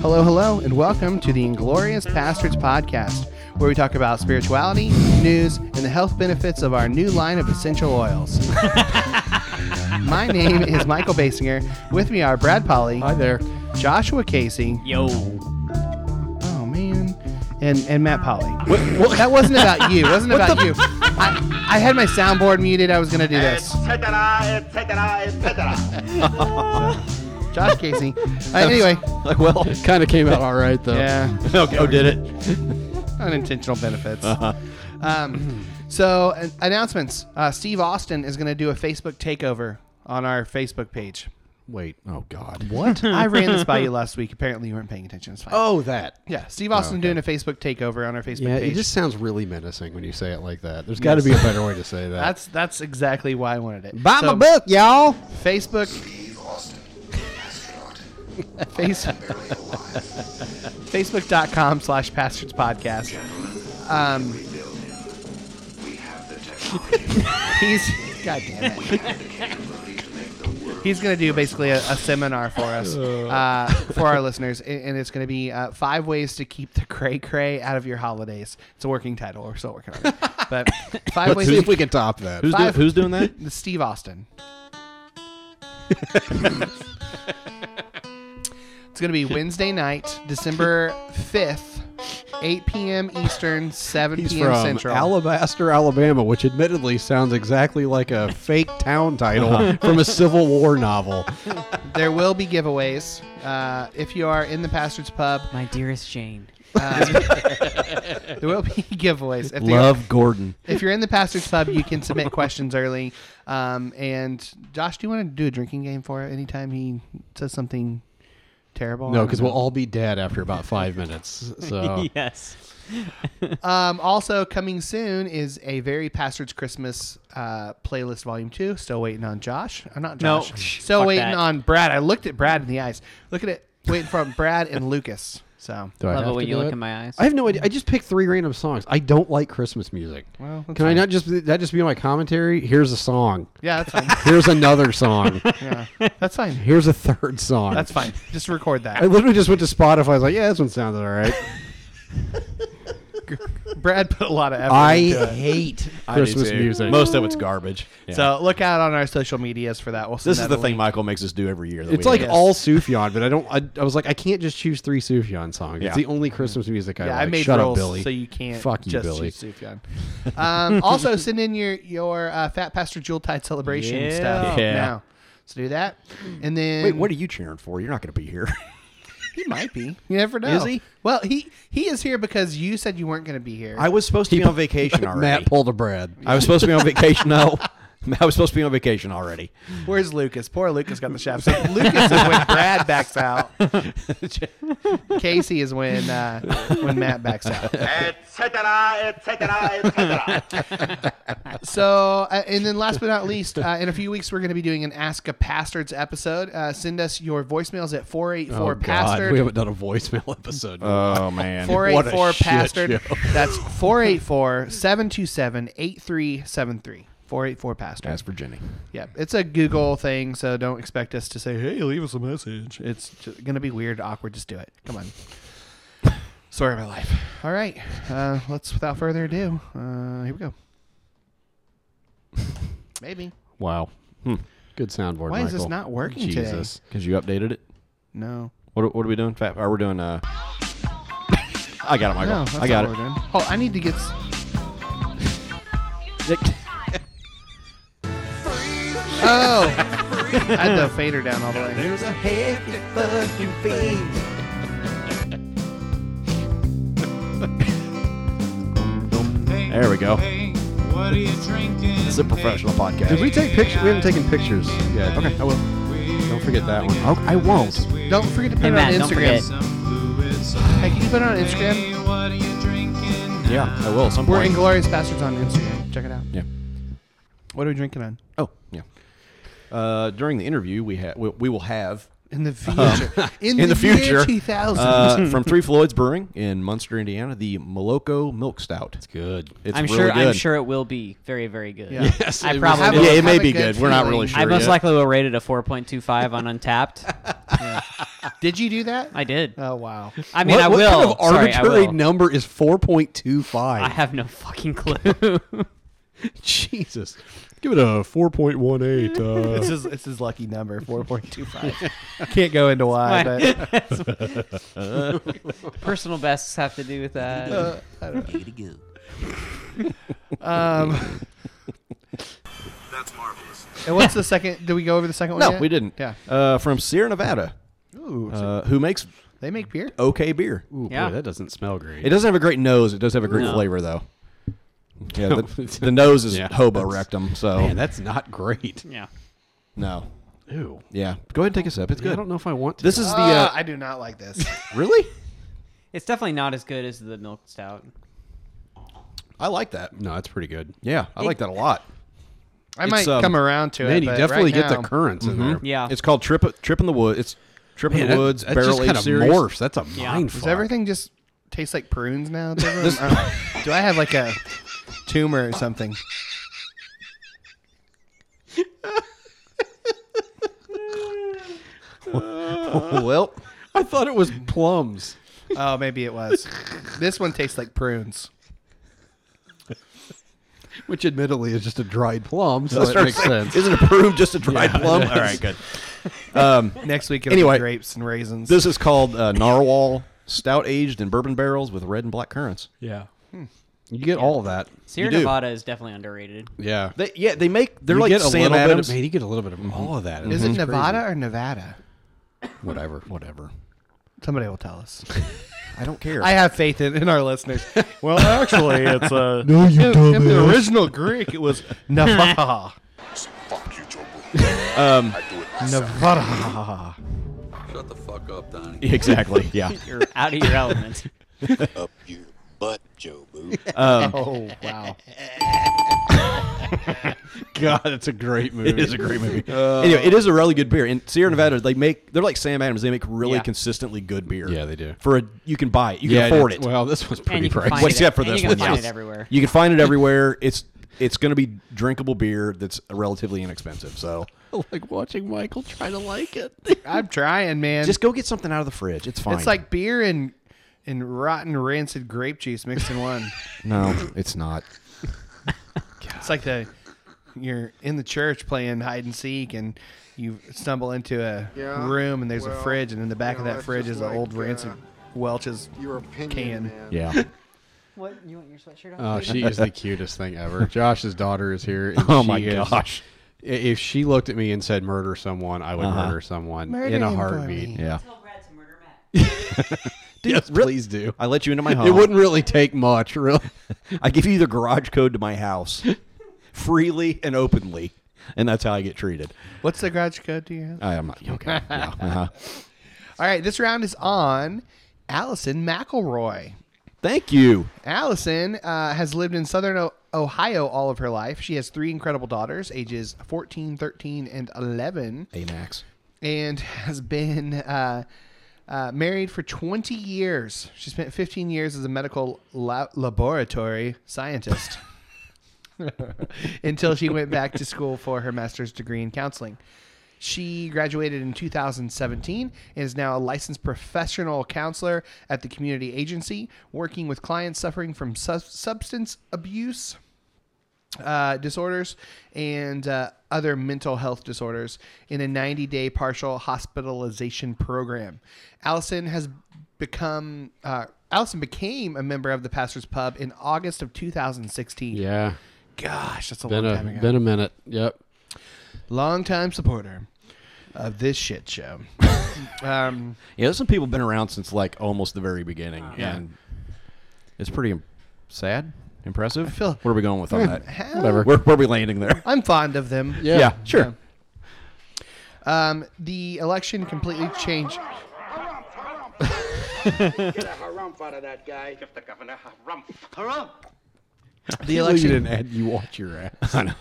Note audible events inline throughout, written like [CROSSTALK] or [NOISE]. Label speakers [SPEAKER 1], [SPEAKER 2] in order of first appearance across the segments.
[SPEAKER 1] Hello, hello, and welcome to the Inglorious Pastors Podcast, where we talk about spirituality, news, and the health benefits of our new line of essential oils. My name is Michael Basinger. With me are Brad Polly,
[SPEAKER 2] Hi there.
[SPEAKER 1] Joshua Casey,
[SPEAKER 3] Yo.
[SPEAKER 1] oh man, and, and Matt Polly. That wasn't about you. It wasn't about you. I, I had my soundboard muted. I was going to do this.
[SPEAKER 4] etcetera, etcetera, etcetera.
[SPEAKER 1] Josh Casey. Uh, anyway,
[SPEAKER 2] [LAUGHS] Like, well, [LAUGHS] kind of came out all right though.
[SPEAKER 1] yeah.
[SPEAKER 2] Okay. Oh, did it?
[SPEAKER 1] unintentional
[SPEAKER 2] [LAUGHS]
[SPEAKER 1] benefits.
[SPEAKER 2] Uh-huh.
[SPEAKER 1] Um, so an- announcements. Uh, Steve Austin is going to do a Facebook takeover on our Facebook page.
[SPEAKER 2] Wait. Oh God. What?
[SPEAKER 1] I ran this by you last week. Apparently, you weren't paying attention. It's fine.
[SPEAKER 2] [LAUGHS] oh, that.
[SPEAKER 1] yeah, Steve Austin doing a Facebook takeover on our Facebook
[SPEAKER 2] Yeah.
[SPEAKER 1] page.
[SPEAKER 2] It just sounds really menacing when you say it like that. There's got to be a better way to say that.
[SPEAKER 1] that's that's exactly why I wanted it.
[SPEAKER 2] Buy
[SPEAKER 1] So,
[SPEAKER 2] my book, y'all.
[SPEAKER 1] Facebook. Face, Facebook.com slash Pastors Podcast. Um, he's god damn it he's going to do basically a, a seminar for us uh, for our listeners and and it's going to be uh, five ways to keep the cray cray out of your holidays it's a working title we're still working on it but 5
[SPEAKER 2] Let's
[SPEAKER 1] ways
[SPEAKER 2] see
[SPEAKER 1] to
[SPEAKER 2] if we can top that.
[SPEAKER 5] Who's,
[SPEAKER 1] Five-
[SPEAKER 5] do, who's doing that?
[SPEAKER 1] the [LAUGHS] steve
[SPEAKER 5] [LAUGHS]
[SPEAKER 1] austin it's going to be wednesday night december 5th 8 p.m eastern 7
[SPEAKER 2] He's
[SPEAKER 1] p.m
[SPEAKER 2] from
[SPEAKER 1] central
[SPEAKER 2] Alabaster, Alabama, which admittedly sounds exactly like a fake town title [LAUGHS] from a Civil War [LAUGHS] novel.
[SPEAKER 1] There will be giveaways. Uh, if you are in the Pastor's Pub, um,
[SPEAKER 5] [LAUGHS]
[SPEAKER 3] My dearest Jane.
[SPEAKER 1] there will be [LAUGHS] giveaways. If, they-
[SPEAKER 5] Love Gordon.
[SPEAKER 1] if you're in the Pastor's Pub, you can submit questions early. Um, and Josh, do you want to do a drinking game for it anytime he says something terrible? I
[SPEAKER 2] No,
[SPEAKER 1] don't
[SPEAKER 2] because
[SPEAKER 1] know.
[SPEAKER 2] we'll all be dead after about five minutes.
[SPEAKER 3] [LAUGHS]
[SPEAKER 2] So
[SPEAKER 5] [LAUGHS]
[SPEAKER 3] Yes.
[SPEAKER 1] Um, also, coming soon is a very Pastor's Christmas uh, playlist volume two. Still waiting on Josh. Uh, not
[SPEAKER 3] No.
[SPEAKER 1] Josh. Still
[SPEAKER 3] Fuck
[SPEAKER 1] waiting
[SPEAKER 3] that.
[SPEAKER 1] on Brad. I looked at Brad in the eyes. Look at it. Waiting for Brad and Lucas. So.
[SPEAKER 2] do I
[SPEAKER 3] Love
[SPEAKER 2] have
[SPEAKER 3] it when
[SPEAKER 2] to
[SPEAKER 3] you
[SPEAKER 2] do
[SPEAKER 3] look
[SPEAKER 2] it?
[SPEAKER 3] in my eyes.
[SPEAKER 2] I have no idea. I just picked three random songs. I don't like Christmas music.
[SPEAKER 1] Well, that's
[SPEAKER 2] Can I
[SPEAKER 1] fine.
[SPEAKER 2] not just that just be my commentary? Here's a song.
[SPEAKER 1] Yeah, that's fine.
[SPEAKER 2] Here's
[SPEAKER 1] [LAUGHS]
[SPEAKER 2] another song.
[SPEAKER 1] Yeah, that's fine.
[SPEAKER 2] Here's a third song.
[SPEAKER 1] That's fine. Just record that.
[SPEAKER 2] I literally just went to Spotify. I was like, yeah, this one sounds
[SPEAKER 1] [LAUGHS]
[SPEAKER 2] all right.
[SPEAKER 1] Brad put a lot of effort
[SPEAKER 2] I
[SPEAKER 1] into it.
[SPEAKER 2] hate Christmas music.
[SPEAKER 5] Most of it's garbage. Yeah.
[SPEAKER 1] So look out on our social medias for that. We'll send
[SPEAKER 5] this is
[SPEAKER 1] that
[SPEAKER 5] the
[SPEAKER 1] a
[SPEAKER 5] thing
[SPEAKER 1] link.
[SPEAKER 5] Michael makes us do every year. that
[SPEAKER 2] it's
[SPEAKER 5] we
[SPEAKER 2] like
[SPEAKER 5] hate.
[SPEAKER 2] all Sufjan, but I don't. I, I was like, I can't just choose three Sufjan songs. It's
[SPEAKER 5] Yeah.
[SPEAKER 2] the only Christmas music I
[SPEAKER 1] Yeah,
[SPEAKER 2] like.
[SPEAKER 1] I made
[SPEAKER 2] Shut
[SPEAKER 1] rules
[SPEAKER 2] up, Billy.
[SPEAKER 1] so you can't
[SPEAKER 2] Fuck you,
[SPEAKER 1] just
[SPEAKER 2] Billy.
[SPEAKER 1] choose Sufjan. [LAUGHS] Um, also, send in your your uh, Fat Pastor Tide celebration
[SPEAKER 3] Yeah.
[SPEAKER 1] stuff
[SPEAKER 5] Yeah.
[SPEAKER 1] now. So do that, and then
[SPEAKER 5] Wait, what are you cheering for? You're not going to be here.
[SPEAKER 1] he might be. You never know.
[SPEAKER 5] Is he?
[SPEAKER 1] Well, he he is here because you said you weren't going to be here.
[SPEAKER 5] I was supposed to be
[SPEAKER 1] [LAUGHS]
[SPEAKER 5] on vacation already.
[SPEAKER 2] Matt pulled a Brad.
[SPEAKER 5] I was supposed to be on vacation.
[SPEAKER 2] [LAUGHS]
[SPEAKER 5] No, I was supposed to be on vacation already.
[SPEAKER 1] Where's Lucas? Poor Lucas got the shaft. [LAUGHS] So Lucas is when Brad backs out. Casey is when uh, when Matt backs out.
[SPEAKER 4] Etcetera, etcetera, etcetera.
[SPEAKER 1] So, uh, and then last but not least, uh, in a few weeks, we're going to be doing an Ask a Pastards episode. Uh, send us your voicemails at 484
[SPEAKER 2] Oh, we
[SPEAKER 1] Pastard.
[SPEAKER 2] haven't done a voicemail [LAUGHS] episode.
[SPEAKER 5] [LAUGHS] Oh man.
[SPEAKER 1] 484
[SPEAKER 2] What a shit
[SPEAKER 1] Pastard.
[SPEAKER 2] show.
[SPEAKER 1] That's 484 727 8373. 484 Pastor.
[SPEAKER 5] As for Jenny.
[SPEAKER 1] Yep. It's a Google thing, so don't expect us to say, hey, leave us a message. It's going to be weird, awkward. Just do it. Come on. Story of my life. All right. Uh, let's, without further ado, uh, here we
[SPEAKER 2] [LAUGHS]
[SPEAKER 1] go. Maybe.
[SPEAKER 2] wow. Hmm. Good soundboard.
[SPEAKER 1] Why is this
[SPEAKER 2] Michael.
[SPEAKER 1] not working today?
[SPEAKER 2] Jesus.
[SPEAKER 5] Because you updated it.
[SPEAKER 1] No.
[SPEAKER 5] What, what are we doing? Fat? Are we doing? Uh, [LAUGHS] I got it, Michael.
[SPEAKER 1] No, that's
[SPEAKER 5] I got
[SPEAKER 1] not what
[SPEAKER 5] it.
[SPEAKER 1] we're doing. Oh, I need to get. s- [LAUGHS] Oh, I had the fader down all the way.
[SPEAKER 5] There's a heavy fucking thing. There we go.
[SPEAKER 6] What are you drinking?
[SPEAKER 5] It's a professional podcast.
[SPEAKER 2] Did we take pictures? We haven't taken pictures yet.
[SPEAKER 5] Okay, I will. Don't forget that one. I'll, I won't.
[SPEAKER 1] Don't forget to put it
[SPEAKER 3] Matt,
[SPEAKER 1] on
[SPEAKER 3] don't forget.
[SPEAKER 1] Instagram. Hey, can you put it on Instagram?
[SPEAKER 6] What are you drinking?
[SPEAKER 5] Yeah, I will. at Some
[SPEAKER 1] We're
[SPEAKER 5] point.
[SPEAKER 1] Inglorious Bastards on Instagram. Check it out.
[SPEAKER 5] Yeah.
[SPEAKER 1] What are we drinking on?
[SPEAKER 5] Oh, yeah. Uh, during the interview, we ha- we, we will have
[SPEAKER 1] In the future. Um, [LAUGHS] in,
[SPEAKER 5] in the future
[SPEAKER 1] Two thousand.
[SPEAKER 5] uh, from Three Floyds Brewing in Munster, Indiana, the Moloko Milk Stout. It's
[SPEAKER 2] Good.
[SPEAKER 5] It's
[SPEAKER 3] I'm
[SPEAKER 5] really
[SPEAKER 3] sure. I'm
[SPEAKER 5] good.
[SPEAKER 3] sure it will be very, very
[SPEAKER 2] [LAUGHS]
[SPEAKER 3] good.
[SPEAKER 1] Yeah.
[SPEAKER 2] [LAUGHS] Yes,
[SPEAKER 3] I
[SPEAKER 2] it
[SPEAKER 3] probably.
[SPEAKER 1] was-
[SPEAKER 5] Yeah,
[SPEAKER 1] Have
[SPEAKER 5] it may
[SPEAKER 1] a
[SPEAKER 5] be
[SPEAKER 1] good
[SPEAKER 5] good. We're not
[SPEAKER 1] feeling.
[SPEAKER 5] really sure.
[SPEAKER 3] I most
[SPEAKER 5] yet.
[SPEAKER 2] [LAUGHS]
[SPEAKER 3] likely will rate it a 4.25 on Untapped.
[SPEAKER 1] [LAUGHS] Did you do that?
[SPEAKER 3] I did.
[SPEAKER 1] Oh wow.
[SPEAKER 3] I mean,
[SPEAKER 2] Uh, what,
[SPEAKER 3] I
[SPEAKER 2] what
[SPEAKER 3] will.
[SPEAKER 2] kind of
[SPEAKER 3] Sorry,
[SPEAKER 2] arbitrary
[SPEAKER 3] I will.
[SPEAKER 2] number is four point two
[SPEAKER 3] I
[SPEAKER 2] five?
[SPEAKER 3] have no fucking clue.
[SPEAKER 2] [LAUGHS] Jesus, give it a four point one eight. [LAUGHS] Uh,
[SPEAKER 1] This is this is lucky [LAUGHS] number four point two five. Can't go into why, but
[SPEAKER 2] [LAUGHS]
[SPEAKER 3] Personal bests have to do with that.
[SPEAKER 2] Uh,
[SPEAKER 1] um,
[SPEAKER 7] That's marvelous.
[SPEAKER 1] and what's the second? Did we go over the second one?
[SPEAKER 5] No,
[SPEAKER 1] yet?
[SPEAKER 5] we didn't.
[SPEAKER 1] Yeah.
[SPEAKER 5] Uh, from Sierra Nevada,
[SPEAKER 1] Ooh,
[SPEAKER 5] uh, who makes
[SPEAKER 1] they make beer.
[SPEAKER 5] okay beer.
[SPEAKER 2] ooh,
[SPEAKER 3] Yeah.
[SPEAKER 2] boy, that doesn't smell great.
[SPEAKER 5] It doesn't have a great nose. It does have a great
[SPEAKER 3] No.
[SPEAKER 5] flavor, though. Yeah, the, the nose is
[SPEAKER 2] Yeah,
[SPEAKER 5] hobo
[SPEAKER 2] that's-
[SPEAKER 5] rectum. So
[SPEAKER 2] Man, that's not great.
[SPEAKER 3] yeah.
[SPEAKER 5] no,
[SPEAKER 2] Ew.
[SPEAKER 5] yeah. Go ahead and take a sip. It's
[SPEAKER 2] I
[SPEAKER 5] good.
[SPEAKER 2] don't know if I want to.
[SPEAKER 5] This is the
[SPEAKER 1] Ah,
[SPEAKER 5] uh,
[SPEAKER 1] I do not like this.
[SPEAKER 5] really.
[SPEAKER 3] It's definitely not as good as the milk stout.
[SPEAKER 5] I like that.
[SPEAKER 2] no, that's pretty good.
[SPEAKER 5] Yeah, I like that a lot.
[SPEAKER 1] I might
[SPEAKER 5] um,
[SPEAKER 1] come around to it.
[SPEAKER 2] Man, you
[SPEAKER 1] but
[SPEAKER 2] definitely
[SPEAKER 1] right
[SPEAKER 2] get
[SPEAKER 1] now-
[SPEAKER 2] the currents in there.
[SPEAKER 3] Yeah.
[SPEAKER 5] It's called Trip Trip in the Woods. It's Trip in
[SPEAKER 2] Man,
[SPEAKER 5] the
[SPEAKER 2] that-
[SPEAKER 5] Woods
[SPEAKER 2] that
[SPEAKER 5] Barrel Aged
[SPEAKER 2] just kinda
[SPEAKER 5] Series.
[SPEAKER 2] morphs. That's a
[SPEAKER 3] Yeah.
[SPEAKER 2] mind
[SPEAKER 1] Does
[SPEAKER 2] fuck.
[SPEAKER 1] everything just taste like prunes [LAUGHS] now? to everyone? Uh, do I have like a tumor or something?
[SPEAKER 5] [LAUGHS] well,
[SPEAKER 2] I thought it was plums.
[SPEAKER 1] Oh, maybe it was. This one tastes like prunes.
[SPEAKER 2] Which admittedly is just a dried plum, so that makes sense. [LAUGHS]
[SPEAKER 5] Isn't a prune just a dried plum? All right, good.
[SPEAKER 1] Next week it'll
[SPEAKER 5] Anyway,
[SPEAKER 1] be grapes and raisins.
[SPEAKER 5] This is called uh, Narwhal Stout Aged in Bourbon Barrels with Red and Black Currants.
[SPEAKER 2] Yeah. You get all of that.
[SPEAKER 3] Sierra
[SPEAKER 5] you do.
[SPEAKER 3] Nevada is definitely underrated.
[SPEAKER 2] Yeah.
[SPEAKER 5] They, yeah, they make they're
[SPEAKER 2] You
[SPEAKER 5] like
[SPEAKER 2] get a
[SPEAKER 5] Sam
[SPEAKER 2] little
[SPEAKER 5] Adams.
[SPEAKER 2] Bit of, man, you get a little bit of all of that.
[SPEAKER 1] is it Nevada or Nevada?
[SPEAKER 5] whatever, whatever.
[SPEAKER 1] Somebody will tell [LAUGHS] us.
[SPEAKER 5] I don't care.
[SPEAKER 1] I have faith in, in our listeners. [LAUGHS] Well, actually, it's [LAUGHS] uh,
[SPEAKER 2] No, you
[SPEAKER 1] in, in the
[SPEAKER 2] dumbass.
[SPEAKER 1] original Greek, it [LAUGHS] was Nevada.
[SPEAKER 7] So fuck you, Joker. um, I do it myself.
[SPEAKER 1] Nevada.
[SPEAKER 7] Shut the fuck up, Donnie.
[SPEAKER 5] [LAUGHS] exactly. [LAUGHS] Yeah.
[SPEAKER 3] You're out of your element.
[SPEAKER 2] [LAUGHS]
[SPEAKER 7] Up your butt, Joe Boo.
[SPEAKER 1] Oh wow!
[SPEAKER 2] [LAUGHS] God, it's a great movie.
[SPEAKER 5] It is a great
[SPEAKER 2] [LAUGHS]
[SPEAKER 5] movie. anyway, it is a really good beer. And Sierra Nevada, they make they're like Sam Adams. They make really
[SPEAKER 3] Yeah.
[SPEAKER 5] consistently good beer.
[SPEAKER 2] Yeah, they do.
[SPEAKER 5] For a you can buy it, you
[SPEAKER 2] Yeah,
[SPEAKER 5] can afford it.
[SPEAKER 2] Well, this was
[SPEAKER 3] and
[SPEAKER 2] pretty
[SPEAKER 3] you can find
[SPEAKER 2] pricey.
[SPEAKER 3] it,
[SPEAKER 5] Except for
[SPEAKER 3] and
[SPEAKER 5] this
[SPEAKER 3] you
[SPEAKER 5] one,
[SPEAKER 3] can find
[SPEAKER 5] yes.
[SPEAKER 3] it everywhere.
[SPEAKER 5] You can find it everywhere. It's it's going to be drinkable beer that's relatively inexpensive. So
[SPEAKER 2] [LAUGHS] like watching Michael try to like it.
[SPEAKER 1] I'm trying, man.
[SPEAKER 5] just go get something out of the fridge. It's fine.
[SPEAKER 1] it's like beer and and rotten rancid grape juice mixed in one.
[SPEAKER 5] [LAUGHS] no, it's not.
[SPEAKER 1] It's like the you're in the church playing hide and seek and you stumble into a room and there's a fridge and in the back of that fridge is an old rancid Welch's can.
[SPEAKER 5] Yeah.
[SPEAKER 3] [LAUGHS] What? You want your sweatshirt
[SPEAKER 2] Oh, she is the cutest thing
[SPEAKER 3] [LAUGHS]
[SPEAKER 2] ever. Josh's daughter is here. and
[SPEAKER 5] [LAUGHS] Oh
[SPEAKER 2] she
[SPEAKER 5] my
[SPEAKER 2] is-
[SPEAKER 5] gosh.
[SPEAKER 2] i- If she looked at me and said murder someone, I would murder someone
[SPEAKER 1] Murder
[SPEAKER 2] in a
[SPEAKER 1] him for
[SPEAKER 2] heartbeat.
[SPEAKER 1] me.
[SPEAKER 5] Uh-huh. Yeah.
[SPEAKER 3] Tell Brad to murder Matt.
[SPEAKER 2] Yes, please do.
[SPEAKER 5] I let you [LAUGHS] into my home.
[SPEAKER 2] It wouldn't really take much, [LAUGHS] really.
[SPEAKER 5] I give you the garage code to my house [LAUGHS] freely and openly, and that's how I get treated.
[SPEAKER 1] What's the garage code to your house?
[SPEAKER 5] I am not okay. No, uh-huh.
[SPEAKER 1] All right, this round is on Allison McElroy.
[SPEAKER 5] Thank you.
[SPEAKER 1] Allison uh, has lived in southern o- Ohio all of her life. She has three incredible daughters, ages 14, 13, and 11.
[SPEAKER 5] Hey Max.
[SPEAKER 1] and [LAUGHS] has been uh, uh, married for 20 years. She spent 15 years as a medical la- laboratory scientist [LAUGHS] until she went back to school for her master's degree in counseling. She graduated in 2017 and is now a licensed professional counselor at the community agency, working with clients suffering from sus- substance abuse uh, disorders and uh, other mental health disorders in a 90 day partial hospitalization program. Allison has become. Uh, Allison became a member of the Pastor's Pub in August of 2016.
[SPEAKER 2] Yeah.
[SPEAKER 1] Gosh, that's a
[SPEAKER 2] Been
[SPEAKER 1] long
[SPEAKER 2] a
[SPEAKER 1] time ago.
[SPEAKER 2] been a minute. Yep.
[SPEAKER 1] Longtime supporter of this shit show. [LAUGHS] um,
[SPEAKER 5] Yeah, there's some people been around since like almost the very beginning, and it's pretty im- sad, impressive.
[SPEAKER 1] feel-
[SPEAKER 5] Where are we going with all
[SPEAKER 3] [LAUGHS]
[SPEAKER 5] that?
[SPEAKER 1] Whatever.
[SPEAKER 5] Where, where are we landing there?
[SPEAKER 1] I'm fond of them.
[SPEAKER 2] Yeah.
[SPEAKER 5] sure.
[SPEAKER 1] Um, the election completely changed.
[SPEAKER 8] Harumph out of that guy. Give the governor harumph.
[SPEAKER 1] The
[SPEAKER 2] You
[SPEAKER 1] election.
[SPEAKER 2] didn't add you watch your
[SPEAKER 5] [LAUGHS]
[SPEAKER 2] ass.
[SPEAKER 5] I know.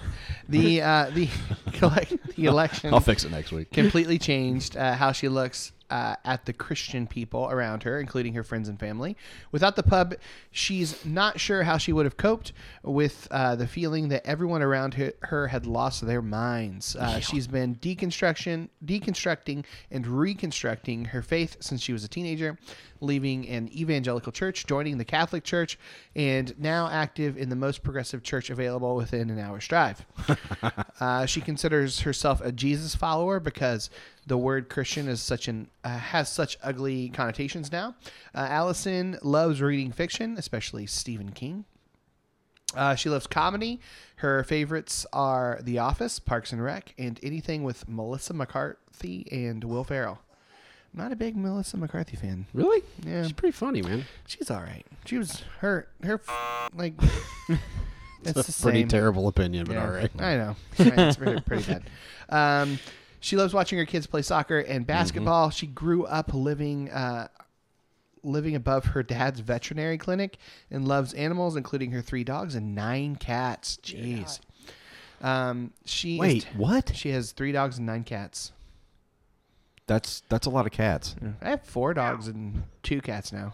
[SPEAKER 1] The [LAUGHS] uh, the collect the election.
[SPEAKER 2] [LAUGHS]
[SPEAKER 5] I'll fix it next week.
[SPEAKER 1] completely changed uh, how she looks uh, at the Christian people around her, including her friends and family. Without the pub, she's not sure how she would have coped with uh, the feeling that everyone around her, her had lost their minds. Uh, she's been deconstruction, deconstructing, and reconstructing her faith since she was a teenager, leaving an evangelical church, joining the Catholic Church, and now active in the most progressive church available within an hour's drive. Uh, she considers herself a Jesus follower because the word Christian is such an uh, has such ugly connotations now. Uh, Allison loves reading fiction, especially Stephen King. Uh, she loves comedy. Her favorites are The Office, Parks and Rec, and anything with Melissa McCarthy and Will Ferrell. I'm not a big Melissa McCarthy fan.
[SPEAKER 9] Really?
[SPEAKER 1] Yeah.
[SPEAKER 9] She's pretty funny, man.
[SPEAKER 1] She's all right. She was her her f- like. That's the
[SPEAKER 9] pretty
[SPEAKER 1] same.
[SPEAKER 9] terrible opinion, but all right.
[SPEAKER 1] I know. Right, It's pretty, pretty bad. Um, she loves watching her kids play soccer and basketball. She grew up living uh, living above her dad's veterinary clinic and loves animals, including her three dogs and nine cats. Jeez. Um, she is
[SPEAKER 5] Wait,
[SPEAKER 1] t-
[SPEAKER 5] what?
[SPEAKER 1] She has three dogs and nine cats.
[SPEAKER 5] That's that's a lot of cats.
[SPEAKER 1] I have four dogs and two cats now.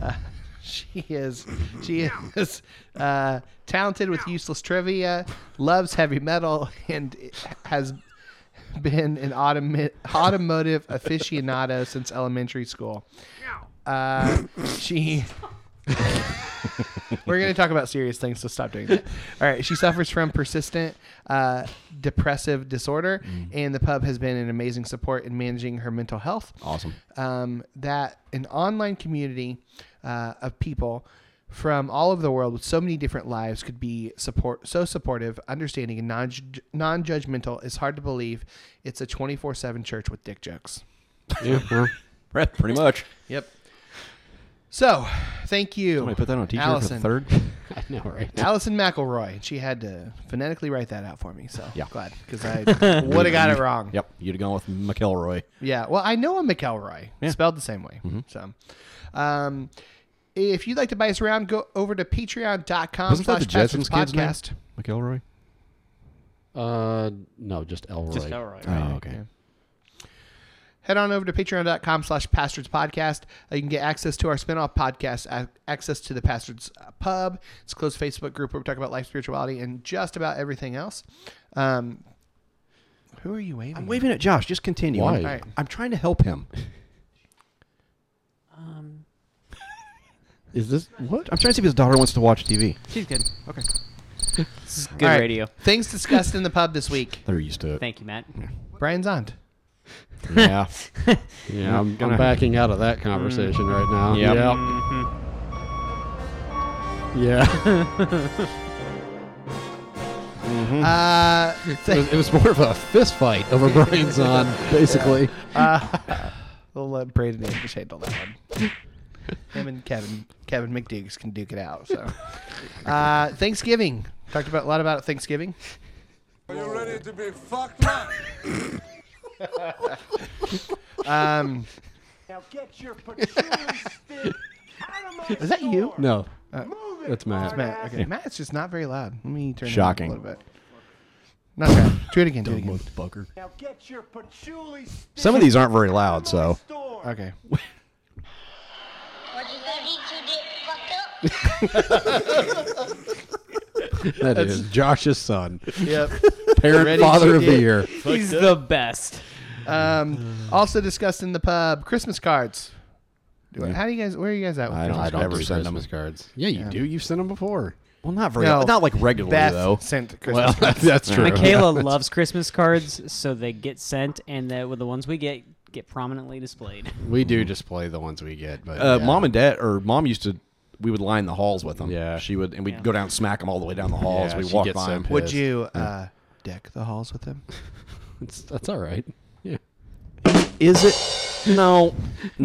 [SPEAKER 1] Uh, she is she is uh, talented with useless trivia, loves heavy metal, and has been an automi- automotive aficionado since elementary school. Uh, she. [LAUGHS] We're going to talk about serious things, so stop doing that. All right. She suffers from persistent uh, depressive disorder, and the pub has been an amazing support in managing her mental health.
[SPEAKER 2] [LAUGHS]
[SPEAKER 5] Awesome.
[SPEAKER 1] Um, that an online community uh, of people from all over the world with so many different lives could be support so supportive, understanding, and non non judgmental is hard to believe. It's a twenty four seven church with dick jokes.
[SPEAKER 9] Yeah, well,
[SPEAKER 5] Right, pretty much.
[SPEAKER 1] Yep. So, thank you.
[SPEAKER 5] Somebody put that on a T-shirt
[SPEAKER 1] Allison.
[SPEAKER 5] for
[SPEAKER 2] [LAUGHS]
[SPEAKER 5] the third.
[SPEAKER 9] I know, right?
[SPEAKER 1] Allison McElroy. She had to phonetically write that out for me. So
[SPEAKER 5] Yeah.
[SPEAKER 1] glad because
[SPEAKER 5] [LAUGHS]
[SPEAKER 1] I would have got it wrong.
[SPEAKER 5] Yep, you'd have gone with McElroy.
[SPEAKER 1] Yeah. Well, I know a McElroy
[SPEAKER 5] Yeah. Mm-hmm.
[SPEAKER 1] spelled the same way. So, um, if you'd like to buy us around, go over to patreon.com
[SPEAKER 5] Wasn't that
[SPEAKER 1] slash
[SPEAKER 5] the
[SPEAKER 1] Pastors
[SPEAKER 5] Jetsons kid's name?
[SPEAKER 1] podcast.
[SPEAKER 5] McElroy.
[SPEAKER 9] Uh, no, just Elroy.
[SPEAKER 3] Just Elroy.
[SPEAKER 2] Uh,
[SPEAKER 5] Oh, okay.
[SPEAKER 1] Head on over to patreon.com slash pastards podcast. Uh, you can get access to our spinoff podcast, ac- access to the pastards uh, pub. It's a closed Facebook group where we talk about life, spirituality, and just about everything else. Um, who are you waving?
[SPEAKER 5] I'm waving at Josh. Just continue.
[SPEAKER 9] Why?
[SPEAKER 5] I'm, I'm trying to help him.
[SPEAKER 3] Um,
[SPEAKER 9] Is this what?
[SPEAKER 5] I'm trying to see if his daughter wants to watch TV.
[SPEAKER 3] she's good.
[SPEAKER 1] Okay.
[SPEAKER 3] This is good
[SPEAKER 1] All right.
[SPEAKER 3] radio.
[SPEAKER 1] Things discussed in the pub this week.
[SPEAKER 5] They're used to it.
[SPEAKER 3] Thank you, Matt.
[SPEAKER 1] Brian Zond.
[SPEAKER 9] [LAUGHS]
[SPEAKER 5] yeah.
[SPEAKER 9] Yeah, I'm,
[SPEAKER 5] gonna-
[SPEAKER 9] I'm backing out of that conversation right now.
[SPEAKER 5] Yep.
[SPEAKER 9] Yeah. Yeah.
[SPEAKER 5] Mm. [LAUGHS]
[SPEAKER 1] Uh,
[SPEAKER 9] [LAUGHS] it, was, it was more of a fist fight over Brian's [LAUGHS] on, basically.
[SPEAKER 1] we'll let Braden Andrews handle that one. Him and Kevin, Kevin McDukes can duke it out. So, uh, Thanksgiving. Talked about a lot about Thanksgiving.
[SPEAKER 10] Are you ready to be fucked up?
[SPEAKER 1] Um,
[SPEAKER 6] Now get
[SPEAKER 5] [LAUGHS]
[SPEAKER 6] your patchouli stick out of my
[SPEAKER 1] is that you?
[SPEAKER 9] No,
[SPEAKER 6] Move it,
[SPEAKER 9] Uh, that's Matt.
[SPEAKER 1] Matt. Okay, Matt's just not very loud. Let me turn it up
[SPEAKER 5] Shocking.
[SPEAKER 1] a little bit. Not bad. Do it again. Do it again.
[SPEAKER 5] Motherfucker.
[SPEAKER 6] Now get your patchouli stick
[SPEAKER 5] Some of these aren't very loud,
[SPEAKER 6] out
[SPEAKER 5] so
[SPEAKER 6] of my store.
[SPEAKER 1] Okay.
[SPEAKER 11] What you gonna eat, you dick fucked up?
[SPEAKER 9] that is Josh's [LAUGHS] son,
[SPEAKER 1] Yep.
[SPEAKER 9] parent
[SPEAKER 1] Ready
[SPEAKER 9] father
[SPEAKER 1] to
[SPEAKER 9] of the
[SPEAKER 1] get-
[SPEAKER 9] year.
[SPEAKER 3] He's the best.
[SPEAKER 1] Um, also discussed in the pub Christmas cards. Do I- How do you guys? Where are you guys at? With
[SPEAKER 5] I don't-
[SPEAKER 1] Christmas
[SPEAKER 5] I don't
[SPEAKER 1] cards?
[SPEAKER 5] do send them.
[SPEAKER 9] cards. Yeah, you do. You've sent them before.
[SPEAKER 5] well, not very.
[SPEAKER 1] No.
[SPEAKER 5] Not like regularly
[SPEAKER 1] Beth
[SPEAKER 5] though.
[SPEAKER 1] sent Christmas
[SPEAKER 9] Well, [LAUGHS]
[SPEAKER 1] cards.
[SPEAKER 9] that's true.
[SPEAKER 2] [LAUGHS]
[SPEAKER 3] Michaela loves Christmas cards, so they get sent, and the, well, the ones we get get prominently displayed.
[SPEAKER 9] We do display the ones we get, but
[SPEAKER 5] Uh,
[SPEAKER 9] yeah.
[SPEAKER 5] Mom and dad, or mom used to. We would line the halls with them.
[SPEAKER 9] Yeah.
[SPEAKER 5] she would, and we'd
[SPEAKER 3] Yeah.
[SPEAKER 5] go down and smack them all the way down the halls.
[SPEAKER 9] Yeah,
[SPEAKER 5] we
[SPEAKER 9] she
[SPEAKER 5] walk
[SPEAKER 9] gets
[SPEAKER 5] by
[SPEAKER 9] so
[SPEAKER 5] them.
[SPEAKER 9] pissed.
[SPEAKER 1] Would you uh, deck the halls with them?
[SPEAKER 9] It's- that's all right. Yeah,
[SPEAKER 5] Is it?
[SPEAKER 9] no,
[SPEAKER 5] No,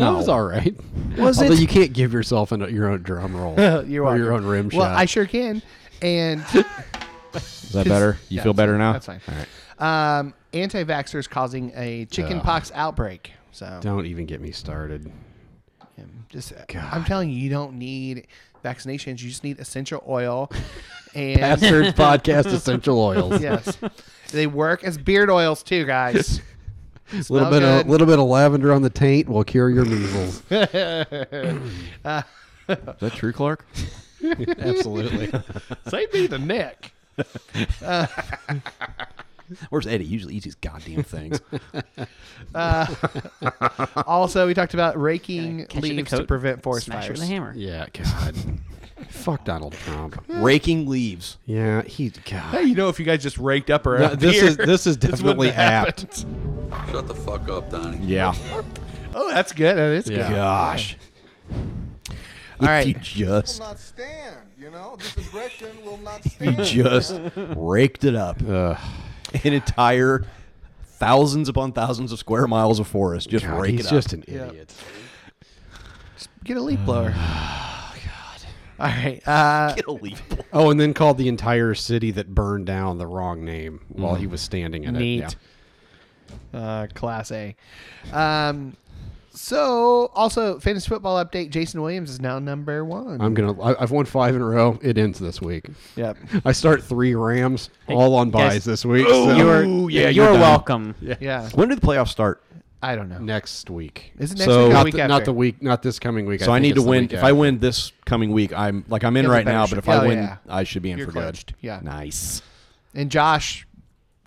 [SPEAKER 5] no.
[SPEAKER 9] it was all right.
[SPEAKER 5] Was
[SPEAKER 9] Although
[SPEAKER 5] it?
[SPEAKER 9] you can't give yourself an, your own drum roll
[SPEAKER 1] You're
[SPEAKER 9] or
[SPEAKER 1] welcome.
[SPEAKER 9] your own rim
[SPEAKER 1] Well,
[SPEAKER 9] shot.
[SPEAKER 1] I sure can. And
[SPEAKER 5] Is that better? You feel better now?
[SPEAKER 1] that's fine.
[SPEAKER 5] All right.
[SPEAKER 1] Um, anti-vaxxers causing a chicken
[SPEAKER 9] Ugh.
[SPEAKER 1] pox outbreak. So
[SPEAKER 9] Don't even get me started.
[SPEAKER 1] him. Just uh, I'm telling you, you don't need vaccinations. You just need essential [LAUGHS] oil, and
[SPEAKER 2] Bastards podcast essential
[SPEAKER 1] [LAUGHS]
[SPEAKER 2] oils.
[SPEAKER 1] yes, they work as beard oils too, guys.
[SPEAKER 2] A little
[SPEAKER 1] Smell
[SPEAKER 2] bit, of,
[SPEAKER 1] good.
[SPEAKER 2] little bit of lavender on the taint will cure your measles.
[SPEAKER 5] Is that true, Clark?
[SPEAKER 2] Absolutely.
[SPEAKER 1] [LAUGHS] Save me the [LAUGHS] neck.
[SPEAKER 5] [LAUGHS] Where's Eddie? He usually eats these goddamn [LAUGHS] things.
[SPEAKER 1] Also, we talked about raking
[SPEAKER 3] Catch it in a
[SPEAKER 1] leaves to
[SPEAKER 3] coat,
[SPEAKER 1] prevent forest
[SPEAKER 3] smash it
[SPEAKER 1] fires.
[SPEAKER 3] with a hammer.
[SPEAKER 2] [LAUGHS] yeah, God. Fuck Donald Trump.
[SPEAKER 5] Raking leaves.
[SPEAKER 2] Yeah, he. God.
[SPEAKER 1] Hey, you know, if you guys just raked up around
[SPEAKER 2] No, this
[SPEAKER 1] here, [LAUGHS]
[SPEAKER 2] is this is
[SPEAKER 1] this wouldn't
[SPEAKER 2] definitely
[SPEAKER 1] have
[SPEAKER 2] apt.
[SPEAKER 1] happened.
[SPEAKER 7] Shut the fuck up, Donnie.
[SPEAKER 5] [LAUGHS] Yeah.
[SPEAKER 1] Oh, that's good. That is good. [LAUGHS]
[SPEAKER 5] Gosh.
[SPEAKER 1] All right.
[SPEAKER 5] You just,
[SPEAKER 12] not stand. You know, this aggression will not
[SPEAKER 5] you
[SPEAKER 12] stand.
[SPEAKER 5] just raked it up. An entire thousands upon thousands of square miles of forest. Just
[SPEAKER 2] God,
[SPEAKER 5] rake
[SPEAKER 2] he's
[SPEAKER 5] it
[SPEAKER 2] just
[SPEAKER 5] up.
[SPEAKER 2] an idiot.
[SPEAKER 1] Get a leaf blower. [SIGHS] Oh God. All right. Uh,
[SPEAKER 2] [LAUGHS]
[SPEAKER 5] Unbelievable.
[SPEAKER 2] Oh, and then called the entire city that burned down the wrong name while he was standing in
[SPEAKER 1] Neat.
[SPEAKER 2] it. Yeah.
[SPEAKER 1] uh, class A. Um, so also fantasy football update. Jason Williams is now number one.
[SPEAKER 2] I'm gonna. I, I've won five in a row. It ends this week.
[SPEAKER 1] yep.
[SPEAKER 2] I start three Rams, all on
[SPEAKER 3] guys.
[SPEAKER 2] buys this week. so-
[SPEAKER 3] you're
[SPEAKER 5] Oh, yeah,
[SPEAKER 3] you're,
[SPEAKER 5] you're done.
[SPEAKER 3] welcome.
[SPEAKER 1] Yeah.
[SPEAKER 5] When did the playoffs start?
[SPEAKER 1] I don't know.
[SPEAKER 2] next week.
[SPEAKER 1] Is it next
[SPEAKER 5] So-
[SPEAKER 1] week or the
[SPEAKER 2] not,
[SPEAKER 1] week
[SPEAKER 2] the,
[SPEAKER 1] after?
[SPEAKER 2] not the week, not this coming week.
[SPEAKER 5] So I,
[SPEAKER 2] think
[SPEAKER 5] need
[SPEAKER 2] it's
[SPEAKER 5] to
[SPEAKER 2] the
[SPEAKER 5] win.
[SPEAKER 2] week
[SPEAKER 5] If
[SPEAKER 2] after.
[SPEAKER 5] I win this coming week, I'm like I'm in
[SPEAKER 1] You have a
[SPEAKER 5] right
[SPEAKER 1] better
[SPEAKER 5] now.
[SPEAKER 1] shot.
[SPEAKER 5] But if
[SPEAKER 1] Oh,
[SPEAKER 5] I win,
[SPEAKER 1] yeah.
[SPEAKER 5] I should be in
[SPEAKER 1] You're
[SPEAKER 5] for
[SPEAKER 1] clinched.
[SPEAKER 5] good.
[SPEAKER 1] Yeah.
[SPEAKER 5] Nice.
[SPEAKER 1] And Josh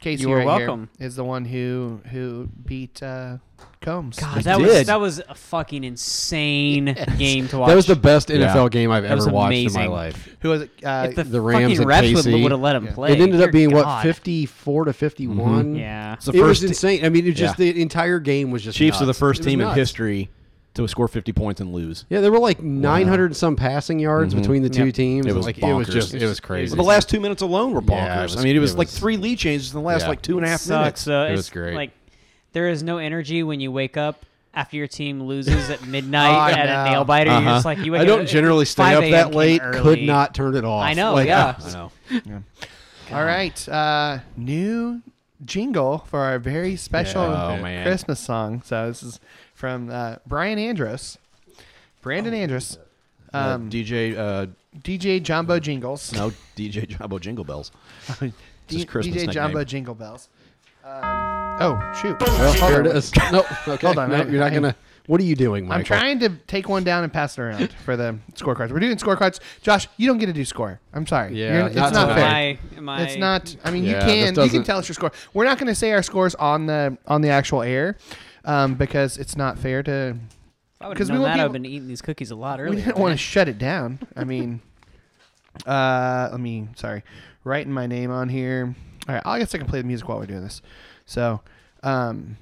[SPEAKER 1] Casey
[SPEAKER 3] You are
[SPEAKER 1] right here
[SPEAKER 3] welcome.
[SPEAKER 1] is the one who who beat uh, Combs.
[SPEAKER 3] God, Oh, that was
[SPEAKER 5] did.
[SPEAKER 3] that was a fucking insane game to watch.
[SPEAKER 2] that was the best NFL
[SPEAKER 5] Yeah.
[SPEAKER 2] game I've
[SPEAKER 3] was
[SPEAKER 2] ever watched in my
[SPEAKER 3] amazing.
[SPEAKER 2] life.
[SPEAKER 1] Who was it? Uh,
[SPEAKER 3] if the,
[SPEAKER 2] the Rams
[SPEAKER 3] fucking
[SPEAKER 2] and
[SPEAKER 3] refs would,
[SPEAKER 2] KC.
[SPEAKER 3] would have let him
[SPEAKER 1] Yeah.
[SPEAKER 3] play.
[SPEAKER 2] it ended up
[SPEAKER 3] Dear
[SPEAKER 2] being what
[SPEAKER 3] God.
[SPEAKER 2] 54 to 51.
[SPEAKER 3] Yeah.
[SPEAKER 5] It's the
[SPEAKER 2] it was
[SPEAKER 5] first
[SPEAKER 2] insane. I mean, it was just
[SPEAKER 5] Yeah.
[SPEAKER 2] the entire game was just
[SPEAKER 5] Chiefs are the
[SPEAKER 2] nuts.
[SPEAKER 5] first
[SPEAKER 2] It was
[SPEAKER 5] team in
[SPEAKER 2] nuts.
[SPEAKER 5] history to score 50 points and lose.
[SPEAKER 2] Yeah, there were like 900 and some passing yards between the two
[SPEAKER 3] Yep.
[SPEAKER 2] teams.
[SPEAKER 5] Mm-hmm. It was
[SPEAKER 2] like it was
[SPEAKER 5] bonkers.
[SPEAKER 2] just it was crazy.
[SPEAKER 5] Well, the last two minutes alone were bonkers.
[SPEAKER 2] Yeah, it was-
[SPEAKER 5] I mean, it was
[SPEAKER 2] it
[SPEAKER 5] like
[SPEAKER 2] was-
[SPEAKER 5] three lead changes in the last
[SPEAKER 2] Yeah.
[SPEAKER 5] like two and a half
[SPEAKER 3] sucks.
[SPEAKER 5] minutes.
[SPEAKER 3] So
[SPEAKER 1] uh,
[SPEAKER 2] It
[SPEAKER 3] it's
[SPEAKER 2] was great.
[SPEAKER 3] Like there is no energy when you wake up after your team loses at midnight
[SPEAKER 1] I
[SPEAKER 3] at
[SPEAKER 1] know.
[SPEAKER 3] a nail biter. You're just like you. Wake
[SPEAKER 2] Uh-huh. I
[SPEAKER 3] up
[SPEAKER 2] don't
[SPEAKER 3] at
[SPEAKER 2] generally stay
[SPEAKER 3] 5
[SPEAKER 2] up
[SPEAKER 3] a.m.
[SPEAKER 2] that
[SPEAKER 3] came
[SPEAKER 2] late. Could
[SPEAKER 3] early.
[SPEAKER 2] not turn it off.
[SPEAKER 3] I know,
[SPEAKER 2] Like,
[SPEAKER 3] yeah.
[SPEAKER 2] I know.
[SPEAKER 1] All right, uh, new jingle for our very special
[SPEAKER 5] Yeah. Oh, man.
[SPEAKER 1] Christmas song. So this is from uh, Brian Andrus,
[SPEAKER 5] Oh.
[SPEAKER 1] Brandon Andrus,
[SPEAKER 5] [LAUGHS]
[SPEAKER 1] um,
[SPEAKER 5] DJ, uh,
[SPEAKER 1] DJ Jumbo Jingles,
[SPEAKER 5] no, DJ Jumbo Jingle Bells.
[SPEAKER 1] D-
[SPEAKER 5] his Christmas
[SPEAKER 1] DJ Jumbo
[SPEAKER 5] nickname.
[SPEAKER 1] Jingle Bells. Um, oh shoot!
[SPEAKER 2] Well, there it is. [LAUGHS] No, okay.
[SPEAKER 1] Hold on,
[SPEAKER 2] No,
[SPEAKER 1] I-
[SPEAKER 2] you're not
[SPEAKER 1] I-
[SPEAKER 2] gonna. What are you doing, Michael?
[SPEAKER 1] I'm trying to take one down and pass it around for the scorecards. We're doing scorecards. Josh, you don't get to do score. I'm sorry.
[SPEAKER 2] Yeah,
[SPEAKER 1] You're- it's
[SPEAKER 2] not
[SPEAKER 1] not,
[SPEAKER 3] Am
[SPEAKER 2] tonight.
[SPEAKER 1] fair.
[SPEAKER 3] I, am I,
[SPEAKER 1] It's not. I mean,
[SPEAKER 2] Yeah, this
[SPEAKER 1] you can you can
[SPEAKER 2] doesn't-
[SPEAKER 1] tell us your score. We're not going to say our scores on the on the actual air, um, because it's not fair to.
[SPEAKER 3] Because
[SPEAKER 1] because
[SPEAKER 3] we
[SPEAKER 1] we won't
[SPEAKER 3] that,
[SPEAKER 1] be
[SPEAKER 3] I've
[SPEAKER 1] able-
[SPEAKER 3] been eating these cookies a lot
[SPEAKER 1] We
[SPEAKER 3] earlier.
[SPEAKER 1] didn't want to shut it down. I mean, [LAUGHS] uh, let me sorry, writing my name on here. All right, I guess I can play the music while we're doing this. So, um,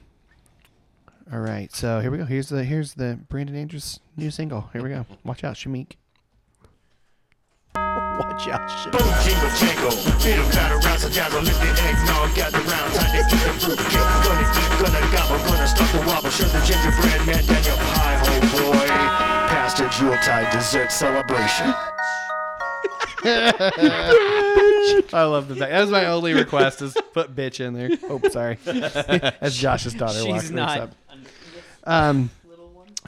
[SPEAKER 1] all right, so here we go. Here's the here's the Brandon Andrews new single. Here we go. Watch out, Shamik.
[SPEAKER 5] Watch out, shit.
[SPEAKER 12] jingle, jingle. Feel tight around, so gyro, lift the eggnog, gather round, time to eat the fruitcake. Gonna eat, gonna gobble, gonna stuff the wobble. Show the gingerbread man down your pie hole, boy. Past a Yuletide dessert celebration.
[SPEAKER 1] I love the That was my only request is put bitch in there. Oh, sorry. That's Josh's daughter.
[SPEAKER 3] She's
[SPEAKER 1] walking us up.
[SPEAKER 3] not.
[SPEAKER 1] Um,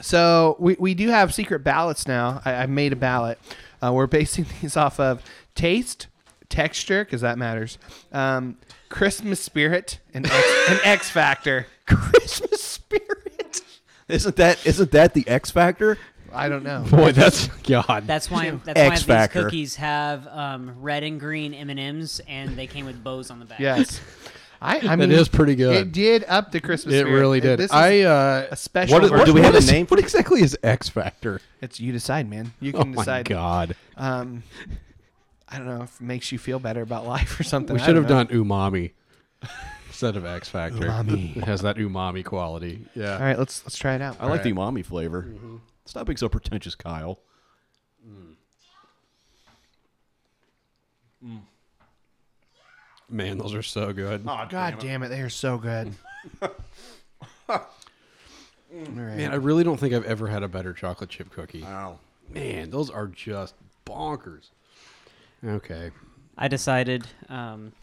[SPEAKER 1] so we, we do have secret ballots now. I, I made a ballot. Uh, we're basing [LAUGHS] these off of taste, texture, because that matters, um, Christmas spirit, and X,
[SPEAKER 2] [LAUGHS]
[SPEAKER 1] and X factor.
[SPEAKER 5] Christmas spirit. Isn't that isn't that the X Factor?
[SPEAKER 1] I don't
[SPEAKER 2] [LAUGHS]
[SPEAKER 1] know.
[SPEAKER 2] Boy, that's God.
[SPEAKER 3] That's why. That's
[SPEAKER 5] X
[SPEAKER 3] why
[SPEAKER 5] Factor.
[SPEAKER 3] these cookies have um, red and green M and M's, and they came with bows on the back.
[SPEAKER 1] Yes, I. I mean,
[SPEAKER 2] is pretty good.
[SPEAKER 1] It did up the Christmas.
[SPEAKER 2] it
[SPEAKER 1] spirit.
[SPEAKER 2] really did.
[SPEAKER 1] This is-
[SPEAKER 2] I uh,
[SPEAKER 1] a special
[SPEAKER 2] What,
[SPEAKER 1] version.
[SPEAKER 2] do we have
[SPEAKER 5] a
[SPEAKER 2] a name?
[SPEAKER 5] name
[SPEAKER 2] [LAUGHS] What exactly is X Factor?
[SPEAKER 1] it's you decide, man. You
[SPEAKER 2] Oh
[SPEAKER 1] can
[SPEAKER 2] my
[SPEAKER 1] decide.
[SPEAKER 2] God!
[SPEAKER 1] Um, I don't know if it makes you feel better about life or something.
[SPEAKER 2] We
[SPEAKER 1] I
[SPEAKER 2] should
[SPEAKER 1] don't
[SPEAKER 2] have
[SPEAKER 1] know.
[SPEAKER 2] done umami [LAUGHS] instead of X Factor. Umami [LAUGHS] it has that umami quality. Yeah.
[SPEAKER 1] All right, let's let's try it out.
[SPEAKER 5] I like the umami flavor.
[SPEAKER 1] Mm-hmm.
[SPEAKER 5] Stop being so pretentious, Kyle.
[SPEAKER 2] Man, those are so good.
[SPEAKER 1] God damn it, they are so good.
[SPEAKER 2] Man, I really don't think I've ever had a better chocolate chip cookie.
[SPEAKER 5] Wow.
[SPEAKER 2] Man, those are just bonkers. Okay.
[SPEAKER 3] I decided. Um,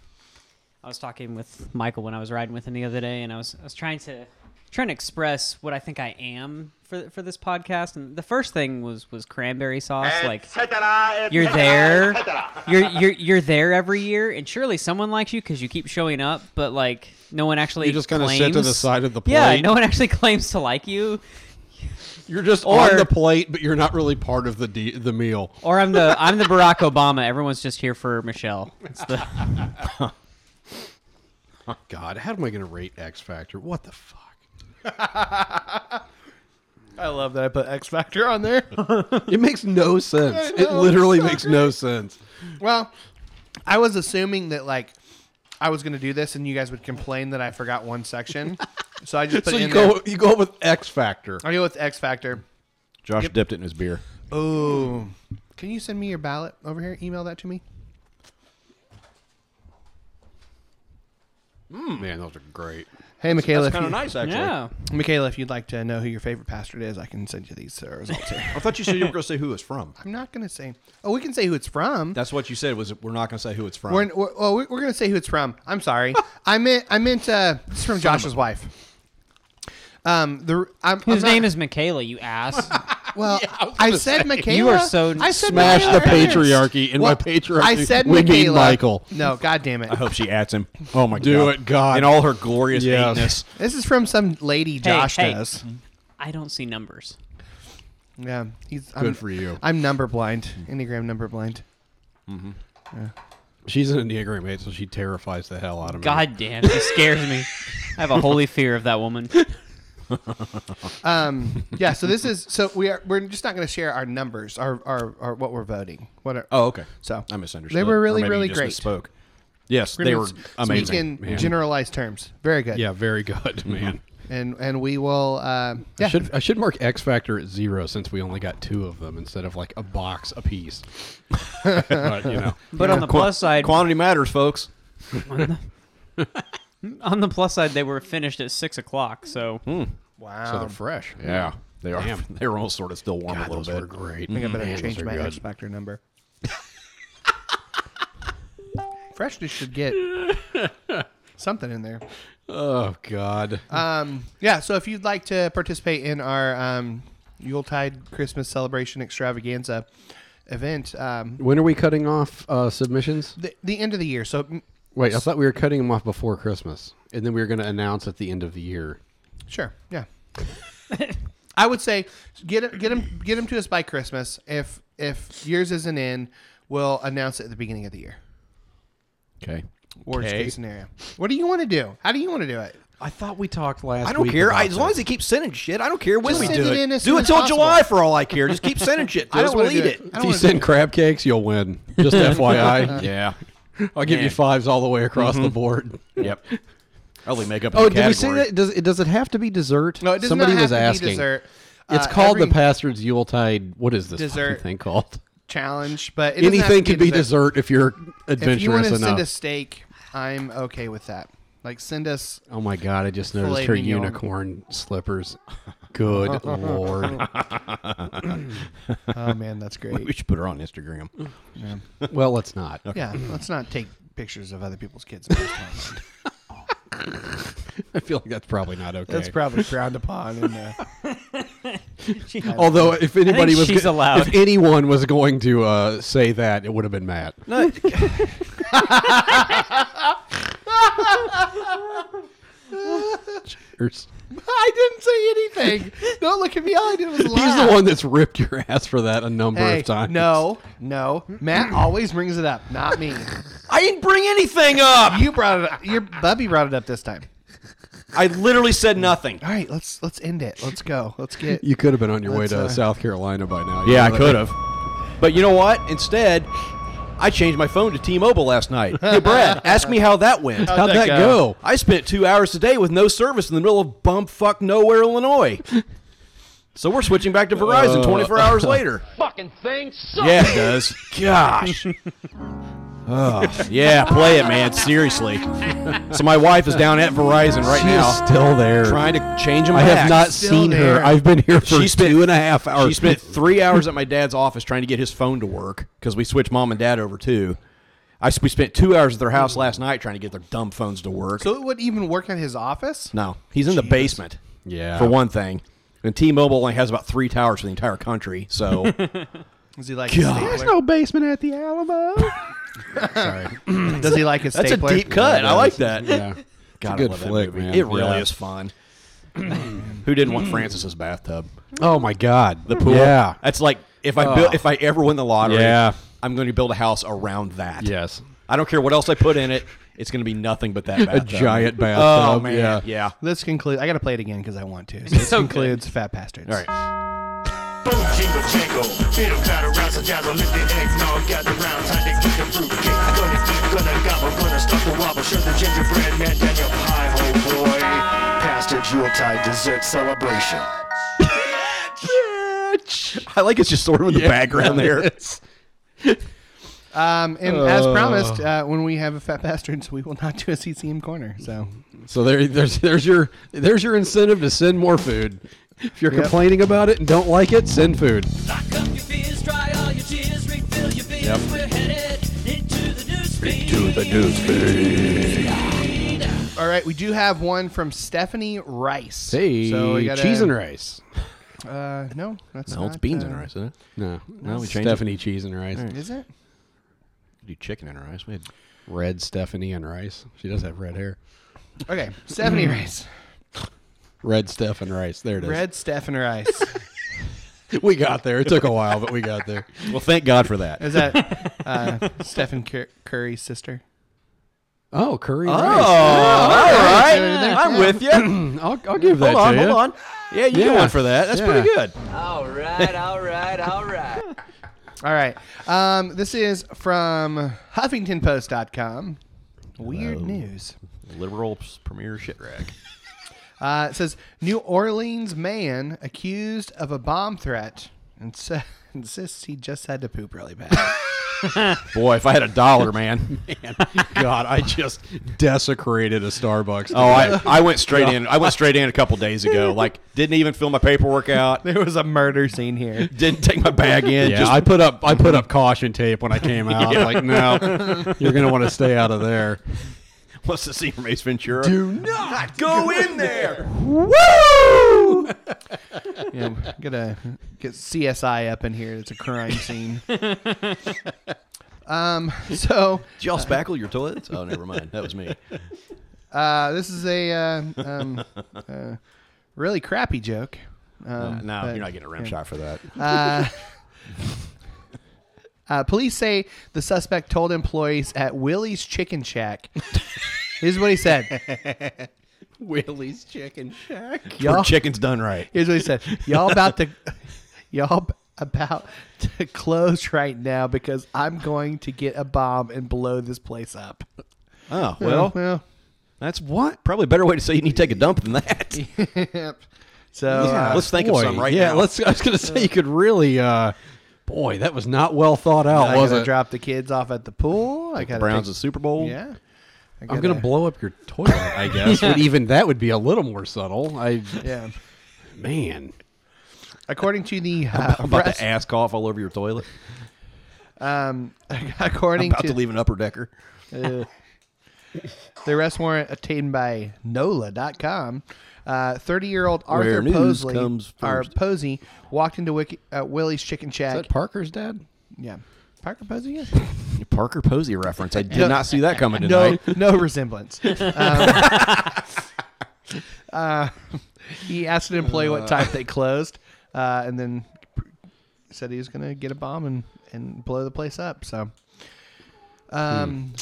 [SPEAKER 3] I was talking with Michael when I was riding with him the other day, and I was I was trying to trying to express what I think I am for for this podcast. And the first thing was was cranberry sauce. Like you're there, you're you're you're there every year, and surely someone likes you because you keep showing up. But like no one actually
[SPEAKER 2] You just
[SPEAKER 3] kind
[SPEAKER 2] kinda
[SPEAKER 3] of
[SPEAKER 2] sit to the side of the
[SPEAKER 3] Yeah,
[SPEAKER 2] plate.
[SPEAKER 3] no one actually [LAUGHS] claims to like you.
[SPEAKER 2] You're just
[SPEAKER 3] Or-
[SPEAKER 2] on the plate, but you're not really part of the de- the meal.
[SPEAKER 3] Or I'm the I'm the Barack Obama. Everyone's just here for Michelle.
[SPEAKER 2] [LAUGHS]
[SPEAKER 3] It's the
[SPEAKER 2] God, how am I going to rate X Factor? What the fuck?
[SPEAKER 1] I love that I put X Factor on there.
[SPEAKER 2] [LAUGHS] It makes no sense.
[SPEAKER 1] I
[SPEAKER 2] It
[SPEAKER 1] know,
[SPEAKER 2] literally
[SPEAKER 1] it's so
[SPEAKER 2] makes no sense.
[SPEAKER 1] well, I was assuming that like I was going to do this, and you guys would complain that I forgot one section, so I just put
[SPEAKER 2] [LAUGHS] so
[SPEAKER 1] it
[SPEAKER 2] you
[SPEAKER 1] in there.
[SPEAKER 2] go you go with X Factor.
[SPEAKER 1] I go with X Factor.
[SPEAKER 5] Josh dipped it in his beer.
[SPEAKER 1] Oh, can you send me your ballot over here? Email that to me.
[SPEAKER 2] Man, those are great.
[SPEAKER 1] Hey, Michaela, if,
[SPEAKER 5] Kind [LAUGHS]
[SPEAKER 1] you,
[SPEAKER 5] of nice, actually.
[SPEAKER 3] yeah.
[SPEAKER 1] Michaela, if you'd like to know who your favorite pastor is, I can send you these uh, results here.
[SPEAKER 2] [LAUGHS]
[SPEAKER 5] I thought you said you were going to say who it's from.
[SPEAKER 1] I'm not going to say. Oh, we can say who it's from.
[SPEAKER 5] That's what you said. Was we're not going to say who it's from.
[SPEAKER 1] We're, we're, well, we're going to say who it's from. I'm sorry. I meant I meant uh, it's from Josh's wife. Um, the I'm,
[SPEAKER 3] His name is Michaela. You ass.
[SPEAKER 1] well. I, said Michaela.
[SPEAKER 3] You are so
[SPEAKER 1] I said
[SPEAKER 2] Smash the
[SPEAKER 1] Michaela first.
[SPEAKER 2] patriarchy, and
[SPEAKER 1] Well,
[SPEAKER 2] by patriarchy,
[SPEAKER 1] I said
[SPEAKER 2] we
[SPEAKER 1] Michaela.
[SPEAKER 2] mean Michael.
[SPEAKER 1] No, God damn it.
[SPEAKER 5] I hope she adds him. Oh my
[SPEAKER 2] Do
[SPEAKER 5] god!
[SPEAKER 2] it, God.
[SPEAKER 5] In all her glorious
[SPEAKER 2] Yes.
[SPEAKER 5] hateness.
[SPEAKER 1] This is from some lady Josh
[SPEAKER 3] hey. Mm-hmm.
[SPEAKER 1] does.
[SPEAKER 3] [LAUGHS] I don't see numbers.
[SPEAKER 1] Yeah, he's
[SPEAKER 2] Good for you.
[SPEAKER 1] I'm number blind. Enneagram number blind.
[SPEAKER 2] She's an Enneagram 8, so she terrifies the hell out of me.
[SPEAKER 3] God damn, she scares me. I have a holy fear of that woman.
[SPEAKER 1] Um, yeah. So this is so we are we're just not going to share our numbers, our, our our what we're voting. What are,
[SPEAKER 5] Oh, okay.
[SPEAKER 1] So
[SPEAKER 5] I misunderstood.
[SPEAKER 1] They were
[SPEAKER 5] Or
[SPEAKER 1] really
[SPEAKER 5] maybe you
[SPEAKER 1] really
[SPEAKER 5] just
[SPEAKER 1] great.
[SPEAKER 5] Misspoke. Yes,
[SPEAKER 1] We're
[SPEAKER 5] they
[SPEAKER 1] gonna
[SPEAKER 5] were
[SPEAKER 1] s- Speak
[SPEAKER 5] amazing.
[SPEAKER 1] in generalized terms. Very good.
[SPEAKER 2] Yeah, very good, man.
[SPEAKER 1] And and we will. Uh, yeah.
[SPEAKER 2] I should I should mark X Factor at zero since we only got two of them instead of like a box a piece. [LAUGHS] but you know,
[SPEAKER 3] But on the plus side,
[SPEAKER 5] Quantity matters, folks.
[SPEAKER 3] on the plus side, they were finished at six o'clock. So
[SPEAKER 2] Hmm,
[SPEAKER 1] wow.
[SPEAKER 2] so they're fresh.
[SPEAKER 5] Yeah, they are.
[SPEAKER 2] [LAUGHS] Damn.
[SPEAKER 5] They were almost sort of still warm a
[SPEAKER 2] God,
[SPEAKER 5] little
[SPEAKER 2] those
[SPEAKER 5] bit.
[SPEAKER 2] were great. Mm-hmm.
[SPEAKER 1] I think I better
[SPEAKER 2] Man,
[SPEAKER 1] change
[SPEAKER 2] those Mm, are
[SPEAKER 1] my
[SPEAKER 2] good.
[SPEAKER 1] X factor
[SPEAKER 2] [LAUGHS]
[SPEAKER 1] number. Freshness should
[SPEAKER 2] [LAUGHS]
[SPEAKER 1] get something in there.
[SPEAKER 2] Oh God,
[SPEAKER 1] Um, yeah. So if you'd like to participate in our um, Yuletide Christmas celebration extravaganza event, um,
[SPEAKER 2] when are we cutting off uh, submissions?
[SPEAKER 1] the, the end of the year. So mm,
[SPEAKER 2] Wait, I thought we were cutting them off before Christmas, and then we were going to announce at the end of the year.
[SPEAKER 1] Sure.
[SPEAKER 2] [LAUGHS]
[SPEAKER 1] Yeah. I would say get it- get him get him to us by Christmas. If if yours isn't in, we'll announce it at the beginning of the year.
[SPEAKER 5] Okay.
[SPEAKER 1] Worst
[SPEAKER 5] Okay.
[SPEAKER 1] case scenario. What do you want to do? How do you want to do it?
[SPEAKER 2] I thought we talked last.
[SPEAKER 5] I don't care. I, as long as he keeps sending shit, I don't care when
[SPEAKER 1] Just
[SPEAKER 5] we
[SPEAKER 1] send
[SPEAKER 5] do
[SPEAKER 1] it
[SPEAKER 5] it.
[SPEAKER 1] in as
[SPEAKER 5] do
[SPEAKER 1] soon
[SPEAKER 5] it
[SPEAKER 1] as
[SPEAKER 5] till
[SPEAKER 1] possible.
[SPEAKER 5] July for all I care. Just keep
[SPEAKER 1] [LAUGHS]
[SPEAKER 5] sending shit.
[SPEAKER 1] I
[SPEAKER 5] Just
[SPEAKER 1] don't want
[SPEAKER 5] we'll
[SPEAKER 1] to do
[SPEAKER 5] eat
[SPEAKER 1] it.
[SPEAKER 5] it.
[SPEAKER 1] I
[SPEAKER 2] if
[SPEAKER 1] don't
[SPEAKER 2] you
[SPEAKER 1] wanna do
[SPEAKER 2] send
[SPEAKER 1] it.
[SPEAKER 2] crab cakes, you'll win. [LAUGHS] Just FYI,
[SPEAKER 5] Yeah.
[SPEAKER 2] I'll give you
[SPEAKER 5] Man.
[SPEAKER 2] fives all the way across the board.
[SPEAKER 5] Yep. I only make up.
[SPEAKER 2] Mm-hmm. Oh,
[SPEAKER 5] the
[SPEAKER 2] did we say
[SPEAKER 5] category.
[SPEAKER 2] that? Does it does it have to be dessert?
[SPEAKER 1] No, it does
[SPEAKER 2] Somebody
[SPEAKER 1] not have
[SPEAKER 2] was
[SPEAKER 1] to be
[SPEAKER 2] asking.
[SPEAKER 1] dessert.
[SPEAKER 2] It's
[SPEAKER 1] Uh,
[SPEAKER 2] called
[SPEAKER 1] every
[SPEAKER 2] the Pastor's Yuletide. What is this
[SPEAKER 1] Dessert.
[SPEAKER 2] fucking thing called?
[SPEAKER 1] challenge, but it doesn't have
[SPEAKER 2] Anything
[SPEAKER 1] to
[SPEAKER 2] can be dessert if you're adventurous
[SPEAKER 1] If you want to
[SPEAKER 2] enough.
[SPEAKER 1] send a steak, I'm okay with that. Like send us
[SPEAKER 2] oh my god! I just noticed
[SPEAKER 1] filet
[SPEAKER 2] her
[SPEAKER 1] mignon.
[SPEAKER 2] unicorn
[SPEAKER 1] [LAUGHS]
[SPEAKER 2] slippers. Good lord!
[SPEAKER 1] Oh man,
[SPEAKER 2] [LAUGHS]
[SPEAKER 1] that's
[SPEAKER 5] We
[SPEAKER 1] great.
[SPEAKER 5] should put her on Instagram.
[SPEAKER 2] Well, let's not.
[SPEAKER 1] yeah, let's not take pictures of other people's kids. and post them.
[SPEAKER 2] [LAUGHS] I feel like that's probably not okay.
[SPEAKER 1] That's probably frowned upon in the
[SPEAKER 2] Although, if anybody was,
[SPEAKER 3] she's
[SPEAKER 2] go-
[SPEAKER 3] allowed.
[SPEAKER 2] if anyone was going to uh, say that, it would have been Matt.
[SPEAKER 1] [LAUGHS]
[SPEAKER 2] Cheers.
[SPEAKER 1] [LAUGHS] I didn't say anything. Don't look at me. All I did was
[SPEAKER 2] [LAUGHS] [LAUGHS] He's
[SPEAKER 1] laugh.
[SPEAKER 2] the one that's ripped your ass for that a number
[SPEAKER 1] Hey,
[SPEAKER 2] of times.
[SPEAKER 1] no, no. Matt always brings it up, not me.
[SPEAKER 5] I didn't bring anything up.
[SPEAKER 1] You brought it up. Your Bubby brought it up this time.
[SPEAKER 5] I literally said nothing.
[SPEAKER 1] All right, let's let's end it. Let's go. Let's get.
[SPEAKER 2] you could have been on your way
[SPEAKER 1] That's,
[SPEAKER 2] to
[SPEAKER 1] uh,
[SPEAKER 2] South Carolina by now. You
[SPEAKER 5] Yeah, I
[SPEAKER 2] know
[SPEAKER 5] could
[SPEAKER 2] that.
[SPEAKER 5] have. [LAUGHS] But you know what? Instead, I changed my phone to T-Mobile last
[SPEAKER 2] [LAUGHS]
[SPEAKER 5] night. Hey, Brad, ask me how that went.
[SPEAKER 2] How'd that go?
[SPEAKER 5] I spent two hours today with no service in the middle of bumfuck nowhere, Illinois. So we're switching back to
[SPEAKER 2] Oh.
[SPEAKER 5] Verizon 24
[SPEAKER 2] [LAUGHS]
[SPEAKER 5] hours later. Fucking thing sucks. Yeah, it does.
[SPEAKER 2] [LAUGHS]
[SPEAKER 5] Gosh. oh, yeah, play it, man. Seriously. So my wife is down at Verizon right
[SPEAKER 2] She is
[SPEAKER 5] now,
[SPEAKER 2] still there.
[SPEAKER 5] trying to change them.
[SPEAKER 2] I
[SPEAKER 5] back.
[SPEAKER 2] have not
[SPEAKER 1] Still
[SPEAKER 2] seen
[SPEAKER 1] there.
[SPEAKER 2] her. I've been here for
[SPEAKER 5] She spent-
[SPEAKER 2] two and a half hours.
[SPEAKER 5] She
[SPEAKER 2] [LAUGHS]
[SPEAKER 5] spent three hours at my dad's office trying to get his phone to work because we switched mom and dad over too. I s- we spent two hours at their house last night trying to get their dumb phones to work.
[SPEAKER 1] So it would even work at his office.
[SPEAKER 5] no, he's in the basement.
[SPEAKER 2] Yeah.
[SPEAKER 5] For one thing. And T Mobile only has about three towers for the entire country.
[SPEAKER 2] [LAUGHS]
[SPEAKER 5] So
[SPEAKER 1] Does he like
[SPEAKER 5] God.
[SPEAKER 1] his
[SPEAKER 2] There's
[SPEAKER 1] stapler?
[SPEAKER 2] no basement at the Alamo.
[SPEAKER 1] Does he like his
[SPEAKER 5] that's a
[SPEAKER 1] stapler?
[SPEAKER 5] deep cut. I like that.
[SPEAKER 2] yeah.
[SPEAKER 5] God,
[SPEAKER 2] good
[SPEAKER 5] I love
[SPEAKER 2] flick,
[SPEAKER 5] that movie.
[SPEAKER 2] man.
[SPEAKER 5] It really
[SPEAKER 2] Yeah.
[SPEAKER 5] is fun. [CLEARS THROAT] Who didn't want Francis's bathtub?
[SPEAKER 2] [LAUGHS] Oh my God. The
[SPEAKER 5] Pool?
[SPEAKER 2] Yeah.
[SPEAKER 5] That's like if I build, if I ever win the lottery,
[SPEAKER 2] Yeah.
[SPEAKER 5] I'm going to build a house around that.
[SPEAKER 2] Yes.
[SPEAKER 5] I don't care what else I put in it. It's going to be nothing but that bathtub.
[SPEAKER 2] giant
[SPEAKER 5] Oh
[SPEAKER 2] bathtub,
[SPEAKER 5] man.
[SPEAKER 2] yeah.
[SPEAKER 5] yeah.
[SPEAKER 1] This concludes. I gotta play it again because I want
[SPEAKER 5] [LAUGHS]
[SPEAKER 1] to. So this
[SPEAKER 3] So good.
[SPEAKER 1] concludes Fat Bastards.
[SPEAKER 5] All right.
[SPEAKER 12] Boom, jingle, jingle. Fiddle, clatter, razzle, dazzle. Lift the eggnog, gather round. Time to eat the fruitcake. Gonna eat, gonna gobble, gonna stuff the wobble. Sure, the gingerbread man, Daniel Pie, ho boy. Pastor Yuletide dessert celebration.
[SPEAKER 5] I like it's just sort of in the background
[SPEAKER 2] [LAUGHS]
[SPEAKER 5] there.
[SPEAKER 1] Um, and as promised, uh, when we have a Fat Bastards, we will not do a CCM corner. So
[SPEAKER 2] So there, there's there's your there's your incentive to send more food. If you're complaining about it and don't like it, send food.
[SPEAKER 6] Lock up your fears, dry all your tears, refill your beers.
[SPEAKER 2] Yep.
[SPEAKER 6] We're headed into the newsfeed.
[SPEAKER 1] All right, we do have one from Stephanie Rice.
[SPEAKER 2] Hey,
[SPEAKER 1] so we gotta-
[SPEAKER 2] cheese and rice.
[SPEAKER 1] Uh, no, that's
[SPEAKER 5] No,
[SPEAKER 1] not,
[SPEAKER 5] Oh, it's beans
[SPEAKER 1] uh,
[SPEAKER 5] and rice, isn't it?
[SPEAKER 2] No,
[SPEAKER 5] No, we changed it.
[SPEAKER 2] Stephanie cheese and rice.
[SPEAKER 1] Is it?
[SPEAKER 5] Do chicken and rice? We had
[SPEAKER 2] Red Stephanie and rice. She does have red hair.
[SPEAKER 1] Okay, Stephanie
[SPEAKER 5] Mm.
[SPEAKER 1] Rice,
[SPEAKER 2] Red Steph and rice. There it is.
[SPEAKER 1] Red Stephanie Rice.
[SPEAKER 2] [LAUGHS] We got there. It took a while, but we got there.
[SPEAKER 5] Well, thank God for that.
[SPEAKER 1] Is
[SPEAKER 5] [LAUGHS]
[SPEAKER 1] that uh, Stephen Cur- Curry's sister?
[SPEAKER 2] Oh, curry
[SPEAKER 5] all right. I'm with
[SPEAKER 2] [CLEARS THROAT]
[SPEAKER 5] you.
[SPEAKER 2] rice. Hmm, I'll, I'll give that
[SPEAKER 5] hold on,
[SPEAKER 2] to
[SPEAKER 5] hold
[SPEAKER 2] you.
[SPEAKER 5] on. Yeah, you
[SPEAKER 2] Yeah.
[SPEAKER 5] get one for that. That's
[SPEAKER 2] Yeah.
[SPEAKER 5] pretty good.
[SPEAKER 6] All right, all right, all [LAUGHS] right.
[SPEAKER 1] All right, um, this is from HuffingtonPost.com. Weird news.
[SPEAKER 5] Liberal premier shit rag.
[SPEAKER 1] Uh, it says New Orleans man accused of a bomb threat and [LAUGHS] sa- insists he just had to poop really [LAUGHS] bad.
[SPEAKER 5] Boy, if I had a
[SPEAKER 2] [LAUGHS]
[SPEAKER 5] dollar, man.
[SPEAKER 2] God, I just desecrated a Starbucks.
[SPEAKER 5] Oh, I, I went straight in. I went straight in a couple days
[SPEAKER 2] [LAUGHS]
[SPEAKER 5] ago. Like, didn't even fill my paperwork out.
[SPEAKER 1] there was a murder scene here.
[SPEAKER 5] Didn't take my bag in.
[SPEAKER 2] yeah,
[SPEAKER 5] just,
[SPEAKER 2] I put up
[SPEAKER 5] [LAUGHS]
[SPEAKER 2] I put up caution tape when I came out. Like, no, you're gonna want to stay out of there.
[SPEAKER 5] [LAUGHS] what's the scene from Ace Ventura?
[SPEAKER 2] Do not
[SPEAKER 5] Go in there.
[SPEAKER 2] Woo!
[SPEAKER 1] [LAUGHS] Yeah, gotta get CSI up in here. It's a crime scene. um, so
[SPEAKER 5] Did y'all spackle your toilets? Oh, never mind. That was me.
[SPEAKER 1] uh, this is a uh, um, uh, really crappy joke. [LAUGHS] Um,
[SPEAKER 5] no,
[SPEAKER 1] but-
[SPEAKER 5] you're not getting a rim shot for that.
[SPEAKER 1] Uh, police say the suspect told employees at Willie's Chicken Shack. here's what he said.
[SPEAKER 2] Willie's Chicken Shack.
[SPEAKER 5] Where
[SPEAKER 1] Y'all,
[SPEAKER 5] chicken's done right.
[SPEAKER 1] here's what he said. Y'all about to, y'all b- about to close right now because I'm going to get a bomb and blow this place up.
[SPEAKER 5] Oh well,
[SPEAKER 1] well.
[SPEAKER 5] that's what probably a better way to say you need to take a dump than
[SPEAKER 1] [LAUGHS]
[SPEAKER 5] that.
[SPEAKER 1] Yep. So uh,
[SPEAKER 5] Let's think of some right
[SPEAKER 2] yeah,
[SPEAKER 5] now.
[SPEAKER 2] let's. I was gonna say you could really. uh Boy, that was not well thought out,
[SPEAKER 1] I
[SPEAKER 2] was
[SPEAKER 1] gotta
[SPEAKER 2] it?
[SPEAKER 1] drop the kids off at the pool. I gotta
[SPEAKER 5] Browns
[SPEAKER 1] take-
[SPEAKER 5] the Super Bowl.
[SPEAKER 1] yeah. I
[SPEAKER 2] I'm gonna blow up your toilet, I [LAUGHS] guess. But even that would be a little more subtle. I
[SPEAKER 1] Yeah.
[SPEAKER 2] man,
[SPEAKER 1] According to the uh,
[SPEAKER 5] about
[SPEAKER 1] press-
[SPEAKER 5] to ass cough all over your toilet.
[SPEAKER 1] um, [LAUGHS] according
[SPEAKER 5] About
[SPEAKER 1] to,
[SPEAKER 5] to leave an upper decker.
[SPEAKER 1] the arrest warrant obtained by NOLA.com, uh, 30-year-old Arthur
[SPEAKER 5] news
[SPEAKER 1] Posley
[SPEAKER 5] comes
[SPEAKER 1] or
[SPEAKER 5] first.
[SPEAKER 1] Posey walked into Wiki, uh, Willie's Chicken
[SPEAKER 2] is
[SPEAKER 1] Shack.
[SPEAKER 2] that Parker's dad?
[SPEAKER 1] yeah, Parker Posey. Yeah.
[SPEAKER 5] Parker Posey reference. I did
[SPEAKER 1] No.
[SPEAKER 5] not see that coming
[SPEAKER 1] no,
[SPEAKER 5] tonight.
[SPEAKER 1] no resemblance. Um, [LAUGHS] uh, he asked an employee what time they closed, uh, and then said he was going to get a bomb and, and blow the place up. So, um,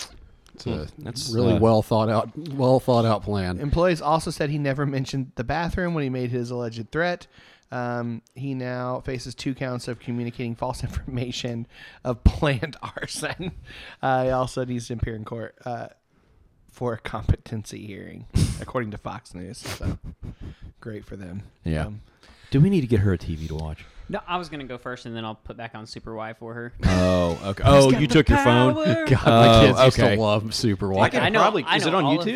[SPEAKER 2] It's a
[SPEAKER 5] That's
[SPEAKER 2] really
[SPEAKER 5] uh,
[SPEAKER 2] well thought out, well thought out plan.
[SPEAKER 1] employees also said he never mentioned the bathroom when he made his alleged threat. Um, he now faces two counts of communicating false [LAUGHS] information of planned [LAUGHS] arson. Uh, he also needs to appear in court uh, for a competency [LAUGHS] hearing, according to Fox News. So great for them.
[SPEAKER 5] Yeah.
[SPEAKER 1] Um,
[SPEAKER 5] Do we need to get her a TV to watch?
[SPEAKER 3] No, I was gonna go first, and then I'll put back on Super Y for her.
[SPEAKER 5] Oh, okay. Oh, you took your phone.
[SPEAKER 2] God,
[SPEAKER 5] Oh,
[SPEAKER 2] my kids used
[SPEAKER 5] okay.
[SPEAKER 2] to love Super
[SPEAKER 5] I
[SPEAKER 2] Walk.
[SPEAKER 5] can probably. is it on
[SPEAKER 3] all of
[SPEAKER 5] YouTube?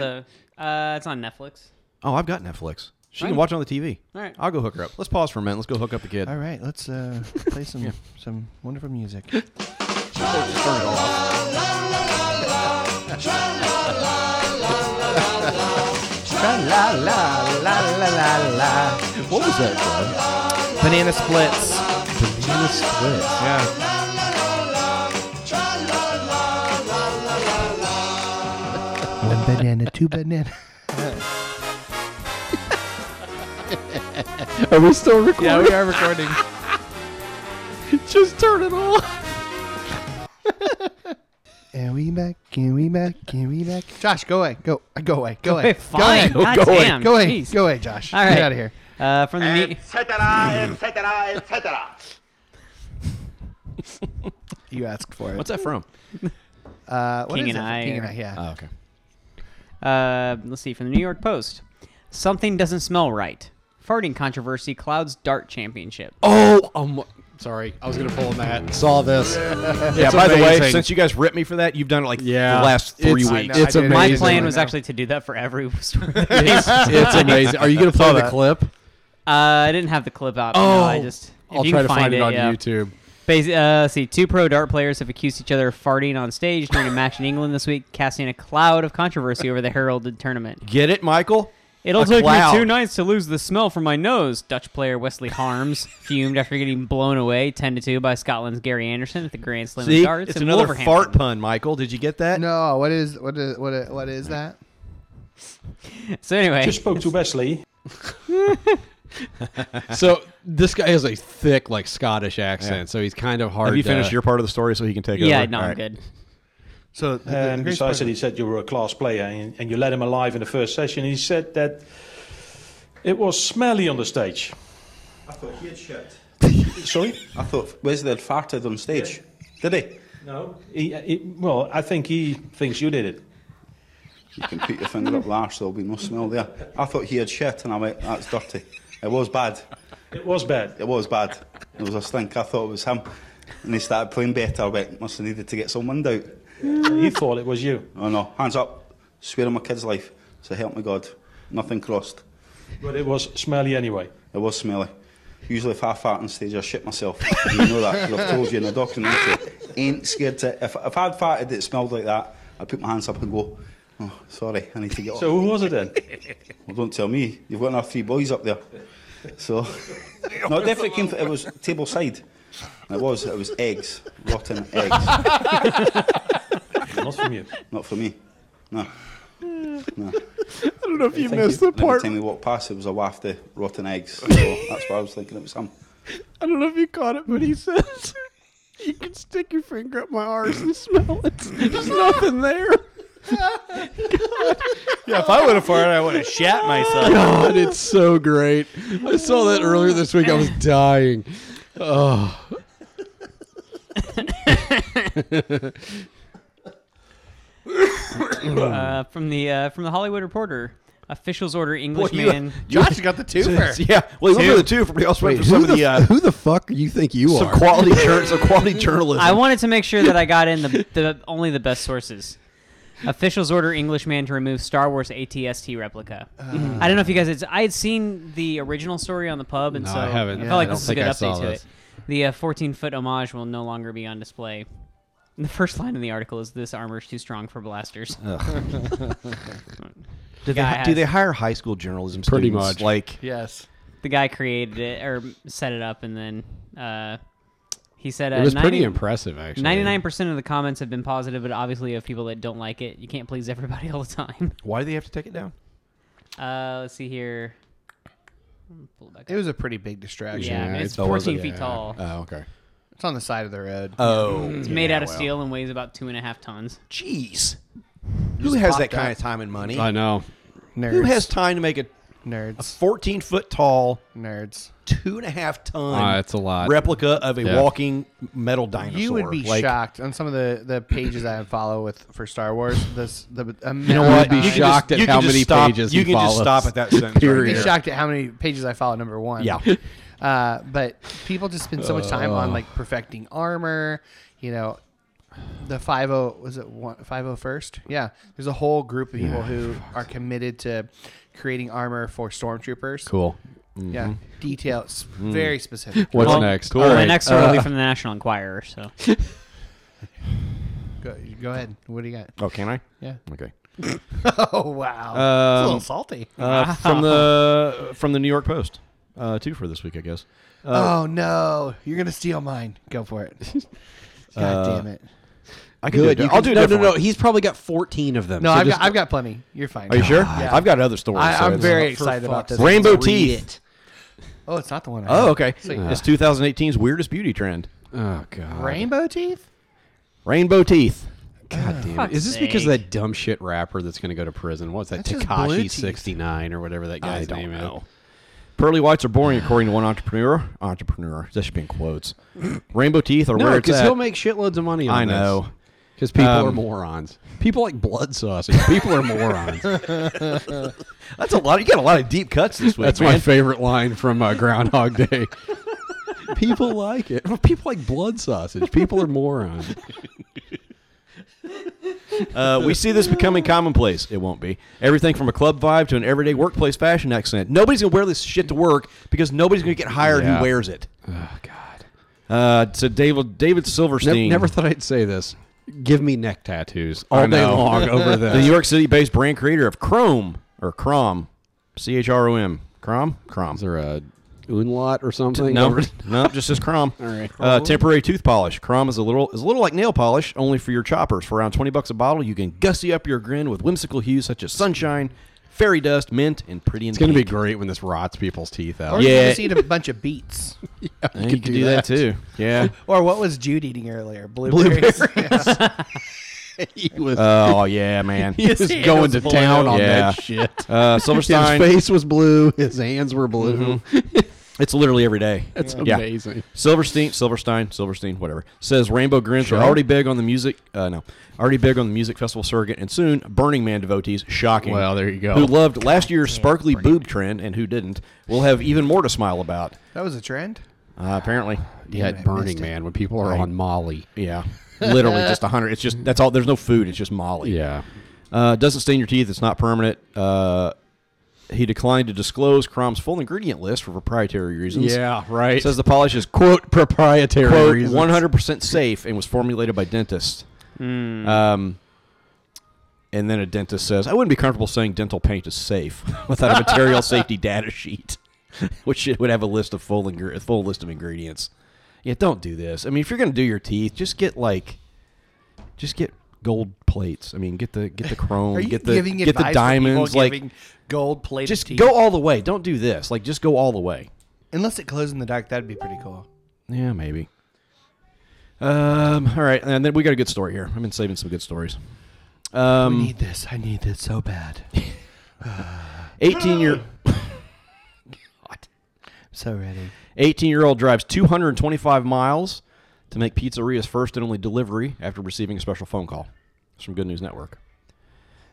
[SPEAKER 3] the- uh, it's on Netflix.
[SPEAKER 5] Oh, I've got Netflix. She can watch it on the TV.
[SPEAKER 3] All right.
[SPEAKER 5] I'll go hook her up. Let's pause for a minute. Let's go hook up the kid.
[SPEAKER 1] all right, let's uh, play [LAUGHS] some some wonderful music.
[SPEAKER 6] Tra la la la la la la la. Tra
[SPEAKER 1] La la la la la la.
[SPEAKER 9] What was that, bro?
[SPEAKER 1] Banana splits.
[SPEAKER 9] Banana splits.
[SPEAKER 1] Yeah. [LAUGHS] One banana, two banana.
[SPEAKER 9] Are we still recording?
[SPEAKER 1] Yeah, we are [LAUGHS] recording.
[SPEAKER 9] Just turn it off.
[SPEAKER 1] [LAUGHS] and we back, and we back, and we back. Josh, go away. Go, go away. Go, away. Go away.
[SPEAKER 3] Fine. God
[SPEAKER 1] go
[SPEAKER 3] damn,
[SPEAKER 1] away. Go away.
[SPEAKER 3] jeez.
[SPEAKER 1] Go away, Josh.
[SPEAKER 3] All right.
[SPEAKER 1] Get out of here.
[SPEAKER 3] Uh, from the meat.
[SPEAKER 6] Etc. Etc. Etc.
[SPEAKER 1] You asked for it.
[SPEAKER 5] What's that from?
[SPEAKER 1] Uh, what
[SPEAKER 3] King
[SPEAKER 1] is
[SPEAKER 3] and
[SPEAKER 1] it?
[SPEAKER 3] I,
[SPEAKER 1] King and
[SPEAKER 3] or-
[SPEAKER 1] I. Yeah.
[SPEAKER 5] Oh, okay.
[SPEAKER 3] Uh, let's see, from the New York Post. Something doesn't smell right. Farting controversy clouds dart championship.
[SPEAKER 9] Oh, um, sorry. I was going to pull on that. Saw this.
[SPEAKER 5] yeah.
[SPEAKER 9] It's
[SPEAKER 5] By the way,
[SPEAKER 9] amazing.
[SPEAKER 5] since you guys ripped me for that, you've done it like
[SPEAKER 9] Yeah.
[SPEAKER 5] the last three
[SPEAKER 9] It's- I
[SPEAKER 5] weeks.
[SPEAKER 9] know. It's
[SPEAKER 1] I didn't
[SPEAKER 3] My
[SPEAKER 9] amazing.
[SPEAKER 1] even
[SPEAKER 3] plan
[SPEAKER 1] know.
[SPEAKER 3] was actually to do that for every [LAUGHS] story.
[SPEAKER 9] it's, it's amazing. Are you going to play the clip?
[SPEAKER 3] Uh, I didn't have the clip up. no, I just. if
[SPEAKER 9] I'll
[SPEAKER 3] you
[SPEAKER 9] try
[SPEAKER 3] can
[SPEAKER 9] to find, it, on
[SPEAKER 3] yeah.
[SPEAKER 9] YouTube.
[SPEAKER 3] Basi- uh, let's see, two pro dart players have accused each other of farting on stage during a match in England this week, casting a cloud of controversy over the heralded tournament.
[SPEAKER 5] Get it, Michael?
[SPEAKER 3] It'll
[SPEAKER 5] A
[SPEAKER 3] take
[SPEAKER 5] cloud.
[SPEAKER 3] me two nights to lose the smell from my nose. Dutch player
[SPEAKER 5] [LAUGHS]
[SPEAKER 3] Wesley Harms fumed after getting blown away 10 to 2 by Scotland's Gary Anderson at the Grand Slam
[SPEAKER 5] See,
[SPEAKER 3] of darts.
[SPEAKER 5] it's
[SPEAKER 3] in
[SPEAKER 5] another
[SPEAKER 3] Wolverhampton.
[SPEAKER 5] fart pun, Michael. Did you get that? [LAUGHS]
[SPEAKER 1] No. What is what is what is, what is that?
[SPEAKER 3] So anyway,
[SPEAKER 13] spoke to Wesley.
[SPEAKER 9] So this guy has a thick, like Scottish accent,
[SPEAKER 5] Yeah.
[SPEAKER 9] so he's kind of hard.
[SPEAKER 5] Have you
[SPEAKER 9] to-
[SPEAKER 5] finished your part of the story so he can take over?
[SPEAKER 3] yeah, no,
[SPEAKER 5] All
[SPEAKER 3] I'm
[SPEAKER 5] right.
[SPEAKER 3] good.
[SPEAKER 1] So the, the
[SPEAKER 13] And
[SPEAKER 1] Grace
[SPEAKER 13] um, besides
[SPEAKER 1] Parker-
[SPEAKER 13] that, he said you were a class player and, and you let him alive in the first session. He said that it was smelly on the stage.
[SPEAKER 7] I thought he had shit.
[SPEAKER 13] Sorry?
[SPEAKER 7] I thought Wesley had farted on stage. Did he?
[SPEAKER 13] No. He, he, well, I think he thinks you did it.
[SPEAKER 7] You can put your finger up Lars, there'll be no smell there. I thought he had shit, and I went, that's dirty. It was bad.
[SPEAKER 13] It was bad.
[SPEAKER 7] It was bad. It was a stink. I thought it was him. And he started playing better. I went, must have needed to get some wind out.
[SPEAKER 13] he thought it was you.
[SPEAKER 7] Oh no, hands up. Swear on my kid's life. So help me God. Nothing crossed.
[SPEAKER 13] But it was smelly anyway.
[SPEAKER 7] It was smelly. Usually if I fart on stage, I shit myself. you know that, 'cause I've told you in the documentary. Ain't scared to... If, if I'd farted that smelled like that, I'd put my hands up and go, oh, sorry, I need to get up.
[SPEAKER 13] So who was it then?
[SPEAKER 7] [LAUGHS] Well, don't tell me. You've got another three boys up there.
[SPEAKER 9] [LAUGHS]
[SPEAKER 7] So, no, it definitely came. From, it was table side. And it was. It was eggs, rotten eggs.
[SPEAKER 13] Not from you.
[SPEAKER 7] Not for me. No. No.
[SPEAKER 9] I don't know if you
[SPEAKER 7] Thank
[SPEAKER 9] missed
[SPEAKER 7] you.
[SPEAKER 9] the part.
[SPEAKER 7] Every time we walked past, it was a waft of
[SPEAKER 9] [LAUGHS]
[SPEAKER 7] rotten eggs. So that's why I was thinking it was him.
[SPEAKER 9] I don't know if you caught it, but he [LAUGHS] says, "You can stick your finger up my arse and smell it. There's nothing
[SPEAKER 5] [LAUGHS]
[SPEAKER 9] there."
[SPEAKER 5] Yeah, if I would have farted, I would have shat myself.
[SPEAKER 9] God, it's so great. I saw that earlier this week. I was dying. Oh.
[SPEAKER 3] Uh, from the uh, from the Hollywood Reporter, officials order
[SPEAKER 5] [LAUGHS] you-
[SPEAKER 3] Englishman.
[SPEAKER 1] Josh got the twofer.
[SPEAKER 5] [LAUGHS] yeah. Well, remember the two from we also went for some of the, uh,
[SPEAKER 9] who the fuck you think you
[SPEAKER 5] some [LAUGHS] quality jour- some quality journalism.
[SPEAKER 3] [LAUGHS] I wanted to make sure that I got in the, the only the best sources. Officials order Englishman to remove Star Wars ATST replica.
[SPEAKER 9] Uh.
[SPEAKER 3] I don't know if you guys. It's, I had seen the original story on the pub, and
[SPEAKER 9] No,
[SPEAKER 3] so
[SPEAKER 9] I haven't.
[SPEAKER 3] felt
[SPEAKER 9] Yeah,
[SPEAKER 3] like
[SPEAKER 9] I
[SPEAKER 3] this is a
[SPEAKER 9] don't
[SPEAKER 3] good
[SPEAKER 9] think I
[SPEAKER 3] update
[SPEAKER 9] saw
[SPEAKER 3] to
[SPEAKER 9] this.
[SPEAKER 3] it. The 14 foot homage will no longer be on display. And the first line in the article is "This armor is too strong for blasters."
[SPEAKER 9] Oh.
[SPEAKER 5] do, they,
[SPEAKER 3] guy
[SPEAKER 5] do
[SPEAKER 3] has-
[SPEAKER 5] they hire high school journalism
[SPEAKER 9] Pretty
[SPEAKER 5] students?
[SPEAKER 9] much.
[SPEAKER 5] Like,
[SPEAKER 1] Yes.
[SPEAKER 3] the guy created it or set it up, and then uh, he said uh,
[SPEAKER 9] It was pretty
[SPEAKER 3] 90
[SPEAKER 9] impressive, actually.
[SPEAKER 3] Ninety-nine percent of the comments have been positive, but obviously you have people that don't like it. You can't please everybody [LAUGHS] all the time.
[SPEAKER 5] why do they have to take it down?
[SPEAKER 3] Uh, let's see here. Let me Pull it back.
[SPEAKER 1] It
[SPEAKER 3] up.
[SPEAKER 1] was a pretty big distraction.
[SPEAKER 3] Yeah, I mean, it's
[SPEAKER 9] oh, was it?
[SPEAKER 3] 14 feet tall.
[SPEAKER 5] Uh,
[SPEAKER 9] Oh, okay.
[SPEAKER 1] It's on the side of the road.
[SPEAKER 5] Oh,
[SPEAKER 1] Hmm.
[SPEAKER 3] It's made out of steel and weighs about two and a half tons.
[SPEAKER 5] Jeez, who has that
[SPEAKER 1] popped
[SPEAKER 5] kind
[SPEAKER 1] up.
[SPEAKER 5] of time and money?
[SPEAKER 9] I know.
[SPEAKER 1] nerds.
[SPEAKER 5] Who has time to make a
[SPEAKER 1] nerds?
[SPEAKER 5] 14 foot tall,
[SPEAKER 1] Nerds.
[SPEAKER 5] two and a half ton?
[SPEAKER 9] Ah, that's a lot.
[SPEAKER 5] Replica of a
[SPEAKER 9] Yeah.
[SPEAKER 5] walking metal dinosaur.
[SPEAKER 1] You would be
[SPEAKER 5] Like,
[SPEAKER 1] shocked on some of the, the pages I follow with for Star Wars. This the you
[SPEAKER 9] know what? Be
[SPEAKER 5] you can
[SPEAKER 9] shocked
[SPEAKER 5] just-
[SPEAKER 9] at
[SPEAKER 5] you
[SPEAKER 9] how
[SPEAKER 5] can just
[SPEAKER 9] many
[SPEAKER 5] stop-
[SPEAKER 9] pages
[SPEAKER 5] You
[SPEAKER 9] he
[SPEAKER 5] can just
[SPEAKER 9] follows.
[SPEAKER 5] stop at that sentence. right
[SPEAKER 9] Period.
[SPEAKER 1] Be
[SPEAKER 5] there.
[SPEAKER 1] shocked at how many pages I follow. Number one.
[SPEAKER 5] Yeah.
[SPEAKER 1] [LAUGHS] Uh, but people just spend so much time on like perfecting armor. You know, the five oh was it one five oh first? Yeah. There's a whole group of people who are committed to creating armor for stormtroopers.
[SPEAKER 9] Cool.
[SPEAKER 1] Yeah. Details very specific.
[SPEAKER 9] What's
[SPEAKER 3] Well,
[SPEAKER 9] next?
[SPEAKER 3] Cool.
[SPEAKER 9] All right.
[SPEAKER 3] next one
[SPEAKER 9] Uh,
[SPEAKER 3] will be from the National Enquirer. So
[SPEAKER 1] Go, go ahead. What do you got?
[SPEAKER 5] Oh, can I?
[SPEAKER 1] Yeah.
[SPEAKER 5] Okay.
[SPEAKER 1] oh wow, it's a
[SPEAKER 5] Um,
[SPEAKER 1] little salty.
[SPEAKER 5] Uh, From the
[SPEAKER 1] [LAUGHS]
[SPEAKER 5] from the New York Post, uh, two for this week, I guess. Uh,
[SPEAKER 1] oh no, you're gonna steal mine. Go for
[SPEAKER 5] [LAUGHS]
[SPEAKER 1] it. [LAUGHS] God
[SPEAKER 5] uh,
[SPEAKER 1] damn it.
[SPEAKER 5] I can
[SPEAKER 2] Good,
[SPEAKER 5] Do
[SPEAKER 2] you
[SPEAKER 5] it.
[SPEAKER 2] can-
[SPEAKER 5] I'll do a
[SPEAKER 2] no, no,
[SPEAKER 5] different
[SPEAKER 2] no,
[SPEAKER 5] one.
[SPEAKER 2] he's probably got 14 of them,
[SPEAKER 1] No,
[SPEAKER 2] so
[SPEAKER 1] I've
[SPEAKER 2] just-
[SPEAKER 1] got I've got plenty. You're fine.
[SPEAKER 5] Are you sure?
[SPEAKER 1] Yeah.
[SPEAKER 5] I've got other stories.
[SPEAKER 1] I,
[SPEAKER 5] so
[SPEAKER 1] am
[SPEAKER 5] it's-
[SPEAKER 1] very excited about this.
[SPEAKER 5] Rainbow
[SPEAKER 1] Read
[SPEAKER 5] teeth.
[SPEAKER 1] it. Oh, it's not the one. I
[SPEAKER 5] Oh,
[SPEAKER 1] had.
[SPEAKER 5] okay.
[SPEAKER 1] Sweet.
[SPEAKER 5] It's 2018's weirdest beauty trend. Oh god.
[SPEAKER 1] Rainbow teeth.
[SPEAKER 5] Rainbow teeth.
[SPEAKER 2] God damn it.
[SPEAKER 1] fuck's
[SPEAKER 2] Is this because of
[SPEAKER 1] sake.
[SPEAKER 2] that dumb shit rapper that's going to go to prison? What's that?
[SPEAKER 1] That's just blue teeth.
[SPEAKER 2] Takashi69 or whatever that guy's
[SPEAKER 5] don't
[SPEAKER 2] name
[SPEAKER 5] know. Pearly whites are boring, according to one entrepreneur. Entrepreneur. That should be in quotes. Rainbow teeth are
[SPEAKER 2] is. No,
[SPEAKER 5] where it's
[SPEAKER 2] because
[SPEAKER 5] at.
[SPEAKER 2] he'll make shitloads of money on
[SPEAKER 5] I know.
[SPEAKER 2] Because people
[SPEAKER 5] Um,
[SPEAKER 2] are morons. People like blood sausage. People are morons.
[SPEAKER 5] That's a lot. You got a lot of deep cuts this week.
[SPEAKER 2] That's [LAUGHS]
[SPEAKER 5] man.
[SPEAKER 2] my favorite line from uh, Groundhog Day. [LAUGHS] people like it. People like blood sausage. People are [LAUGHS] morons.
[SPEAKER 5] Uh, we see this becoming commonplace. It won't be. Everything from a club vibe to an everyday workplace fashion accent. Nobody's gonna wear this shit to work because nobody's gonna get hired
[SPEAKER 2] Yeah.
[SPEAKER 5] who wears it. Oh God. Uh, so David David Silverstein.
[SPEAKER 2] Ne- never thought I'd say this. Give me neck tattoos all
[SPEAKER 5] I
[SPEAKER 2] day
[SPEAKER 5] know.
[SPEAKER 2] long [LAUGHS] over this.
[SPEAKER 5] The New York City-based brand creator of Chrome or Crom, C H R O M, Crom, Crom. Is
[SPEAKER 2] there a unlot or something?
[SPEAKER 5] [LAUGHS]
[SPEAKER 2] [LAUGHS]
[SPEAKER 5] No,
[SPEAKER 2] Over-
[SPEAKER 5] no, just says Crom.
[SPEAKER 2] [LAUGHS] All right.
[SPEAKER 5] Uh, temporary tooth polish. Crom is a little is a little like nail polish, only for your choppers. For around twenty bucks a bottle, you can gussy up your grin with whimsical hues such as sunshine, fairy dust, mint, and pretty.
[SPEAKER 2] It's going to be great when this rots people's teeth out.
[SPEAKER 1] Or you can just eat a bunch of
[SPEAKER 5] [LAUGHS]
[SPEAKER 1] beets.
[SPEAKER 5] you could do that too.
[SPEAKER 2] [LAUGHS]
[SPEAKER 5] Yeah.
[SPEAKER 1] Or what was Jude eating earlier? Blueberries. Yeah.
[SPEAKER 2] he was.
[SPEAKER 5] Oh yeah,
[SPEAKER 2] [LAUGHS]
[SPEAKER 5] man.
[SPEAKER 2] He was
[SPEAKER 1] His
[SPEAKER 2] going
[SPEAKER 1] hands
[SPEAKER 2] to
[SPEAKER 1] blew.
[SPEAKER 2] town on
[SPEAKER 5] Yeah.
[SPEAKER 2] that shit.
[SPEAKER 5] Uh, Silverstein-
[SPEAKER 2] [LAUGHS] His face was blue. His hands were blue. [LAUGHS]
[SPEAKER 5] It's literally every day.
[SPEAKER 2] That's amazing.
[SPEAKER 5] Silverstein, Silverstein, Silverstein, whatever says Rainbow Grins
[SPEAKER 2] Sure.
[SPEAKER 5] are already big on the music. Uh, no, already big on the music festival circuit, and soon Burning Man devotees. Shocking.
[SPEAKER 2] Well, there you go.
[SPEAKER 5] Who loved last year's sparkly boob trend and who didn't will have even more to smile about.
[SPEAKER 1] [LAUGHS] that was a trend.
[SPEAKER 5] Uh, apparently,
[SPEAKER 2] Yeah, at Burning Man when people are on Molly.
[SPEAKER 5] Yeah, literally just a hundred. It's just that's all. There's no food. It's just Molly.
[SPEAKER 2] Yeah.
[SPEAKER 5] Uh, doesn't stain your teeth. It's not permanent. Uh, he declined to disclose Crom's full ingredient list for proprietary reasons.
[SPEAKER 2] Yeah, right.
[SPEAKER 5] Says the polish is
[SPEAKER 2] quote proprietary
[SPEAKER 5] quote
[SPEAKER 2] reasons.
[SPEAKER 5] 100% safe and was formulated by dentists.
[SPEAKER 1] Hmm.
[SPEAKER 5] Um, and then a dentist says, "I wouldn't be comfortable saying dental paint is safe [LAUGHS] without a
[SPEAKER 1] [LAUGHS]
[SPEAKER 5] material safety data sheet, [LAUGHS] which it would have a list of full ingre- full list of ingredients." Yeah, don't do this. I mean, if you're gonna do your teeth, just get like, just get gold plates. I mean, get the get the
[SPEAKER 1] [LAUGHS]
[SPEAKER 5] chrome,
[SPEAKER 1] Are you
[SPEAKER 5] get the
[SPEAKER 1] giving
[SPEAKER 5] get the
[SPEAKER 1] advice to people
[SPEAKER 5] diamonds, like
[SPEAKER 1] giving gold-plated
[SPEAKER 5] Just
[SPEAKER 1] teeth?
[SPEAKER 5] go all the way. Don't do this. Like, just go all the way.
[SPEAKER 1] Unless it closed in the dark, that'd be pretty cool.
[SPEAKER 5] Yeah, maybe. Um, all right, and then we got a good story here. I've been saving some good stories. Um,
[SPEAKER 1] we need this. I need this so
[SPEAKER 5] [LAUGHS]
[SPEAKER 1] bad.
[SPEAKER 5] 18 year [LAUGHS]
[SPEAKER 1] so ready.
[SPEAKER 5] 18 year old drives 225 miles to make pizzeria's first and only delivery after receiving a special phone call. It's from Good News Network.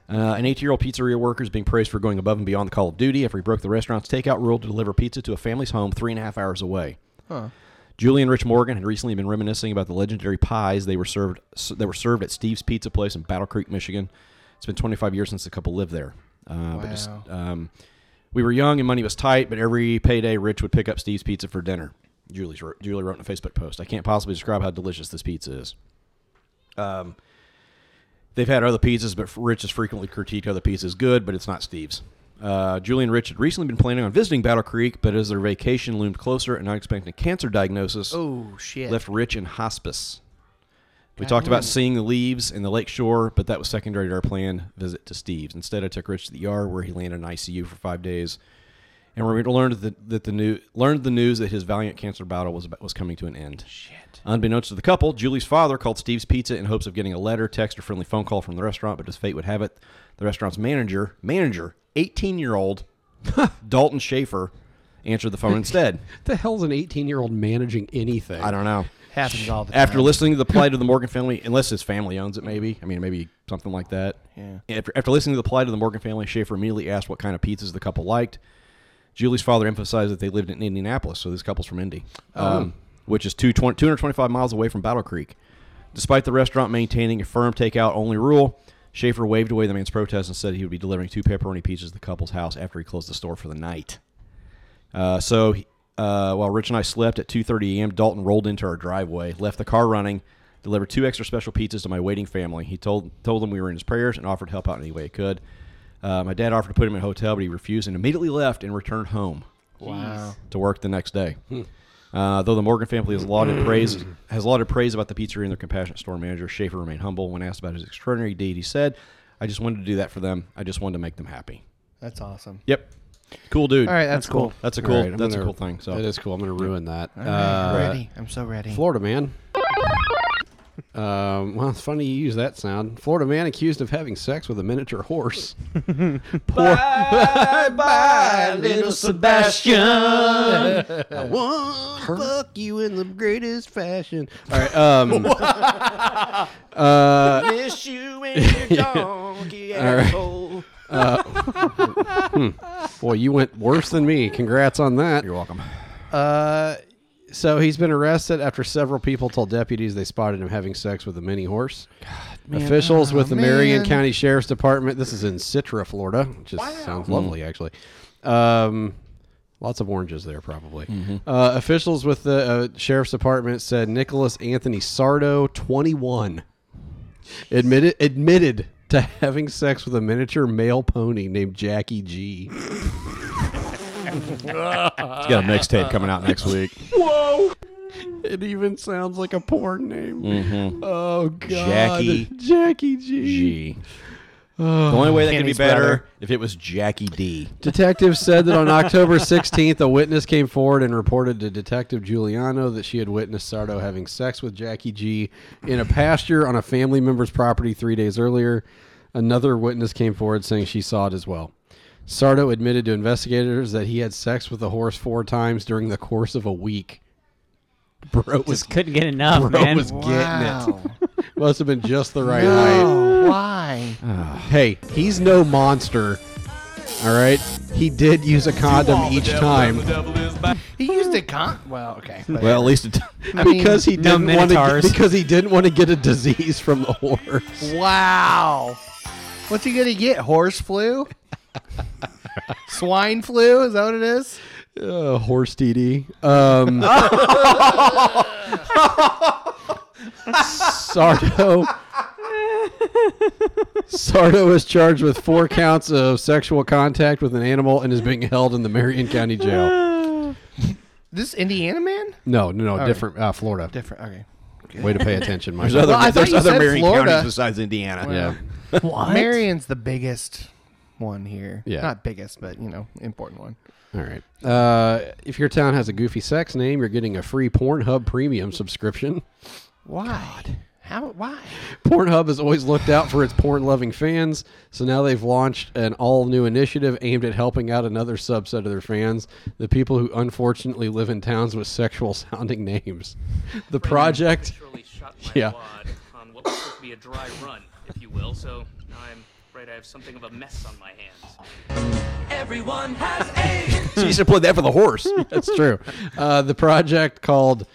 [SPEAKER 5] Uh, an 18 year old pizzeria worker is being praised for going above and beyond the call of duty after he broke the restaurant's takeout rule to deliver pizza to a family's home three and a half hours away.
[SPEAKER 1] Huh.
[SPEAKER 5] Julian Rich Morgan had recently been reminiscing about the legendary pies they were served that were served at Steve's Pizza Place in Battle Creek, Michigan. It's been 25 years since the couple lived there. Uh, But just,
[SPEAKER 1] Wow.
[SPEAKER 5] um, we were young and money was tight, but every payday, Rich would pick up Steve's Pizza for dinner. Julie's, wrote- Julie wrote in a Facebook post, "I can't possibly describe how delicious this pizza is." Um, They've had other pizzas, but Rich has frequently critiqued other pizzas good, but it's not Steve's. Uh, Julie and Rich had recently been planning on visiting Battle Creek, but as their vacation loomed closer, an unexpected cancer diagnosis
[SPEAKER 1] Oh, shit.
[SPEAKER 5] left Rich in hospice. We
[SPEAKER 1] God
[SPEAKER 5] talked about
[SPEAKER 1] damn.
[SPEAKER 5] seeing the leaves and the lake shore, but that was secondary to our planned visit to Steve's. Instead, I took Rich to the ER, where he landed in ICU for five days, and we learned that, that the new learned the news that his valiant cancer battle was was coming to an end. Shit. Unbeknownst to the couple, Julie's father called Steve's Pizza in hopes of getting a letter, text, or friendly phone call from the restaurant, but as fate would have it, the restaurant's manager, manager, eighteen year old [LAUGHS] Dalton Schaefer, answered the phone instead.
[SPEAKER 2] the hell's an 18 year old managing anything?
[SPEAKER 5] I don't know.
[SPEAKER 1] Happens all the time.
[SPEAKER 5] After listening to
[SPEAKER 1] [LAUGHS]
[SPEAKER 5] the plight of the Morgan family, unless his family owns it, maybe. I mean, maybe something like that.
[SPEAKER 1] Yeah.
[SPEAKER 5] After, after listening to the plight of the Morgan family, Schaefer immediately asked what kind of pizzas the couple liked. Julie's father emphasized that they lived in Indianapolis, so this couple's from Indy, um, which is two twen- 225 miles away from Battle Creek. Despite the restaurant maintaining a firm takeout only rule, Schaefer waved away the man's protest and said he would be delivering two pepperoni pizzas to the couple's house after he closed the store for the night. Uh, so uh, while Rich and I slept at 2:30 a.m., Dalton rolled into our driveway, left the car running, delivered two extra special pizzas to my waiting family. He told told them we were in his prayers and offered to help out any way he could. Uh, my dad offered to put him in a hotel, but he refused and immediately left and returned home.
[SPEAKER 1] Wow.
[SPEAKER 5] To work the next day.
[SPEAKER 2] Hmm.
[SPEAKER 5] Uh, though the Morgan family has
[SPEAKER 2] [CLEARS THROAT]
[SPEAKER 5] lauded praise has lauded praise about the pizzeria and their compassionate store manager, Schaefer remained humble when asked about his extraordinary deed. He said, "I just wanted to do that for them. I just wanted to make them happy."
[SPEAKER 1] That's awesome.
[SPEAKER 5] Yep. Cool dude.
[SPEAKER 1] All right, that's That's cool. cool.
[SPEAKER 5] That's a
[SPEAKER 2] All
[SPEAKER 5] cool.
[SPEAKER 2] right, I'm
[SPEAKER 5] that's a
[SPEAKER 2] gonna-
[SPEAKER 5] cool thing. So
[SPEAKER 2] that is cool. I'm gonna ruin that.
[SPEAKER 1] All right,
[SPEAKER 2] Uh,
[SPEAKER 1] ready. I'm so ready.
[SPEAKER 2] Florida man. Um, well, it's funny you use that sound. Florida man accused of having sex with a miniature [LAUGHS] horse. Poor [LAUGHS]
[SPEAKER 14] Bye, bye,
[SPEAKER 2] little Sebastian. [LAUGHS] I want to fuck you in the greatest fashion. All [LAUGHS] right. Um, uh,
[SPEAKER 14] Miss you and your donkey
[SPEAKER 2] All right.
[SPEAKER 14] asshole.
[SPEAKER 2] Uh, hmm. Boy, you went worse than me. Congrats on that. You're
[SPEAKER 5] welcome.
[SPEAKER 2] Uh, so he's been arrested after several people told deputies they spotted him having sex with a mini horse.
[SPEAKER 5] man.
[SPEAKER 2] Officials with
[SPEAKER 5] Oh,
[SPEAKER 2] the Marion
[SPEAKER 5] man.
[SPEAKER 2] County Sheriff's Department. This is in Citra, Florida, which is, sounds lovely, actually. Um, lots of oranges there, probably. Uh, officials with the uh, sheriff's department said Nicholas Anthony Sardo, 21, admitted admitted to having sex with a miniature male pony named Jackie G.
[SPEAKER 5] He's got a mixtape coming out next week.
[SPEAKER 2] Whoa! It even sounds like a porn name.
[SPEAKER 5] Mhm.
[SPEAKER 2] Oh God,
[SPEAKER 5] Jackie
[SPEAKER 2] Jackie G.
[SPEAKER 5] G.
[SPEAKER 2] The
[SPEAKER 5] The only way that could be better
[SPEAKER 2] brother.
[SPEAKER 5] if it was Jackie D.
[SPEAKER 2] Detectives said that on October 16th, a witness came forward and reported to Detective Giuliano that she had witnessed Sardo having sex with Jackie G in a pasture on a family member's property three days earlier. Another witness came forward saying she saw it as well. Sardo admitted to investigators that he had sex with the horse four times during the course of a week. Bro was
[SPEAKER 3] couldn't get enough,
[SPEAKER 2] Bro
[SPEAKER 3] man.
[SPEAKER 2] was
[SPEAKER 1] Wow.
[SPEAKER 2] getting it. Must have been just the [LAUGHS] right height. [LAUGHS]
[SPEAKER 1] No, why?
[SPEAKER 2] Hey, he's no monster. All right, he did use a condom each time.
[SPEAKER 1] He used a con. Well, okay.
[SPEAKER 2] [LAUGHS] Well, at least it,
[SPEAKER 1] I mean,
[SPEAKER 2] because he
[SPEAKER 1] no
[SPEAKER 2] didn't want to
[SPEAKER 1] minotaurs.
[SPEAKER 2] because he didn't want to get a disease from the horse.
[SPEAKER 1] Wow. What's he gonna get? Horse flu? Swine flu? Is that what it is?
[SPEAKER 2] Uh, horse TD.
[SPEAKER 1] [LAUGHS]
[SPEAKER 2] Um, Sardo. Sardo is charged with four counts of sexual contact with an animal and is being held in the Marion County Jail.
[SPEAKER 1] This Indiana man?
[SPEAKER 2] No, no, no,
[SPEAKER 1] Okay.
[SPEAKER 2] different uh, Florida.
[SPEAKER 1] Different. Okay.
[SPEAKER 2] Way to pay attention, Mike.
[SPEAKER 5] There's other,
[SPEAKER 1] Well, I thought
[SPEAKER 5] there's
[SPEAKER 1] you
[SPEAKER 5] other
[SPEAKER 1] said
[SPEAKER 5] Marion
[SPEAKER 1] Florida.
[SPEAKER 5] counties besides Indiana.
[SPEAKER 1] Well,
[SPEAKER 5] Yeah.
[SPEAKER 1] Marion's the biggest one here.
[SPEAKER 2] Yeah.
[SPEAKER 1] Not biggest, but you know, important one.
[SPEAKER 2] All right. Uh, if your town has a goofy sex name, you're getting a free Pornhub premium subscription. [LAUGHS]
[SPEAKER 1] Why? How? Why?
[SPEAKER 2] Pornhub has always looked out for its porn loving fans, so now they've launched an all new initiative aimed at helping out another subset of their fans, the people who unfortunately live in towns with sexual sounding [LAUGHS] names. The project. Yeah.
[SPEAKER 15] on what was supposed to be a dry run, if you will. So now I'm afraid I have something of a mess on my hands. Everyone has AIDS.
[SPEAKER 5] So you should play that for the horse.
[SPEAKER 2] [LAUGHS] That's true. Uh, the project called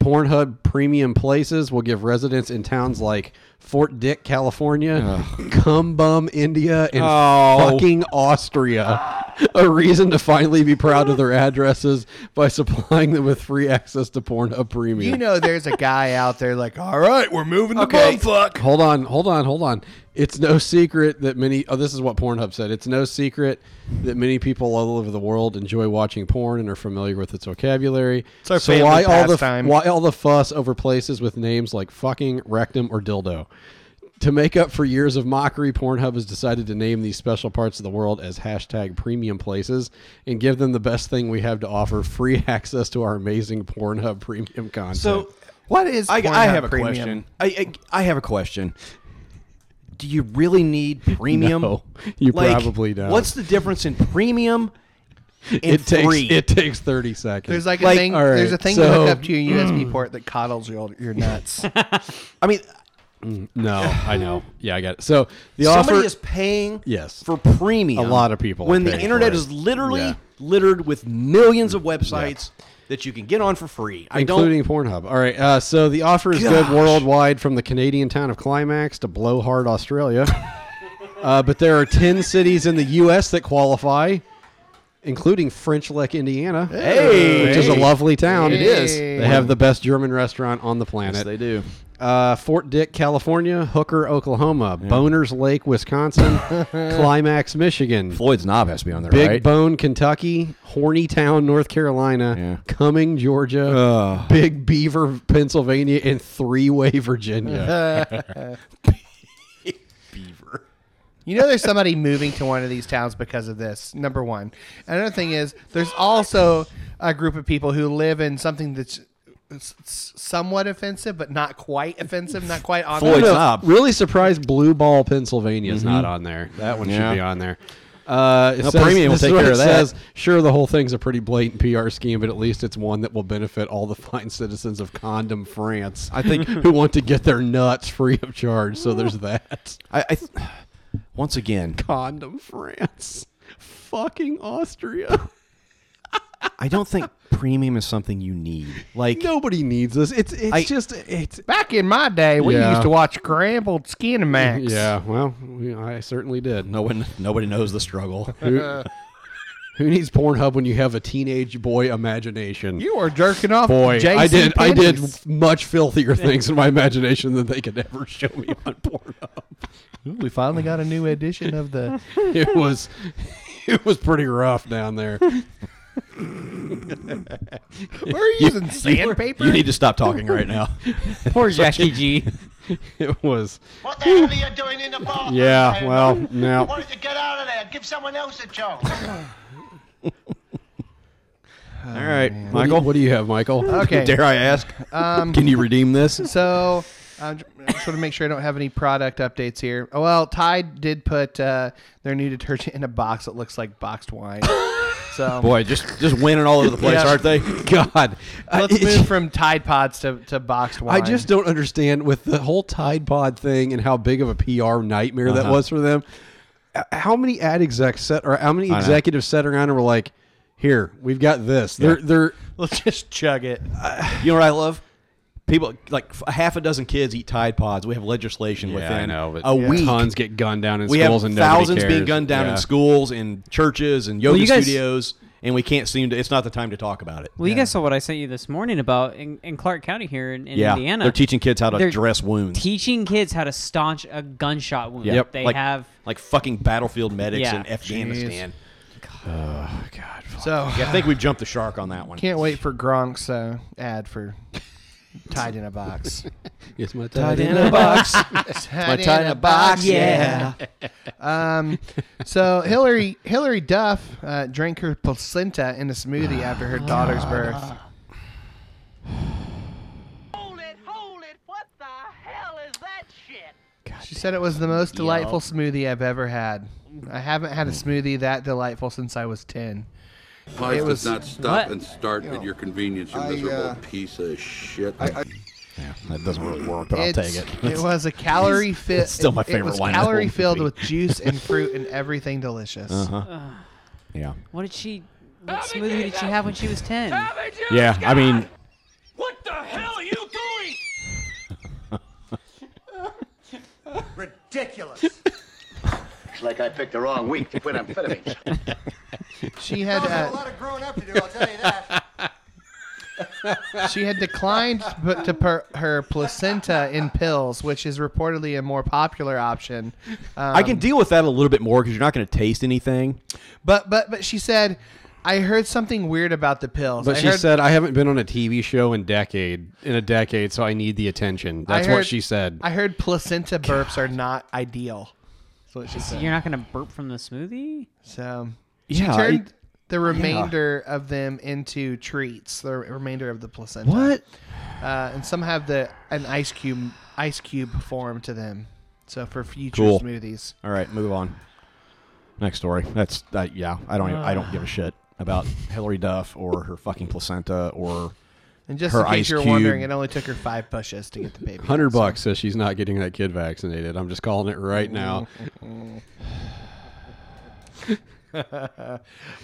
[SPEAKER 2] Pornhub Premium Places will give residents in towns like Fort Dick, California, Cum Bum, India, and
[SPEAKER 5] Oh.
[SPEAKER 2] fucking Austria a reason to finally be proud of their addresses by supplying them with free access to Pornhub Premium.
[SPEAKER 1] You know, there's a guy out there like, all right, we're moving the okay. fuck.
[SPEAKER 2] Hold on, hold on, hold on. It's no secret that many. Oh, this is what Pornhub said. It's no secret that many people all over the world enjoy watching porn and are familiar with its vocabulary.
[SPEAKER 1] It's our
[SPEAKER 2] so
[SPEAKER 1] family
[SPEAKER 2] why all the
[SPEAKER 1] pastime.
[SPEAKER 2] why all the fuss over places with names like fucking rectum or dildo? To make up for years of mockery, Pornhub has decided to name these special parts of the world as hashtag premium places and give them the best thing we have to offer free [LAUGHS] access to our amazing Pornhub premium content.
[SPEAKER 5] So
[SPEAKER 1] what is
[SPEAKER 5] I, I
[SPEAKER 1] Pornhub
[SPEAKER 5] have a
[SPEAKER 1] Premium?
[SPEAKER 5] question. I, I I have a question. Do you really need premium?
[SPEAKER 2] No, you probably don't.
[SPEAKER 5] What's the difference in premium? And
[SPEAKER 2] it takes
[SPEAKER 5] free?
[SPEAKER 2] it takes thirty seconds.
[SPEAKER 1] There's like, a thing.
[SPEAKER 2] all right,
[SPEAKER 1] there's a thing you
[SPEAKER 2] so-
[SPEAKER 1] hook up to your
[SPEAKER 2] [CLEARS THROAT]
[SPEAKER 1] USB port that coddles your your nuts.
[SPEAKER 5] I mean,
[SPEAKER 2] Mm, No,
[SPEAKER 5] [LAUGHS]
[SPEAKER 2] I know. Yeah, I got it. So the
[SPEAKER 5] somebody
[SPEAKER 2] offer
[SPEAKER 5] is paying
[SPEAKER 2] yes
[SPEAKER 5] for premium.
[SPEAKER 2] A lot of people
[SPEAKER 5] When
[SPEAKER 2] are
[SPEAKER 5] the
[SPEAKER 2] paying
[SPEAKER 5] internet
[SPEAKER 2] for it.
[SPEAKER 5] is literally
[SPEAKER 2] Yeah.
[SPEAKER 5] littered with millions of websites that you can get on for free. I
[SPEAKER 2] including Pornhub. All right. Uh, so the offer is
[SPEAKER 5] Gosh.
[SPEAKER 2] good worldwide, from the Canadian town of Climax to
[SPEAKER 5] [LAUGHS]
[SPEAKER 2] Blowhard, Australia. uh, but there are ten cities in the U.S. that qualify. including French Lick, Indiana.
[SPEAKER 5] Hey!
[SPEAKER 2] which is a
[SPEAKER 5] Hey.
[SPEAKER 2] lovely town.
[SPEAKER 5] It is. Hey.
[SPEAKER 2] They have the best German restaurant on the planet.
[SPEAKER 5] Yes, they do.
[SPEAKER 2] Uh, Fort Dick, California. Hooker, Oklahoma. Boners
[SPEAKER 5] [LAUGHS]
[SPEAKER 2] Lake, Wisconsin. Climax, Michigan.
[SPEAKER 5] Floyd's Knob has to be on there,
[SPEAKER 2] Big
[SPEAKER 5] right?
[SPEAKER 2] Bone, Kentucky. Horny Town, North Carolina. Cumming, Georgia.
[SPEAKER 5] Ugh.
[SPEAKER 2] Big Beaver, Pennsylvania, and Three Way, Virginia.
[SPEAKER 1] You know, there's somebody moving to one of these towns because of this. Number one. Another thing is, there's also a group of people who live in something that's s- s- somewhat offensive, but not quite offensive, not quite on.
[SPEAKER 2] I'm Really surprised Blue Ball, Pennsylvania is
[SPEAKER 5] Mhm.
[SPEAKER 2] not on there. That one
[SPEAKER 5] Yeah.
[SPEAKER 2] should be on there. Uh, it
[SPEAKER 5] No,
[SPEAKER 2] says-
[SPEAKER 5] Premium will
[SPEAKER 2] this is
[SPEAKER 5] take
[SPEAKER 2] what
[SPEAKER 5] care
[SPEAKER 2] it
[SPEAKER 5] of that.
[SPEAKER 2] Says, sure, the whole thing's a pretty blatant PR scheme, but at least it's one that will benefit all the [LAUGHS] fine citizens of Condom France.
[SPEAKER 5] I think-
[SPEAKER 2] [LAUGHS] who want to get their nuts free of charge. So
[SPEAKER 5] [LAUGHS]
[SPEAKER 2] there's that.
[SPEAKER 5] I, I th- once again,
[SPEAKER 2] Condom France, fucking Austria.
[SPEAKER 5] I don't think premium is something you need. Like
[SPEAKER 2] nobody needs this. It's it's
[SPEAKER 5] I-
[SPEAKER 2] just it's
[SPEAKER 1] Back in my day, we
[SPEAKER 5] Yeah.
[SPEAKER 1] used to watch Scrambled Skin Max.
[SPEAKER 2] yeah. Well, we- I certainly did.
[SPEAKER 5] no one, nobody knows the struggle.
[SPEAKER 2] [LAUGHS] Who, who needs Pornhub when you have a teenage boy imagination?
[SPEAKER 1] You were jerking off.
[SPEAKER 2] Boy,
[SPEAKER 1] JC
[SPEAKER 2] I did. I
[SPEAKER 1] pennies.
[SPEAKER 2] did much [LAUGHS] filthier things in my imagination than they could ever show me on Pornhub.
[SPEAKER 1] Ooh, we finally got a new edition of the.
[SPEAKER 2] It was, it was pretty rough down there.
[SPEAKER 1] [LAUGHS] We're using sandpaper.
[SPEAKER 5] You need to stop talking right now.
[SPEAKER 3] Poor Jackie G.
[SPEAKER 2] [LAUGHS] It was.
[SPEAKER 14] What the hell are you doing in the bathroom?
[SPEAKER 2] Yeah. Well, now
[SPEAKER 14] Why don't you get out of there? Give someone else a chance.
[SPEAKER 5] All right,
[SPEAKER 2] What do,
[SPEAKER 5] Michael.
[SPEAKER 2] you, what do you have, Michael?
[SPEAKER 1] Oh, Okay.
[SPEAKER 5] Dare I ask?
[SPEAKER 1] Um,
[SPEAKER 5] Can you redeem this?
[SPEAKER 1] So I'm j- I'm just want to make sure I don't have any product updates here. Oh, well, Tide did put uh, their new detergent in a box that looks like boxed [LAUGHS] wine. So
[SPEAKER 5] Boy, just just winning all over the place,
[SPEAKER 1] Yeah.
[SPEAKER 5] aren't they?
[SPEAKER 2] [LAUGHS] God, I-
[SPEAKER 1] let's
[SPEAKER 2] it's-
[SPEAKER 1] move from Tide Pods to, to boxed
[SPEAKER 2] I
[SPEAKER 1] wine.
[SPEAKER 2] just don't understand with the whole Tide Pod thing and how big of a PR nightmare that
[SPEAKER 5] Uh-huh.
[SPEAKER 2] was for them. h- How many ad execs set or how many
[SPEAKER 5] I know.
[SPEAKER 2] executives sat around and were like, "Here, we've got this."
[SPEAKER 5] Yeah.
[SPEAKER 2] They're they're
[SPEAKER 1] let's just chug it.
[SPEAKER 5] You know what I love? People like f- a half a dozen kids eat Tide Pods. We have legislation within a week.
[SPEAKER 2] Tons get gunned down in
[SPEAKER 5] we have
[SPEAKER 2] schools and nobody
[SPEAKER 5] thousands being
[SPEAKER 2] cares.
[SPEAKER 5] gunned down
[SPEAKER 2] Yeah.
[SPEAKER 5] in schools, in churches, and yoga
[SPEAKER 3] you guys-
[SPEAKER 5] studios, and we can't seem to. It's not the time to talk about it.
[SPEAKER 3] Well, you guys saw what I sent you this morning about in, in Clark County here in, in
[SPEAKER 5] yeah,
[SPEAKER 3] Indiana.
[SPEAKER 5] they're teaching kids how to
[SPEAKER 3] They're
[SPEAKER 5] dress wounds.
[SPEAKER 3] teaching kids how to staunch a gunshot wound.
[SPEAKER 5] Yeah.
[SPEAKER 3] They
[SPEAKER 5] like,
[SPEAKER 3] have.
[SPEAKER 5] like fucking battlefield medics
[SPEAKER 3] Yeah.
[SPEAKER 5] in Afghanistan. Oh God!
[SPEAKER 1] So
[SPEAKER 5] Yeah, I think we jumped the shark on that one.
[SPEAKER 1] can't wait for Gronk's uh, ad for Tide in a box.
[SPEAKER 2] It's my
[SPEAKER 5] Tide
[SPEAKER 2] Tide
[SPEAKER 5] in
[SPEAKER 3] [LAUGHS]
[SPEAKER 2] in
[SPEAKER 5] a box.
[SPEAKER 1] Tied in a box, yeah. Um, so Hillary Hillary Duff uh, drank her placenta in a smoothie after her daughter's birth.
[SPEAKER 14] Hold it, hold it. What the hell is that shit?
[SPEAKER 1] She said it was the most delightful smoothie I've ever had. I haven't had a smoothie that delightful since I was 10.
[SPEAKER 16] Life
[SPEAKER 1] it was
[SPEAKER 16] does not stop and start at your convenience, you
[SPEAKER 1] I,
[SPEAKER 16] miserable
[SPEAKER 1] uh,
[SPEAKER 16] piece of shit.
[SPEAKER 5] Yeah, that doesn't really work, but I'll
[SPEAKER 1] it's-
[SPEAKER 5] take it.
[SPEAKER 1] It was
[SPEAKER 5] [LAUGHS]
[SPEAKER 1] a calorie fit.
[SPEAKER 5] It's still my
[SPEAKER 1] it-
[SPEAKER 5] favorite
[SPEAKER 1] It was
[SPEAKER 5] line of the
[SPEAKER 1] calorie
[SPEAKER 5] whole
[SPEAKER 1] filled
[SPEAKER 5] movie.
[SPEAKER 1] with juice and fruit and everything delicious.
[SPEAKER 5] Uh-huh. Yeah.
[SPEAKER 3] What did she? What smoothie did she have when she was ten?
[SPEAKER 5] Yeah, I mean,
[SPEAKER 14] What the hell are you doing? Ridiculous. it's like I picked the wrong week to quit amphetamines.
[SPEAKER 1] She had
[SPEAKER 14] Well, there's a
[SPEAKER 1] uh,
[SPEAKER 14] lot of growing up to do, I'll tell you that.
[SPEAKER 1] she had declined to put to per, her placenta in pills, which is reportedly a more popular option. Um,
[SPEAKER 5] I can deal with that a little bit more because you're not going to taste anything.
[SPEAKER 1] but but but she said, I heard something weird about the pills.
[SPEAKER 2] But
[SPEAKER 1] I
[SPEAKER 2] she
[SPEAKER 1] heard-
[SPEAKER 2] said, "I haven't been on a TV show in decade in a decade, so I need the attention."
[SPEAKER 1] I
[SPEAKER 2] That's
[SPEAKER 1] heard-
[SPEAKER 2] what she said.
[SPEAKER 1] I heard placenta burps are not ideal. That's what she
[SPEAKER 3] So
[SPEAKER 1] said.
[SPEAKER 3] you're not gonna burp from the smoothie.
[SPEAKER 1] So she
[SPEAKER 5] Yeah,
[SPEAKER 1] turned
[SPEAKER 5] it-
[SPEAKER 1] the remainder of them into treats. The remainder of the placenta.
[SPEAKER 5] What?
[SPEAKER 1] Uh, and some have the an ice cube ice cube form to them. So for future
[SPEAKER 5] Cool.
[SPEAKER 1] smoothies.
[SPEAKER 5] All right, move on. Next story. That's uh, yeah. I don't. I don't give a shit about Hillary Duff or her fucking placenta or
[SPEAKER 1] And just
[SPEAKER 5] her
[SPEAKER 1] in case
[SPEAKER 5] ice
[SPEAKER 1] you're
[SPEAKER 5] cube.
[SPEAKER 1] wondering, it only took her five pushes to get the baby.
[SPEAKER 2] Hundred bucks says she's not getting that kid vaccinated. I'm just calling it
[SPEAKER 5] [LAUGHS]
[SPEAKER 2] right now.
[SPEAKER 1] all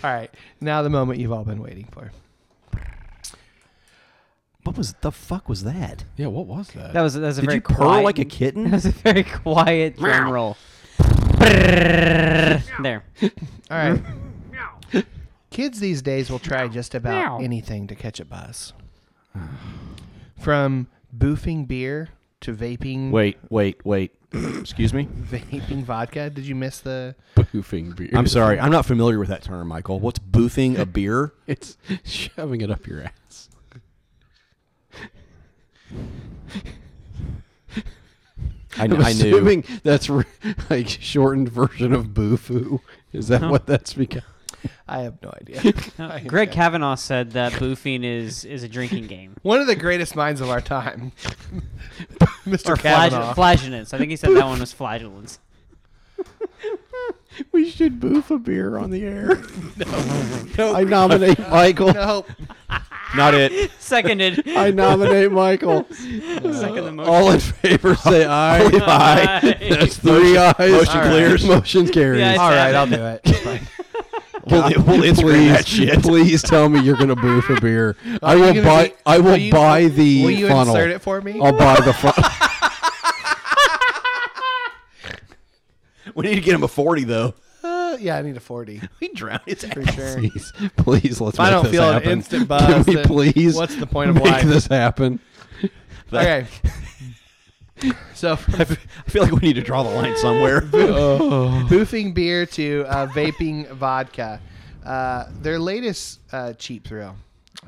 [SPEAKER 1] right, now the moment you've all been waiting for.
[SPEAKER 5] What was the fuck was that?
[SPEAKER 2] Yeah, what was that?
[SPEAKER 3] That was that was a
[SPEAKER 5] Did
[SPEAKER 3] very
[SPEAKER 5] you purr
[SPEAKER 3] quiet, [LAUGHS]
[SPEAKER 5] like a kitten?
[SPEAKER 3] That was a very quiet drum
[SPEAKER 5] [LAUGHS]
[SPEAKER 3] roll. there.
[SPEAKER 1] All right. Kids these days will try just
[SPEAKER 9] Meow.
[SPEAKER 1] about anything to catch a buzz. From boofing beer to vaping.
[SPEAKER 5] Wait, wait, wait. Excuse me?
[SPEAKER 1] Vaping vodka? Did you miss the.
[SPEAKER 2] Boofing beer.
[SPEAKER 5] I'm sorry. I'm not familiar with that term, Michael. What's boofing a beer?
[SPEAKER 2] [LAUGHS] it's shoving it up your ass.
[SPEAKER 5] I, [LAUGHS]
[SPEAKER 2] I'm
[SPEAKER 5] kn- I knew.
[SPEAKER 2] assuming that's re- like shortened version of boofoo. Is that
[SPEAKER 3] Huh.
[SPEAKER 2] what that's become?
[SPEAKER 1] I have no idea. [LAUGHS]
[SPEAKER 3] No, Greg Kavanaugh said that boofing is is a
[SPEAKER 5] [LAUGHS]
[SPEAKER 3] drinking game.
[SPEAKER 1] One of the greatest minds of our time, [LAUGHS] Mr.
[SPEAKER 3] Or
[SPEAKER 1] Kavanaugh.
[SPEAKER 3] flag- flagellants. I think he said that one
[SPEAKER 5] [LAUGHS]
[SPEAKER 3] was flagellants.
[SPEAKER 2] We should boof a beer on
[SPEAKER 5] [LAUGHS]
[SPEAKER 2] the air.
[SPEAKER 1] No.
[SPEAKER 2] I nominate Michael.
[SPEAKER 1] Nope.
[SPEAKER 5] Not it.
[SPEAKER 3] Seconded. [LAUGHS]
[SPEAKER 2] I nominate Michael.
[SPEAKER 3] Second the
[SPEAKER 2] [LAUGHS]
[SPEAKER 3] motion.
[SPEAKER 2] All in favor, say aye.
[SPEAKER 5] Only aye.
[SPEAKER 3] [LAUGHS] Aye.
[SPEAKER 2] That's three
[SPEAKER 5] Motion-
[SPEAKER 2] ayes.
[SPEAKER 5] motion Alright. clears.
[SPEAKER 2] [LAUGHS] Motion carries.
[SPEAKER 3] Yeah, it's
[SPEAKER 1] All right, I'll
[SPEAKER 3] happened.
[SPEAKER 1] do it. It's
[SPEAKER 2] [LAUGHS]
[SPEAKER 1] fine.
[SPEAKER 5] We'll, we'll Instagram
[SPEAKER 2] please,
[SPEAKER 5] that shit.
[SPEAKER 2] please tell me you're gonna boof a beer. I
[SPEAKER 1] you
[SPEAKER 2] will
[SPEAKER 1] gonna
[SPEAKER 2] buy.
[SPEAKER 1] be-
[SPEAKER 2] I will
[SPEAKER 1] will you-
[SPEAKER 2] buy the
[SPEAKER 1] will you
[SPEAKER 2] funnel.
[SPEAKER 1] insert it for me?
[SPEAKER 2] I'll buy
[SPEAKER 1] [LAUGHS]
[SPEAKER 2] the funnel.
[SPEAKER 5] We need to get him a 40, though.
[SPEAKER 1] Uh, yeah, I need a
[SPEAKER 2] [LAUGHS]
[SPEAKER 1] 40.
[SPEAKER 5] We drown his ass.
[SPEAKER 1] For sure.
[SPEAKER 2] please, please, let's.
[SPEAKER 1] If I
[SPEAKER 2] make
[SPEAKER 1] don't
[SPEAKER 2] this
[SPEAKER 1] feel an
[SPEAKER 2] happen.
[SPEAKER 1] instant
[SPEAKER 2] Can
[SPEAKER 1] buzz,
[SPEAKER 2] we
[SPEAKER 1] then
[SPEAKER 2] please,
[SPEAKER 1] what's the point of
[SPEAKER 2] make
[SPEAKER 1] life?
[SPEAKER 2] this happen?
[SPEAKER 1] Okay. [LAUGHS] So,
[SPEAKER 5] I f- I feel like we need to draw the [LAUGHS] line
[SPEAKER 1] [LAUGHS]
[SPEAKER 5] somewhere.
[SPEAKER 1] boofing beer to uh, vaping vodka. Uh, their latest uh, cheap thrill.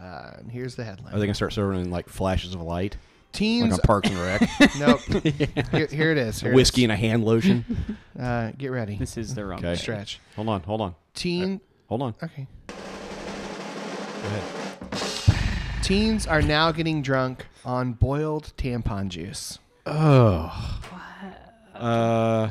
[SPEAKER 1] Uh, and here's the headline.
[SPEAKER 5] Are they gonna start serving in like flashes of light, like
[SPEAKER 1] Teens.
[SPEAKER 5] on Parks and Rec?
[SPEAKER 1] [LAUGHS]
[SPEAKER 5] [LAUGHS]
[SPEAKER 1] nope. here, here it is. Here it
[SPEAKER 5] Whiskey
[SPEAKER 1] is.
[SPEAKER 5] and a hand [LAUGHS] lotion.
[SPEAKER 1] Uh, get ready.
[SPEAKER 3] This is the wrong
[SPEAKER 5] Okay.
[SPEAKER 1] Stretch.
[SPEAKER 5] Hold on, hold on,
[SPEAKER 1] Teen.
[SPEAKER 5] hold on.
[SPEAKER 1] Okay. Teens are now getting drunk on boiled tampon juice.
[SPEAKER 2] Oh,
[SPEAKER 5] Uh,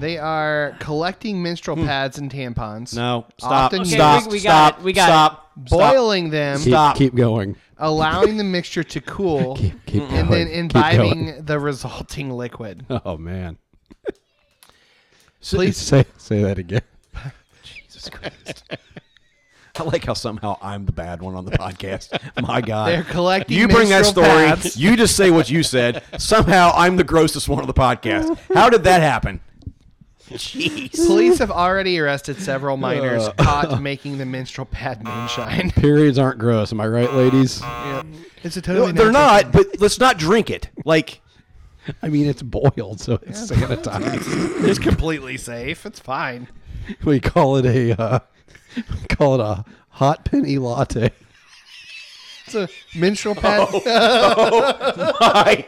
[SPEAKER 1] They are collecting menstrual pads and tampons.
[SPEAKER 5] Hmm. no, stop,
[SPEAKER 1] Often
[SPEAKER 5] stop,
[SPEAKER 1] used-
[SPEAKER 3] we got
[SPEAKER 5] stop,
[SPEAKER 3] it, we got
[SPEAKER 5] stop, stop.
[SPEAKER 1] Boiling them,
[SPEAKER 2] keep,
[SPEAKER 5] Stop.
[SPEAKER 2] keep going.
[SPEAKER 1] allowing the mixture to cool,
[SPEAKER 2] [LAUGHS] Keep, keep going.
[SPEAKER 1] and then
[SPEAKER 2] Keep going.
[SPEAKER 1] imbibing the resulting
[SPEAKER 2] [LAUGHS]
[SPEAKER 1] liquid.
[SPEAKER 2] Oh man,
[SPEAKER 1] Please
[SPEAKER 2] say say that again.
[SPEAKER 5] Jesus Christ. I like how somehow I'm the bad one on the podcast.
[SPEAKER 2] [LAUGHS]
[SPEAKER 5] My God,
[SPEAKER 1] They're collecting
[SPEAKER 5] You bring that
[SPEAKER 1] menstrual
[SPEAKER 5] story.
[SPEAKER 1] pads.
[SPEAKER 5] You just say what you said. Somehow I'm the grossest one on the podcast. How did that
[SPEAKER 2] [LAUGHS]
[SPEAKER 5] happen? Jeez.
[SPEAKER 1] Police have already arrested several minors
[SPEAKER 2] Uh. [LAUGHS]
[SPEAKER 1] caught making the menstrual pad moonshine. [LAUGHS]
[SPEAKER 2] Periods aren't gross. Am I right, ladies?
[SPEAKER 1] Yeah. It's a
[SPEAKER 5] No,
[SPEAKER 1] totally
[SPEAKER 5] they're
[SPEAKER 1] natural-
[SPEAKER 5] not. But let's not drink it. Like
[SPEAKER 2] I mean, it's boiled, so it's sanitized. [LAUGHS]
[SPEAKER 1] It's completely safe. It's fine.
[SPEAKER 2] we call it a uh, [LAUGHS] we call it a hot penny latte.
[SPEAKER 1] It's a menstrual pad.
[SPEAKER 2] Oh.
[SPEAKER 5] I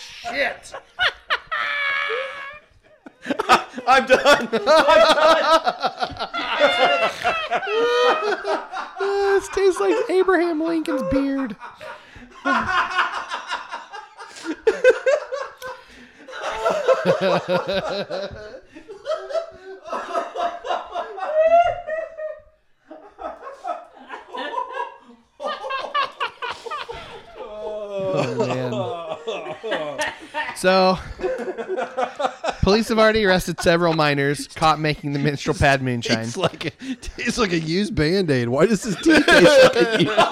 [SPEAKER 1] Shit.
[SPEAKER 5] I'm done.
[SPEAKER 1] This tastes like Abraham Lincoln's beard. Oh, man. [LAUGHS] So, police have already arrested several minors caught making the minstrel pad moonshine.
[SPEAKER 2] [LAUGHS] [LAUGHS] It's like a, tastes like a used band aid. Why does this tea taste like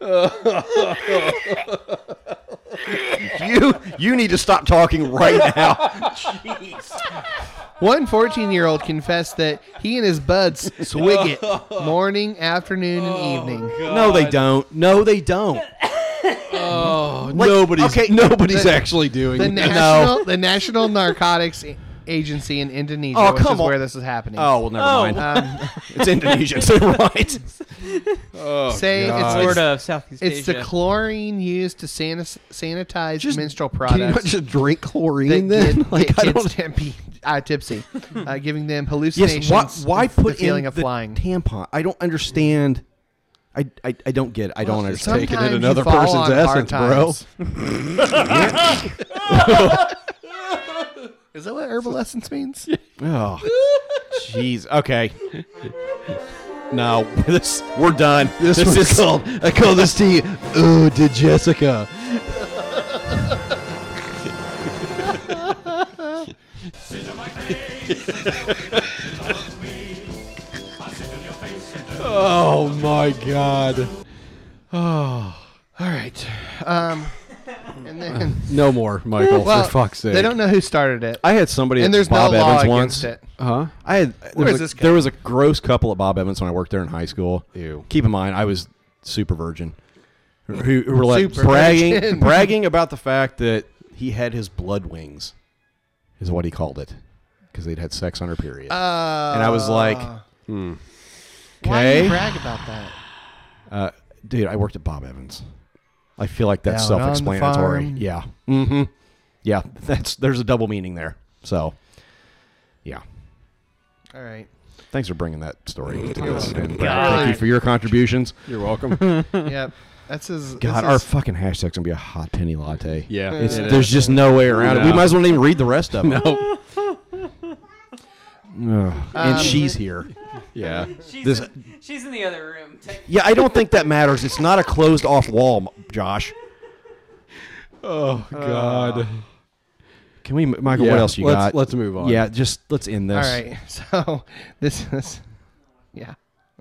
[SPEAKER 2] a
[SPEAKER 1] [LAUGHS]
[SPEAKER 2] used
[SPEAKER 5] You you need to stop talking right now.
[SPEAKER 2] [LAUGHS]
[SPEAKER 1] One 14 year old confessed that he and his
[SPEAKER 2] [LAUGHS]
[SPEAKER 1] buds swig it morning, afternoon, and evening.
[SPEAKER 5] No, they don't. No, they don't.
[SPEAKER 2] Oh, nobody's
[SPEAKER 5] okay,
[SPEAKER 2] nobody's
[SPEAKER 1] the-
[SPEAKER 2] actually
[SPEAKER 5] [LAUGHS]
[SPEAKER 2] doing
[SPEAKER 1] The
[SPEAKER 2] it.
[SPEAKER 1] National, the National Narcotics Agency in Indonesia,
[SPEAKER 5] Oh,
[SPEAKER 1] which
[SPEAKER 5] come
[SPEAKER 1] is
[SPEAKER 5] on.
[SPEAKER 1] where this is happening,
[SPEAKER 5] Oh well, never mind. [LAUGHS]
[SPEAKER 1] um,
[SPEAKER 5] it's [LAUGHS] Indonesia, so never mind. Oh,
[SPEAKER 1] say it's,
[SPEAKER 3] Sort
[SPEAKER 1] it's,
[SPEAKER 3] of Southeast
[SPEAKER 1] it's the
[SPEAKER 3] Asia.
[SPEAKER 1] chlorine used to sanis- sanitize menstrual
[SPEAKER 2] Can you not
[SPEAKER 1] products
[SPEAKER 2] just drink chlorine
[SPEAKER 1] that
[SPEAKER 2] then?
[SPEAKER 5] [LAUGHS]
[SPEAKER 1] get,
[SPEAKER 2] [LAUGHS] like
[SPEAKER 1] get
[SPEAKER 2] I
[SPEAKER 1] kids
[SPEAKER 2] don't.
[SPEAKER 1] tempi- uh, tipsy, uh, giving them hallucinations.
[SPEAKER 5] Yes. Why, why
[SPEAKER 1] with the
[SPEAKER 5] put
[SPEAKER 1] feeling
[SPEAKER 5] in
[SPEAKER 1] of
[SPEAKER 5] the
[SPEAKER 1] flying?
[SPEAKER 5] tampon? I don't understand. I, I, I don't get. It. I don't understand.
[SPEAKER 2] taking in
[SPEAKER 1] Sometimes you
[SPEAKER 2] another
[SPEAKER 1] fall
[SPEAKER 2] person's
[SPEAKER 1] on hard
[SPEAKER 2] essence, bro. [LAUGHS]
[SPEAKER 1] times. Is that what herbal essence means?
[SPEAKER 5] Oh, jeez. Okay. No, this we're done.
[SPEAKER 2] This, one's called. I call this tea. Oh, did Jessica? oh my god.
[SPEAKER 5] Oh,
[SPEAKER 1] All right. Um, And then
[SPEAKER 5] [LAUGHS]
[SPEAKER 1] [LAUGHS]
[SPEAKER 2] No more, Michael.
[SPEAKER 1] Well,
[SPEAKER 2] for fuck's sake.
[SPEAKER 1] They don't know who started it.
[SPEAKER 5] I had somebody
[SPEAKER 1] And
[SPEAKER 5] at
[SPEAKER 1] there's
[SPEAKER 5] Bob
[SPEAKER 1] no law
[SPEAKER 5] Evans
[SPEAKER 1] against
[SPEAKER 5] once.
[SPEAKER 1] it.
[SPEAKER 2] Huh? I had there
[SPEAKER 1] Where
[SPEAKER 2] was
[SPEAKER 1] is
[SPEAKER 2] a-
[SPEAKER 1] this
[SPEAKER 5] There was a gross couple at Bob Evans when I worked there in high school.
[SPEAKER 2] Ew.
[SPEAKER 5] Keep in mind, I was super virgin. Who, who were like
[SPEAKER 2] Super
[SPEAKER 5] bragging,
[SPEAKER 1] [LAUGHS]
[SPEAKER 2] virgin.
[SPEAKER 5] bragging about the fact that he had his blood wings, is what he called it, because they'd had sex on her period. and I was like,
[SPEAKER 1] Ah.
[SPEAKER 5] hmm.
[SPEAKER 1] Why do
[SPEAKER 5] Okay.
[SPEAKER 1] you brag about that?
[SPEAKER 5] Uh, dude, I worked at Bob Evans. I feel like that's
[SPEAKER 1] Down on the
[SPEAKER 5] self-explanatory.
[SPEAKER 1] farm.
[SPEAKER 5] Yeah. Mm-hmm. Yeah. [LAUGHS] That's there's a double meaning there. So, yeah.
[SPEAKER 1] All
[SPEAKER 5] [LAUGHS]
[SPEAKER 1] right.
[SPEAKER 5] Thanks for bringing that story to us. And
[SPEAKER 1] God.
[SPEAKER 5] thank you for your contributions.
[SPEAKER 2] You're welcome.
[SPEAKER 1] yep. That's his.
[SPEAKER 5] God,
[SPEAKER 1] this
[SPEAKER 5] our
[SPEAKER 1] is-
[SPEAKER 5] fucking hashtag's gonna be a hot penny latte.
[SPEAKER 2] Yeah,
[SPEAKER 5] it's,
[SPEAKER 2] it
[SPEAKER 5] there's
[SPEAKER 2] is.
[SPEAKER 5] just no way around it. We
[SPEAKER 2] No.
[SPEAKER 5] might as well not even read the rest of them.
[SPEAKER 2] no.
[SPEAKER 5] and
[SPEAKER 3] Um,
[SPEAKER 5] she's here.
[SPEAKER 2] [LAUGHS] Yeah.
[SPEAKER 3] She's,
[SPEAKER 5] This-
[SPEAKER 3] in, she's in the other room.
[SPEAKER 5] Yeah, I don't think that matters. It's not a closed off wall, M- Josh.
[SPEAKER 2] Oh
[SPEAKER 1] uh,
[SPEAKER 2] God.
[SPEAKER 5] Can we, Michael?
[SPEAKER 2] Yeah,
[SPEAKER 5] what else you
[SPEAKER 2] let's-
[SPEAKER 5] got?
[SPEAKER 2] let's move on.
[SPEAKER 5] Yeah, just let's end this.
[SPEAKER 1] All right. [LAUGHS] So this is. Yeah.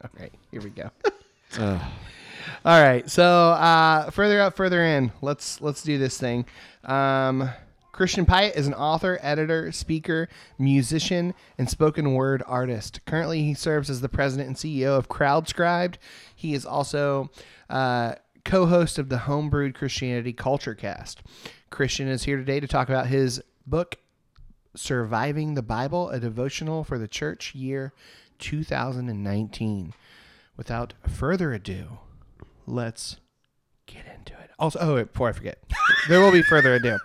[SPEAKER 1] All right. Here we go.
[SPEAKER 5] [LAUGHS] Ugh.
[SPEAKER 1] All right. So uh, further out, further in. Let's let's do this thing. Um, Christian Pyatt is an author, editor, speaker, musician, and spoken word artist. Currently, he serves as the president and CEO of Crowdscribed. He is also uh, co-host of the Homebrewed Christianity Culture Cast. Christian is here today to talk about his book, Surviving the Bible, a devotional for the church year 2019. Without further ado, let's get into it. Also, oh, wait, before I forget, [LAUGHS] there will be further ado.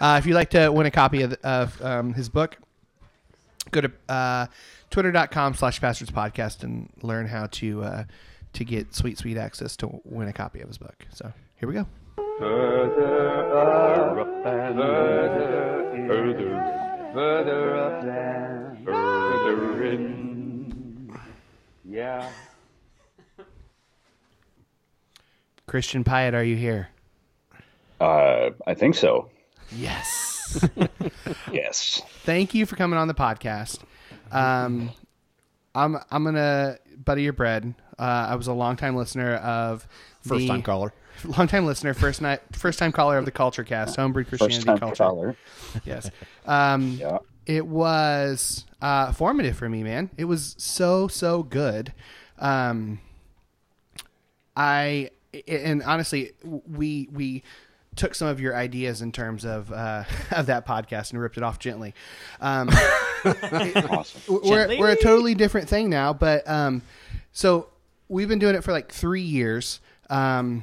[SPEAKER 1] Uh, if you'd like to win a copy of, of um, his book, go to uh, twitter.com slash pastors podcast and learn how to uh, to get sweet, sweet access to win a copy of his book. So here we go.
[SPEAKER 14] Further up and further in, further up and further in. [LAUGHS] Yeah.
[SPEAKER 1] Christian Pyatt, are you here?
[SPEAKER 12] Uh, I think so.
[SPEAKER 1] Yes.
[SPEAKER 12] yes.
[SPEAKER 1] Thank you for coming on the podcast. Um, I'm I'm gonna butter your bread. Uh, I was a longtime listener of the-
[SPEAKER 5] First-time caller.
[SPEAKER 1] [LAUGHS] longtime listener, first night, first time caller of the Culture Cast, Homebrew Christianity
[SPEAKER 12] time
[SPEAKER 1] Culture.
[SPEAKER 12] caller.
[SPEAKER 1] Yes. Um, It was uh, formative for me, man. It was so so good. Um, I and honestly, we we took some of your ideas in terms of uh, [LAUGHS] of that podcast and ripped it off gently. Um, [LAUGHS]
[SPEAKER 12] awesome.
[SPEAKER 1] We're, we're a totally different thing now, but um, so we've been doing it for like three years. Um,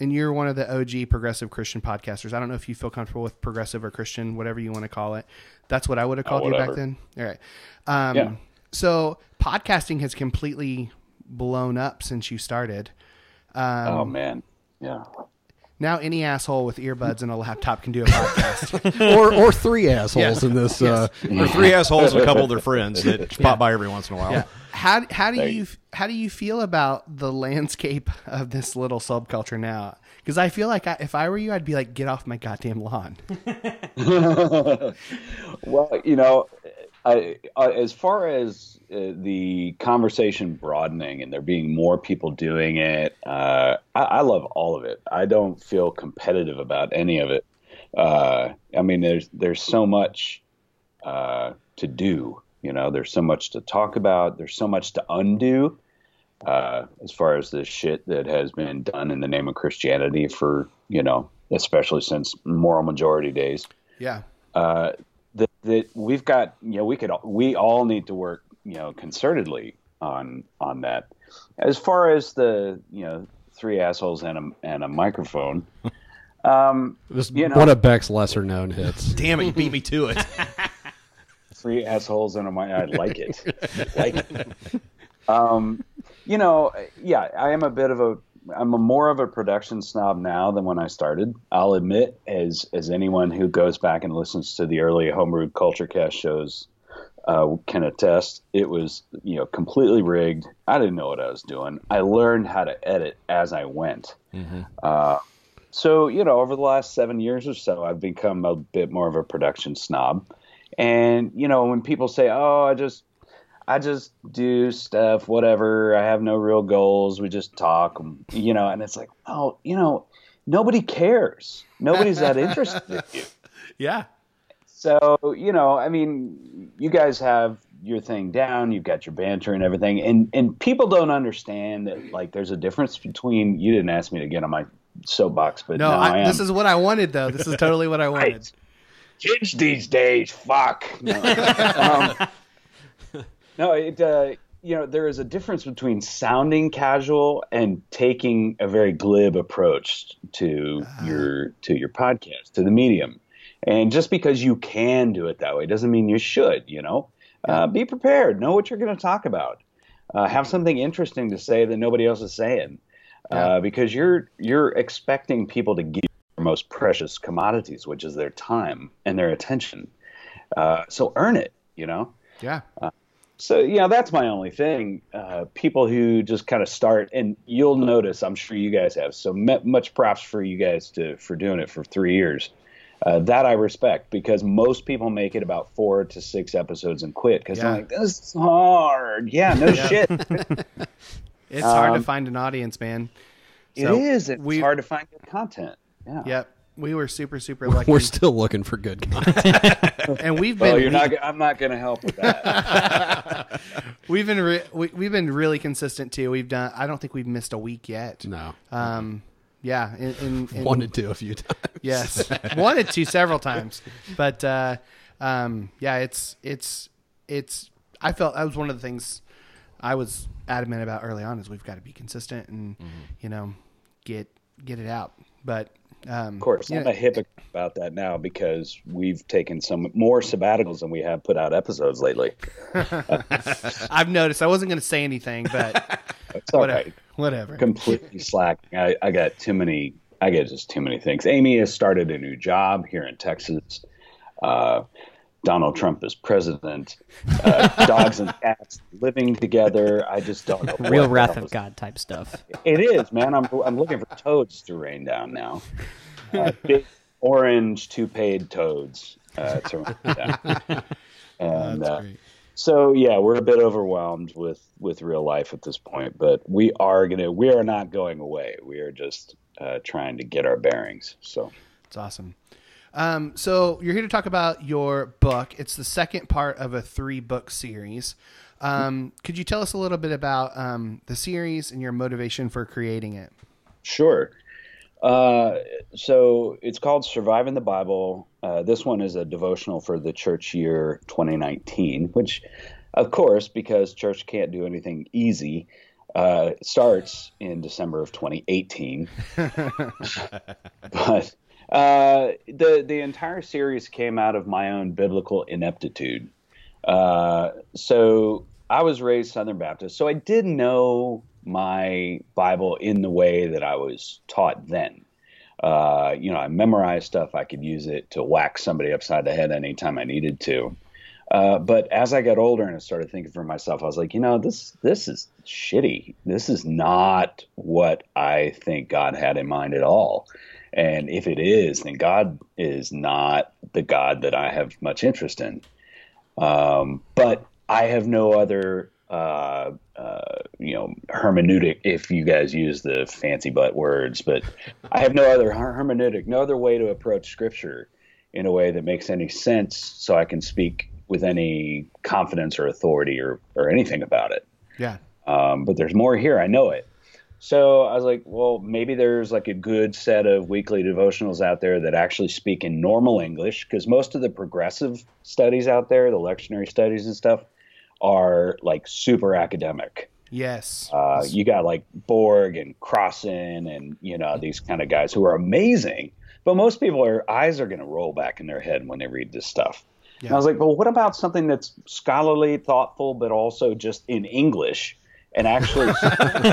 [SPEAKER 1] and you're one of the OG progressive Christian podcasters. I don't know if you feel comfortable with progressive or Christian, whatever you want to call it. That's what I would have
[SPEAKER 12] Oh,
[SPEAKER 1] called you back
[SPEAKER 12] whatever.
[SPEAKER 1] then. All right. Um,
[SPEAKER 12] Yeah.
[SPEAKER 1] So podcasting has completely blown up since you started. Um,
[SPEAKER 12] oh man. Yeah.
[SPEAKER 1] Now any asshole with earbuds and a laptop can do a podcast,
[SPEAKER 2] or or three assholes
[SPEAKER 1] Yeah.
[SPEAKER 2] in this.
[SPEAKER 1] Yes.
[SPEAKER 2] Uh,
[SPEAKER 5] Or three assholes and a couple of their friends that pop by every once in a while.
[SPEAKER 1] Yeah. How how do
[SPEAKER 5] There
[SPEAKER 1] you how do you feel about the landscape of this little subculture now? Because I feel like I, if I were you, I'd be like, get off my goddamn lawn.
[SPEAKER 12] [LAUGHS] well, you know, I, I, as far as uh, the conversation broadening and there being more people doing it, uh, I, I love all of it. I don't feel competitive about any of it. Uh, I mean, there's there's so much uh, to do. You know, there's so much to talk about. There's so much to undo. Uh, as far as the shit that has been done in the name of Christianity for, you know, especially since moral majority days
[SPEAKER 1] Yeah.
[SPEAKER 12] uh, that that we've got you know we could all- we all need to work you know concertedly on on that as far as the you know three assholes and a and a microphone um
[SPEAKER 2] this,
[SPEAKER 12] you know
[SPEAKER 2] One of Beck's lesser known hits.
[SPEAKER 5] Damn it, you beat me to it.
[SPEAKER 12] three assholes and a mic I like it like it um you know yeah I am a bit of a I'm a more of a production snob now than when I started. I'll admit, as as anyone who goes back and listens to the early Homebrew Culture Cast shows uh, can attest, it was you know completely rigged. I didn't know what I was doing. I learned how to edit as I went. Uh, so you know, over the last seven years or so, I've become a bit more of a production snob. And you know, when people say, "Oh, I just I just do stuff, whatever. I have no real goals. We just talk, you know. And it's like, oh, you know, nobody cares. Nobody's that interested in
[SPEAKER 1] [LAUGHS]
[SPEAKER 12] you.
[SPEAKER 5] Yeah.
[SPEAKER 12] So, you know, I mean, you guys have your thing down, you've got your banter and everything. And and people don't understand that like there's a difference between you didn't ask me to get on my soapbox, but
[SPEAKER 1] No,
[SPEAKER 12] now I,
[SPEAKER 1] I,
[SPEAKER 12] am.
[SPEAKER 1] this is what I wanted though. This is totally what I wanted.
[SPEAKER 12] kids these days. Fuck. [LAUGHS] No, Um, no, it. Uh, you know, there is a difference between sounding casual and taking a very glib approach to your to your podcast to the medium. And just because you can do it that way doesn't mean you should. You know, uh, be prepared. Know what you're going to talk about. Uh, have something interesting to say that nobody else is saying, uh, because you're you're expecting people to give their most precious commodities, which is their time and their attention. Uh, so earn it, you know.
[SPEAKER 1] Yeah.
[SPEAKER 12] Uh, so yeah, that's my only thing. Uh, people who just kind of start, and you'll notice, I'm sure you guys have. So me- much props for you guys to for doing it for three years. Uh, that I respect because most people make it about four to six episodes and quit because
[SPEAKER 1] Yeah.
[SPEAKER 12] they're like, this is hard. Yeah, no
[SPEAKER 1] Yeah. [LAUGHS]
[SPEAKER 12] shit.
[SPEAKER 1] It's hard to
[SPEAKER 12] Um,
[SPEAKER 1] find an audience, man.
[SPEAKER 12] It is. It's hard to find good content. Yeah.
[SPEAKER 1] Yep. We were super, super lucky.
[SPEAKER 2] We're still looking for good content.
[SPEAKER 1] and we've been.
[SPEAKER 12] [LAUGHS] Well, you're not. I'm not going to help with that.
[SPEAKER 1] we've been re- we, we've been really consistent too. We've done. I don't think we've missed a week yet.
[SPEAKER 2] No.
[SPEAKER 1] Um. Yeah. In, in, in,
[SPEAKER 2] Wanted to a few times.
[SPEAKER 1] Yes. [LAUGHS] Wanted to several times, but uh, um, yeah, it's it's it's. I felt that was one of the things I was adamant about early on is we've got to be consistent and you know get get it out. But um,
[SPEAKER 12] Of course, [LAUGHS] I'm a hypocrite about that now because we've taken some more sabbaticals than we have put out episodes lately.
[SPEAKER 1] I've noticed. I wasn't going to say anything, but
[SPEAKER 12] It's all
[SPEAKER 1] whatever.
[SPEAKER 12] [LAUGHS] right.
[SPEAKER 1] Whatever.
[SPEAKER 12] Completely slack. I, I got too many. I get just too many things. Amy has started a new job here in Texas. Uh, Donald Trump is president. Uh, dogs and cats living together. I just don't know.
[SPEAKER 3] [LAUGHS] Real
[SPEAKER 12] what
[SPEAKER 3] wrath
[SPEAKER 12] else.
[SPEAKER 3] of God type stuff.
[SPEAKER 12] It is, man. I'm I'm looking for toads to rain down now. Uh, big orange toupeed toads uh, to rain down. And uh, so, yeah, we're a bit overwhelmed with with real life at this point, but we are gonna we are not going away. We are just uh, trying to get our bearings. So
[SPEAKER 1] It's awesome. Um, so you're here to talk about your book. It's the second part of a three book series. Um, could you tell us a little bit about um, the series and your motivation for creating it?
[SPEAKER 12] Sure. Uh, so it's called Surviving the Bible. Uh, this one is a devotional for the church year 2019, which, of course, because church can't do anything easy, uh, it starts in December of 2018. but uh, the the entire series came out of my own biblical ineptitude. Uh, so I was raised Southern Baptist, so I did know my Bible in the way that I was taught then. Uh, you know, I memorized stuff. I could use it to whack somebody upside the head anytime I needed to. Uh, but as I got older and I started thinking for myself, I was like, you know, this this is shitty. This is not what I think God had in mind at all. And if it is, then God is not the God that I have much interest in. Um, but I have no other, uh, uh, you know, hermeneutic. If you guys use the fancy butt words, but I have no other her- hermeneutic, no other way to approach Scripture in a way that makes any sense, so I can speak with any confidence or authority or or anything about it
[SPEAKER 1] Yeah.
[SPEAKER 12] um, but there's more here. I know it. So I was like, well, maybe there's like a good set of weekly devotionals out there that actually speak in normal English because most of the progressive studies out there, the lectionary studies and stuff, are like super academic.
[SPEAKER 1] Yes.
[SPEAKER 12] Uh, you got like Borg and Crossan and you know these kind of guys who are amazing, but most people are eyes are going to roll back in their head when they read this stuff. And I was like, well, what about something that's scholarly, thoughtful, but also just in English
[SPEAKER 1] [LAUGHS]
[SPEAKER 12] and actually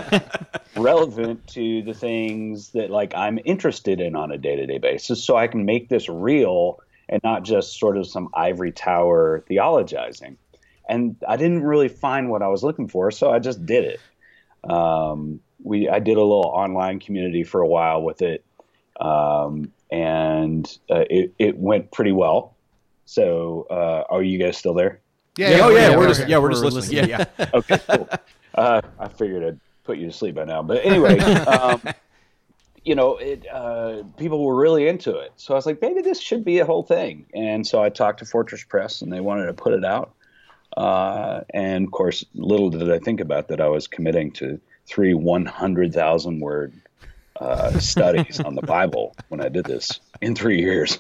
[SPEAKER 12] [LAUGHS] relevant to the things that like I'm interested in on a day to day basis, so I can make this real and not just sort of some ivory tower theologizing. And I didn't really find what I was looking for, so I just did it um, we I did a little online community for a while with it, um, and uh, it it went pretty well. So, uh, are you guys still there?
[SPEAKER 1] Yeah, Yeah, yeah, oh, yeah, yeah, we're we're just- here.
[SPEAKER 5] yeah, we're just listening. Yeah, yeah.
[SPEAKER 12] okay, cool. Uh, I figured I'd put you to sleep by now, but anyway, um, you know, it uh, people were really into it. So I was like, maybe this should be a whole thing. And so I talked to Fortress Press, and they wanted to put it out. Uh, and of course, little did I think about that I was committing to three 100,000 word uh, studies on the Bible when I did this in three years.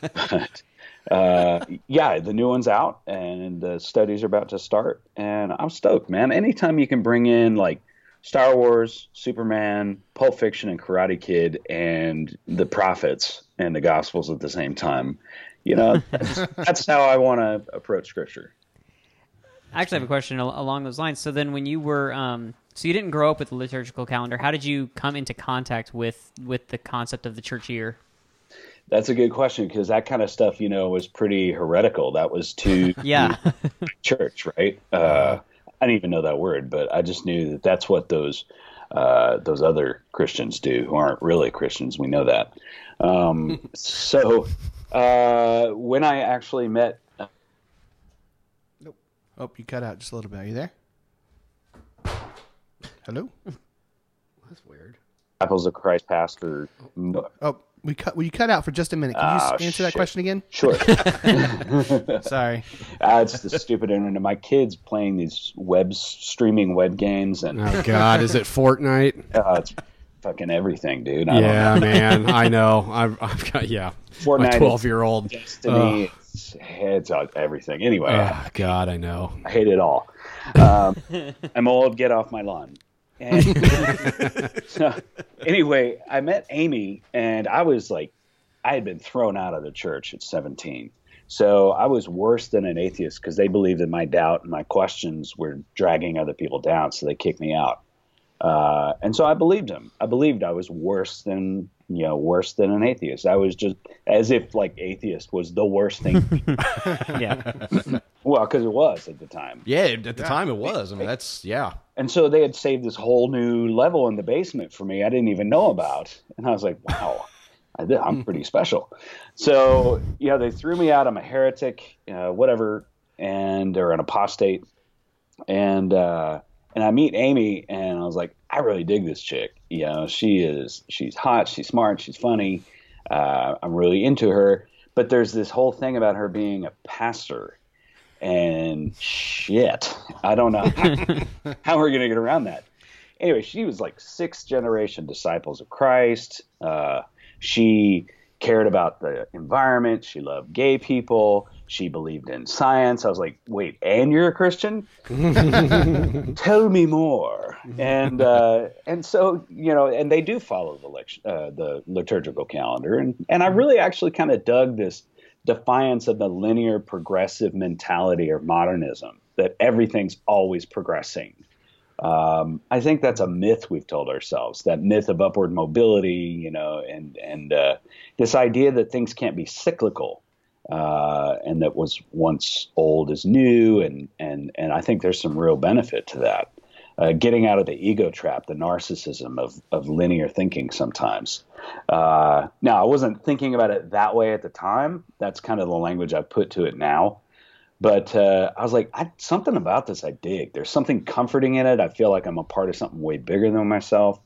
[SPEAKER 12] but uh, yeah, the new one's out and the studies are about to start. And I'm stoked, man. Anytime you can bring in like Star Wars, Superman, Pulp Fiction, and Karate Kid, and the prophets and the gospels at the same time, you know, that's, that's how I want to approach scripture.
[SPEAKER 3] I actually have a question al- along those lines. So then, when you were, um, so you didn't grow up with the liturgical calendar. How did you come into contact with with the concept of the church year?
[SPEAKER 12] That's a good question because that kind of stuff, you know, was pretty heretical. That was to
[SPEAKER 3] Yeah.
[SPEAKER 12] the church, right? Uh, I didn't even know that word, but I just knew that that's what those uh, those other Christians do who aren't really Christians. We know that. Um, so uh, when I actually met
[SPEAKER 1] Oh, you cut out just a little bit. Are you there? Hello.
[SPEAKER 2] That's weird.
[SPEAKER 12] Apples of Christ pastor, m-
[SPEAKER 1] Oh, we cut. Well, you cut out for just a minute. Can you s-
[SPEAKER 12] Oh,
[SPEAKER 1] answer that
[SPEAKER 12] shit.
[SPEAKER 1] question
[SPEAKER 12] [LAUGHS]
[SPEAKER 1] again?
[SPEAKER 12] Sure.
[SPEAKER 1] Sorry.
[SPEAKER 12] Uh, it's the stupid internet. My kids playing these web streaming web games and
[SPEAKER 2] Oh God, is it Fortnite?
[SPEAKER 12] Uh, it's fucking everything, dude. [LAUGHS] I don't
[SPEAKER 2] Yeah,
[SPEAKER 12] know. [LAUGHS]
[SPEAKER 2] man. I know. I've, I've got yeah.
[SPEAKER 12] Fortnite
[SPEAKER 2] My
[SPEAKER 12] is
[SPEAKER 2] twelve year old.
[SPEAKER 12] Destiny, it's, it's on everything. Anyway,
[SPEAKER 2] Oh, God, I know.
[SPEAKER 12] I hate it all. Um, I'm old. Get off my lawn. And [LAUGHS] so, anyway, I met Amy, and I was like, I had been thrown out of the church at 17. So I was worse than an atheist because they believed that my doubt and my questions were dragging other people down. So they kicked me out. Uh, and so I believed him. I believed I was worse than, you know, worse than an atheist. I was just as if like atheist was the worst thing.
[SPEAKER 3] yeah.
[SPEAKER 12] Well, because it was at the time.
[SPEAKER 5] Yeah, at the time it was. I mean, that's yeah.
[SPEAKER 12] And so they had saved this whole new level in the basement for me I didn't even know about. And I was like, wow, I did- I'm pretty special. So, you know, they threw me out. I'm a heretic, uh, whatever, and or an apostate. And, uh, and I meet Amy, and I was like, I really dig this chick. You know, she is, she's hot, she's smart, she's funny. Uh, I'm really into her. But there's this whole thing about her being a pastor and shit. I don't know how, [LAUGHS] how we're going to get around that. Anyway, she was like sixth generation disciples of Christ. Uh, she cared about the environment. She loved gay people. She believed in science. I was like, wait, and you're a Christian? Tell me more. And uh, and so you know, and they do follow the lect- uh, the liturgical calendar, and and I really actually kind of dug this defiance of the linear progressive mentality or modernism that everything's always progressing. Um, I think that's a myth we've told ourselves. That myth of upward mobility, you know, and and uh, this idea that things can't be cyclical, uh, and that was once old is new, and and and I think there's some real benefit to that. Uh, getting out of the ego trap, the narcissism of of linear thinking sometimes. Uh, now, I wasn't thinking about it that way at the time. That's kind of the language I put to it now but uh, I was like, I, something about this I dig. There's something comforting in it. I feel like I'm a part of something way bigger than myself.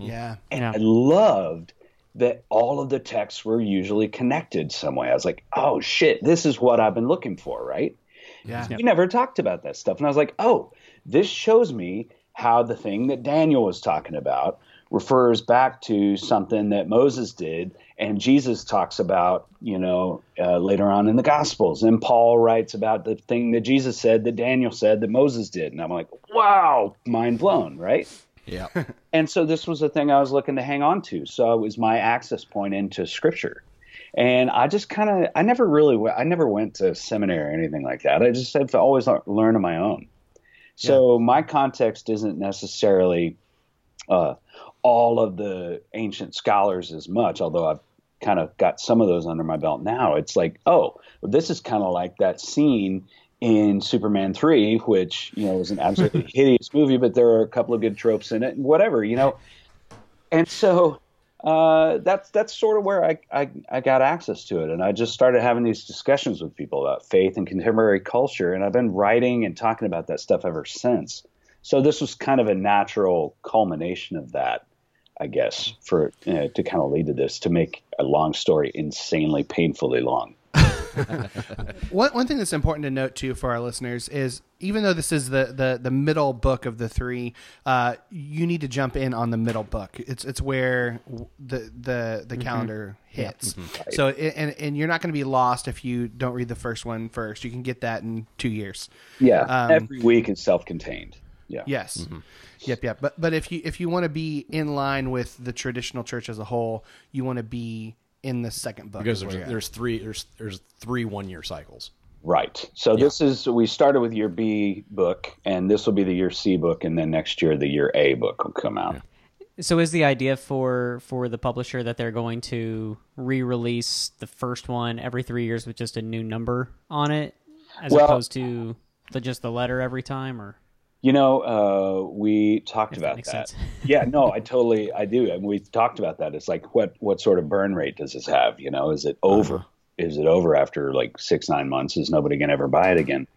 [SPEAKER 1] Yeah.
[SPEAKER 12] And I loved that all of the texts were usually connected some way. I was like, oh shit, this is what I've been looking for, right?
[SPEAKER 1] Yeah.
[SPEAKER 12] We never talked about that stuff. And I was like, oh, this shows me how the thing that Daniel was talking about refers back to something that Moses did and Jesus talks about, you know, uh, later on in the Gospels. And Paul writes about the thing that Jesus said, that Daniel said, that Moses did. And I'm like, wow, mind blown, right?
[SPEAKER 5] Yeah.
[SPEAKER 12] [LAUGHS] and so this was the thing I was looking to hang on to. So it was my access point into scripture. And I just kind of, I never really, went, I never went to seminary or anything like that. I just have to always lear- learn on my own. So my context isn't necessarily uh, all of the ancient scholars as much, although I've kind of got some of those under my belt now. It's like, oh, this is kind of like that scene in Superman 3, which, you know, is an absolutely hideous movie, but there are a couple of good tropes in it and whatever, you know. And so uh, that's that's sort of where I, I, I got access to it. And I just started having these discussions with people about faith and contemporary culture. And I've been writing and talking about that stuff ever since. So this was kind of a natural culmination of that I guess, for uh, to kind of lead to this to make a long story insanely painfully long.
[SPEAKER 1] one, one thing that's important to note too for our listeners is even though this is the the, the middle book of the three, uh, you need to jump in on the middle book. It's it's where w- the the the
[SPEAKER 9] Mhm.
[SPEAKER 1] calendar
[SPEAKER 9] Yeah.
[SPEAKER 1] hits.
[SPEAKER 9] Mhm. Right.
[SPEAKER 1] So a- and and you're not going to be lost if you don't read the first one first. You can get that in two years.
[SPEAKER 12] Yeah,
[SPEAKER 1] Um,
[SPEAKER 12] every week is self-contained. Yeah.
[SPEAKER 1] Yes. Yep. Yep. But but if you if you want to be in line with the traditional church as a whole, you want to be in the second book
[SPEAKER 5] because
[SPEAKER 1] is where
[SPEAKER 5] there's,
[SPEAKER 1] you're at.
[SPEAKER 5] there's three there's there's three one year cycles.
[SPEAKER 12] Right. So this is we started with year B book, and this will be the year C book, and then next year the year A book will come out.
[SPEAKER 3] So is the idea for for the publisher that they're going to re-release the first one every three years with just a new number on it, as
[SPEAKER 12] Well-
[SPEAKER 3] opposed to the, just the letter every time, or
[SPEAKER 12] You know, uh, we talked about
[SPEAKER 3] makes
[SPEAKER 12] that.
[SPEAKER 3] sense.
[SPEAKER 12] [LAUGHS] yeah, no,
[SPEAKER 3] [LAUGHS]
[SPEAKER 12] I totally, I do, and we talked about that. It's like, what, what sort of burn rate does this have? You know, is it
[SPEAKER 3] Uh-huh.
[SPEAKER 12] over? Is it over after like six, nine months? Is nobody gonna ever buy it again?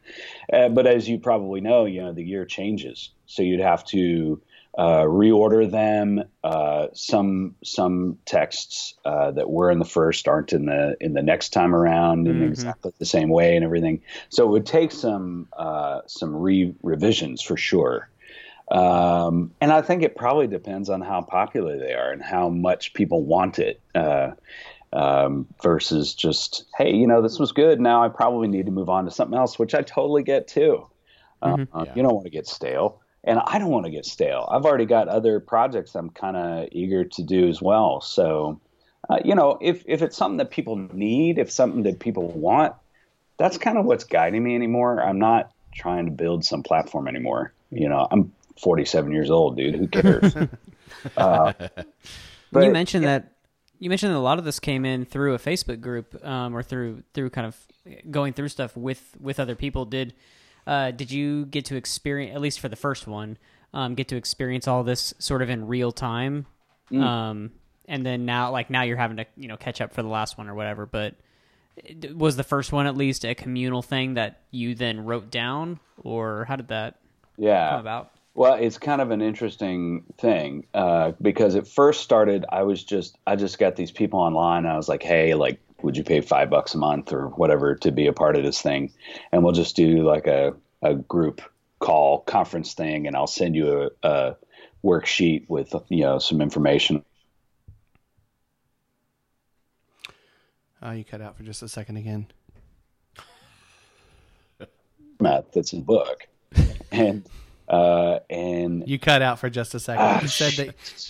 [SPEAKER 12] Uh, but as you probably know, you know, the year changes, so you'd have to uh, reorder them. Uh, some some texts uh, that were in the first aren't in the in the next time around in
[SPEAKER 3] Mm-hmm.
[SPEAKER 9] Mhm.
[SPEAKER 12] exactly the same way and everything. So it would take some uh, some re- revisions for sure. Um, and I think it probably depends on how popular they are and how much people want it uh, um, versus just, hey, you know, this was good. Now I probably need to move on to something else, which I totally get too. Uh, uh, You don't want to get stale. And I don't want to get stale. I've already got other projects I'm kind of eager to do as well. So, uh, you know, if, if it's something that people need, if something that people want, that's kind of what's guiding me anymore. I'm not trying to build some platform anymore. You know, I'm 47 years old, dude. Who cares? uh,
[SPEAKER 3] you
[SPEAKER 12] but-
[SPEAKER 3] mentioned that you mentioned that a lot of this came in through a Facebook group um, or through through kind of going through stuff with with other people. Did uh, did you get to experience at least for the first one um, get to experience all this sort of in real time?
[SPEAKER 12] Mm.
[SPEAKER 3] Um, and then now like now you're having to you know catch up for the last one or whatever. But d- was the first one at least a communal thing that you then wrote down or how did that
[SPEAKER 12] yeah.
[SPEAKER 3] come about?
[SPEAKER 12] Well, it's kind of an interesting thing uh, because it first started. I was just I just got these people online. And I was like, hey, like, would you pay five bucks a month or whatever to be a part of this thing? And we'll just do like a a group call conference thing, and I'll send you a, a worksheet with you know some information
[SPEAKER 1] Oh, you cut out for just a second again.
[SPEAKER 12] math that's in
[SPEAKER 1] [LAUGHS]
[SPEAKER 12] the book, and uh, and ah,
[SPEAKER 1] You cut out for just a second. you said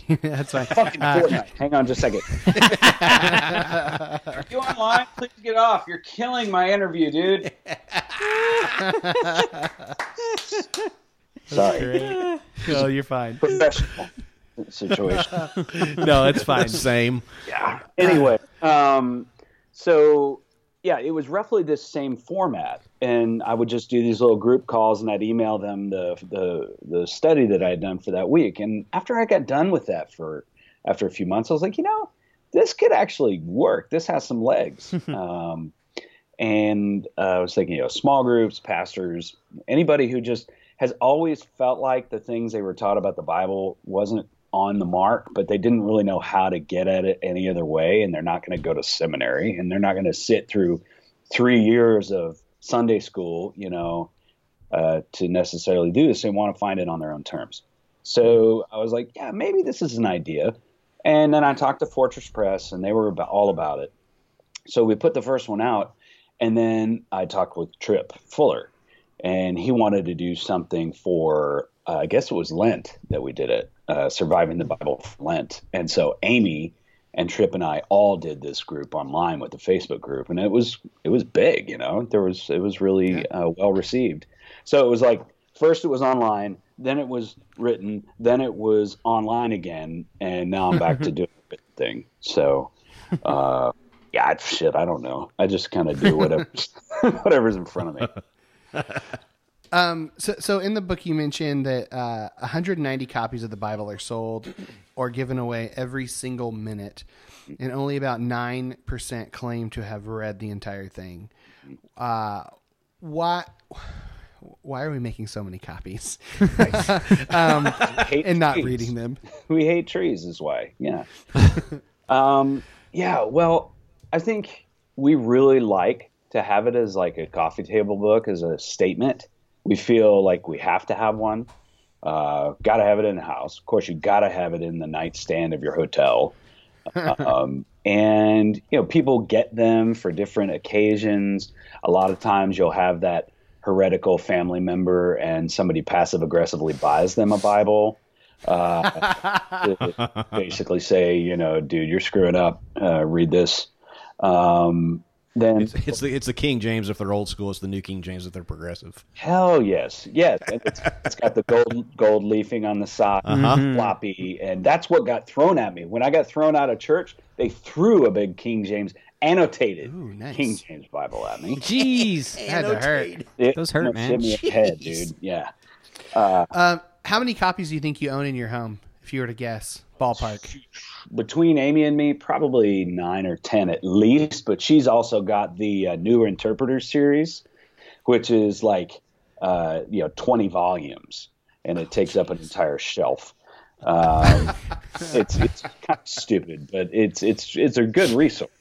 [SPEAKER 1] that. [LAUGHS] that's fine.
[SPEAKER 12] Fucking
[SPEAKER 1] Uh,
[SPEAKER 12] Fortnite. Hang on just
[SPEAKER 1] [LAUGHS]
[SPEAKER 12] a second. Are you online? Please get off. You're killing my
[SPEAKER 1] [LAUGHS]
[SPEAKER 12] interview, dude. Sorry.
[SPEAKER 1] great. No, you're fine.
[SPEAKER 12] Professional situation.
[SPEAKER 5] no, it's fine. Same.
[SPEAKER 12] Yeah. [LAUGHS] Anyway, um, so yeah, it was roughly this same format, and I would just do these little group calls, and I'd email them the the the study that I had done for that week. And after I got done with that for after a few months, I was like, you know, this could actually work. This has some legs. um, and uh, I was thinking, you know, small groups, pastors, anybody who just has always felt like the things they were taught about the Bible wasn't on the mark, but they didn't really know how to get at it any other way, and they're not going to go to seminary, and they're not going to sit through three years of Sunday school, you know, uh, to necessarily do this. They want to find it on their own terms. So I was like, yeah, maybe this is an idea. And then I talked to Fortress Press, and they were about, all about it. So we put the first one out, and then I talked with Trip Fuller, and he wanted to do something for, uh, I guess it was Lent that we did it, uh, Surviving the Bible for Lent. And so Amy and Trip and I all did this group online with the Facebook group, and it was it was big, you know. There was it was really uh, well received. So it was like first it was online, then it was written, then it was online again, and now I'm back to doing the written thing. So. Uh, yeah, shit, I don't know. I just kind of do
[SPEAKER 1] [LAUGHS]
[SPEAKER 12] whatever, [LAUGHS] whatever's in front of me.
[SPEAKER 1] Um, so, so in the book, you mentioned that uh, 190 copies of the Bible are sold or given away every single minute, and only about 9% claim to have read the entire thing. Uh, why, why are we making so many copies [LAUGHS] um,
[SPEAKER 12] hate
[SPEAKER 1] and not
[SPEAKER 12] trees.
[SPEAKER 1] reading them?
[SPEAKER 12] we hate trees is why
[SPEAKER 1] [LAUGHS]
[SPEAKER 12] yeah um, yeah well i think we really like to have it as like a coffee table book as a statement we feel like we have to have one uh, gotta have it in the house of course you gotta have it in the nightstand of your hotel um, and you know people get them for different occasions a lot of times you'll have that heretical family member and somebody passive aggressively buys them a bible uh, to basically say you know dude you're screwing up uh, read this um, then
[SPEAKER 5] It's, [LAUGHS] it's the it's the King James if they're old school. It's the New King James if they're progressive.
[SPEAKER 1] [LAUGHS]
[SPEAKER 12] Hell yes, yes. And it's, it's got the gold gold leafing on the side,
[SPEAKER 5] Uh-huh.
[SPEAKER 12] floppy, and that's what got thrown at me. When I got thrown out of church, they threw a big King James annotated King James Bible at me.
[SPEAKER 3] Jeez, that had to hurt.
[SPEAKER 12] It
[SPEAKER 3] Those hurt,
[SPEAKER 12] almost
[SPEAKER 3] man.
[SPEAKER 12] Hit me in the head,
[SPEAKER 1] Jeez.
[SPEAKER 12] dude. Yeah. Uh,
[SPEAKER 1] Um, how many copies do you think you own in your home, if you were to guess? Ballpark.
[SPEAKER 12] between Amy and me, probably nine or ten at least. But she's also got the uh, newer interpreter series, which is like uh, you know twenty volumes, and it takes up an entire shelf. Um, it's it's kind of stupid, but it's it's it's a good resource.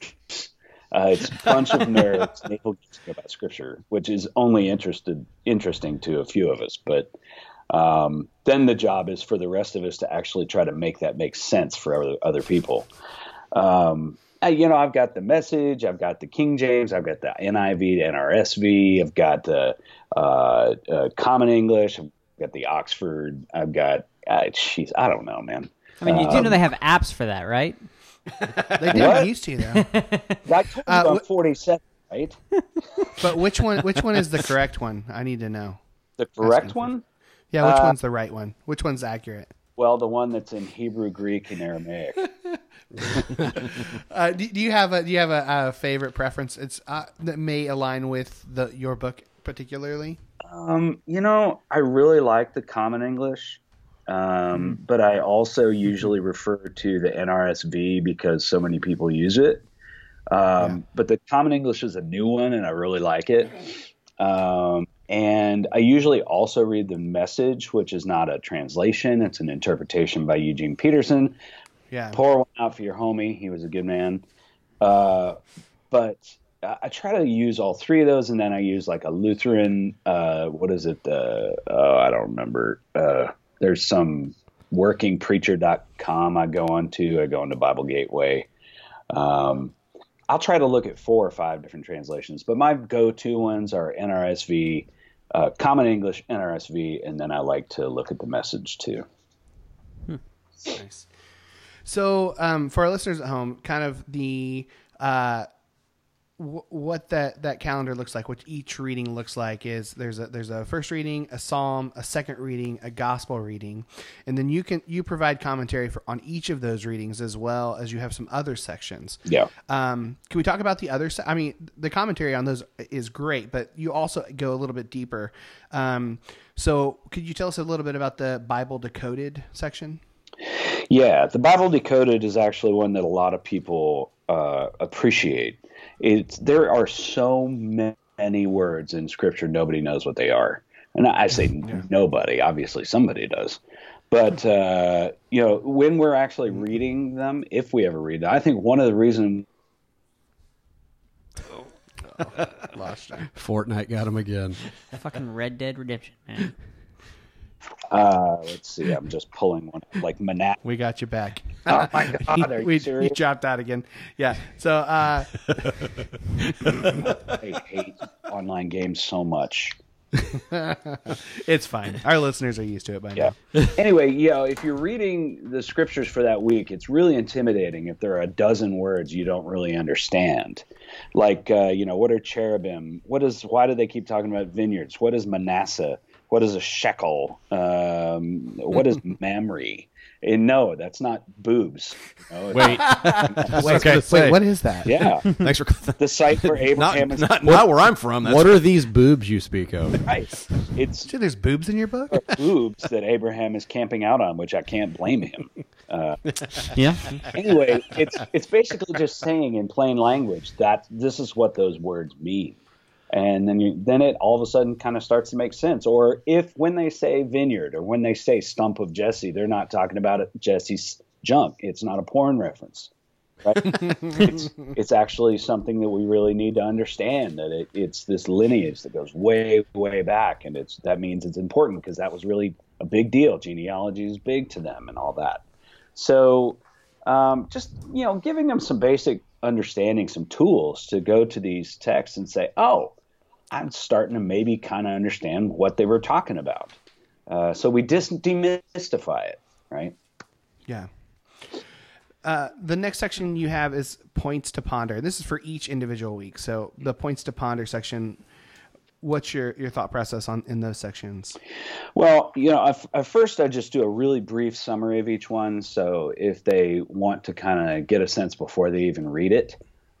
[SPEAKER 12] Uh, it's a bunch of nerds and they will geeks about scripture, which is only interested interesting to a few of us. But um, then the job is for the rest of us to actually try to make that make sense for other, other people. Um, uh, you know, I've got the message, I've got the King James, I've got the NIV, the NRSV, I've got the uh, uh, Common English, I've got the Oxford, I've got, uh, jeez, I don't know, man.
[SPEAKER 3] I mean, you do
[SPEAKER 12] Um,
[SPEAKER 3] know they have apps for that, right?
[SPEAKER 1] They didn't used to though.
[SPEAKER 12] I told you
[SPEAKER 1] Uh,
[SPEAKER 12] I'm
[SPEAKER 1] wh-
[SPEAKER 12] 47,
[SPEAKER 1] [LAUGHS]
[SPEAKER 12] right?
[SPEAKER 1] But which one? Which one is the correct one? I need to know.
[SPEAKER 12] The
[SPEAKER 1] That's
[SPEAKER 12] correct
[SPEAKER 1] confusing.
[SPEAKER 12] one?
[SPEAKER 1] Yeah, which
[SPEAKER 12] Uh,
[SPEAKER 1] one's the right one? Which one's accurate?
[SPEAKER 12] Well, the one that's in Hebrew, Greek, and Aramaic.
[SPEAKER 1] Uh, do, do you have a do you have a, uh favorite preference? It's uh, that may align with the your book particularly.
[SPEAKER 12] Um, you know, I really like the Common English, um, but I also usually refer to the NRSV because so many people use it. Um, But the Common English is a new one, and I really like it. Um, and I usually also read the Message, which is not a translation; it's an interpretation by Eugene Peterson.
[SPEAKER 1] Yeah.
[SPEAKER 12] Pour one out for your homie. He was a good man. Uh, but I I try to use all three of those, and then I use like a Lutheran. Uh, what is it? Uh, oh, I don't remember. Uh, there's some workingpreacher.com I go on to. I go into Bible Gateway. Um, I'll try to look at four or five different translations, but my go-to ones are NRSV, uh, Common English, NRSV, and then I like to look at the message too.
[SPEAKER 1] Nice. So, um, for our listeners at home, kind of the uh, w- what that that calendar looks like, what each reading looks like is there's a there's a first reading, a psalm, a second reading, a gospel reading, and then you can you provide commentary for on each of those readings as well as you have some other sections.
[SPEAKER 12] Yeah.
[SPEAKER 1] Um, can we talk about the other? se- I mean, the commentary on those is great, but you also go a little bit deeper. Um, so, could you tell us a little bit about the Bible decoded section?
[SPEAKER 12] Yeah, the Bible decoded is actually one that a lot of people uh, appreciate. It's there are so ma- many words in Scripture nobody knows what they are, and I I say nobody. Obviously, somebody does. But uh, you know, when we're actually reading them, if we ever read them, I think one of the reasons
[SPEAKER 1] Lost.
[SPEAKER 2] Fortnite got him again.
[SPEAKER 3] Fucking Red Dead Redemption, man.
[SPEAKER 12] uh, let's see, I'm just pulling one like Manat.
[SPEAKER 1] We got you back.
[SPEAKER 12] [LAUGHS] Oh my God,
[SPEAKER 1] [LAUGHS]
[SPEAKER 12] are you
[SPEAKER 1] we, we
[SPEAKER 12] serious?
[SPEAKER 1] dropped out again. Yeah. So, uh,
[SPEAKER 12] I hate online games so much.
[SPEAKER 1] it's fine. Our listeners are used to it by
[SPEAKER 5] [LAUGHS]
[SPEAKER 12] Yeah. anyway, you know, if you're reading the scriptures for that week, it's really intimidating if there are a dozen words you don't really understand. Like, uh, you know, what are cherubim? What is? Why do they keep talking about vineyards? What is Manasseh? What is a shekel? Um,
[SPEAKER 5] [LAUGHS]
[SPEAKER 12] what is Mamre? And no, that's not boobs. No, it's-
[SPEAKER 5] Wait.
[SPEAKER 1] now.
[SPEAKER 5] That's
[SPEAKER 1] Wait,
[SPEAKER 5] okay.
[SPEAKER 1] wait, what is that?
[SPEAKER 5] [LAUGHS]
[SPEAKER 12] Yeah.
[SPEAKER 5] Thanks for
[SPEAKER 12] the site for
[SPEAKER 5] not
[SPEAKER 12] Abraham.
[SPEAKER 5] not,
[SPEAKER 12] is-
[SPEAKER 5] not where I'm from. That's
[SPEAKER 2] what are these boobs you speak of?
[SPEAKER 12] Right.
[SPEAKER 5] [LAUGHS]
[SPEAKER 12] It's
[SPEAKER 1] Dude, there's boobs in your book?
[SPEAKER 12] boobs that Abraham is camping out on, which I can't blame him. Uh,
[SPEAKER 3] Yeah.
[SPEAKER 12] anyway, it's it's basically just saying in plain language that this is what those words mean. and then you then it all of a sudden kind of starts to make sense or if when they say vineyard or when they say stump of jesse they're not talking about it, jesse's junk it's not a porn reference right it's, it's actually something that we really need to understand that it, it's this lineage that goes way way back and it's that means it's important because that was really a big deal genealogy is big to them and all that so um, just you know giving them some basic understanding some tools to go to these texts and say oh i'm starting to maybe kind of understand what they were talking about uh, so we dis- demystify it right
[SPEAKER 1] Yeah. Uh, the next section you have is points to ponder. This is for each individual week. So the points to ponder section. What's your, your thought process on in those sections?
[SPEAKER 12] Well, you know, at at first I just do a really brief summary of each one. So if they want to kind of get a sense before they even read it,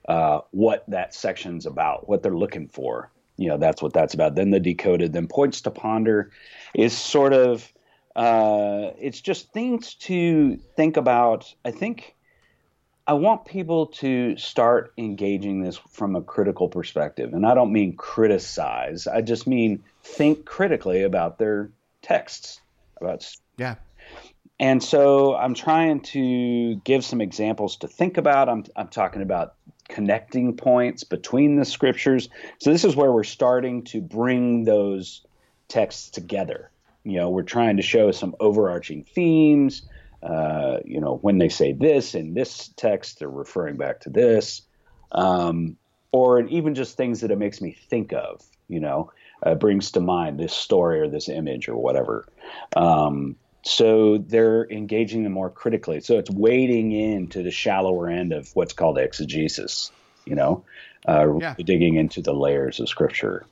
[SPEAKER 12] uh, what that section's about, what they're looking for, you know, that's what that's about. Then the decoded, then points to ponder is sort of, uh, it's just things to think about. I think I want people to start engaging this from a critical perspective. And I don't mean criticize, I just mean think critically about their texts. About s-
[SPEAKER 1] Yeah.
[SPEAKER 12] and so I'm trying to give some examples to think about. I'm, I'm talking about connecting points between the scriptures. So this is where we're starting to bring those texts together. You know, we're trying to show some overarching themes. Uh, you know, when they say this in this text, they're referring back to this, um, or even just things that it makes me think of. You know, uh, brings to mind this story or this image or whatever. Um, so they're engaging them more critically. So it's wading into the shallower end of what's called exegesis. You know, uh,
[SPEAKER 5] Yeah.
[SPEAKER 12] digging into the layers of scripture.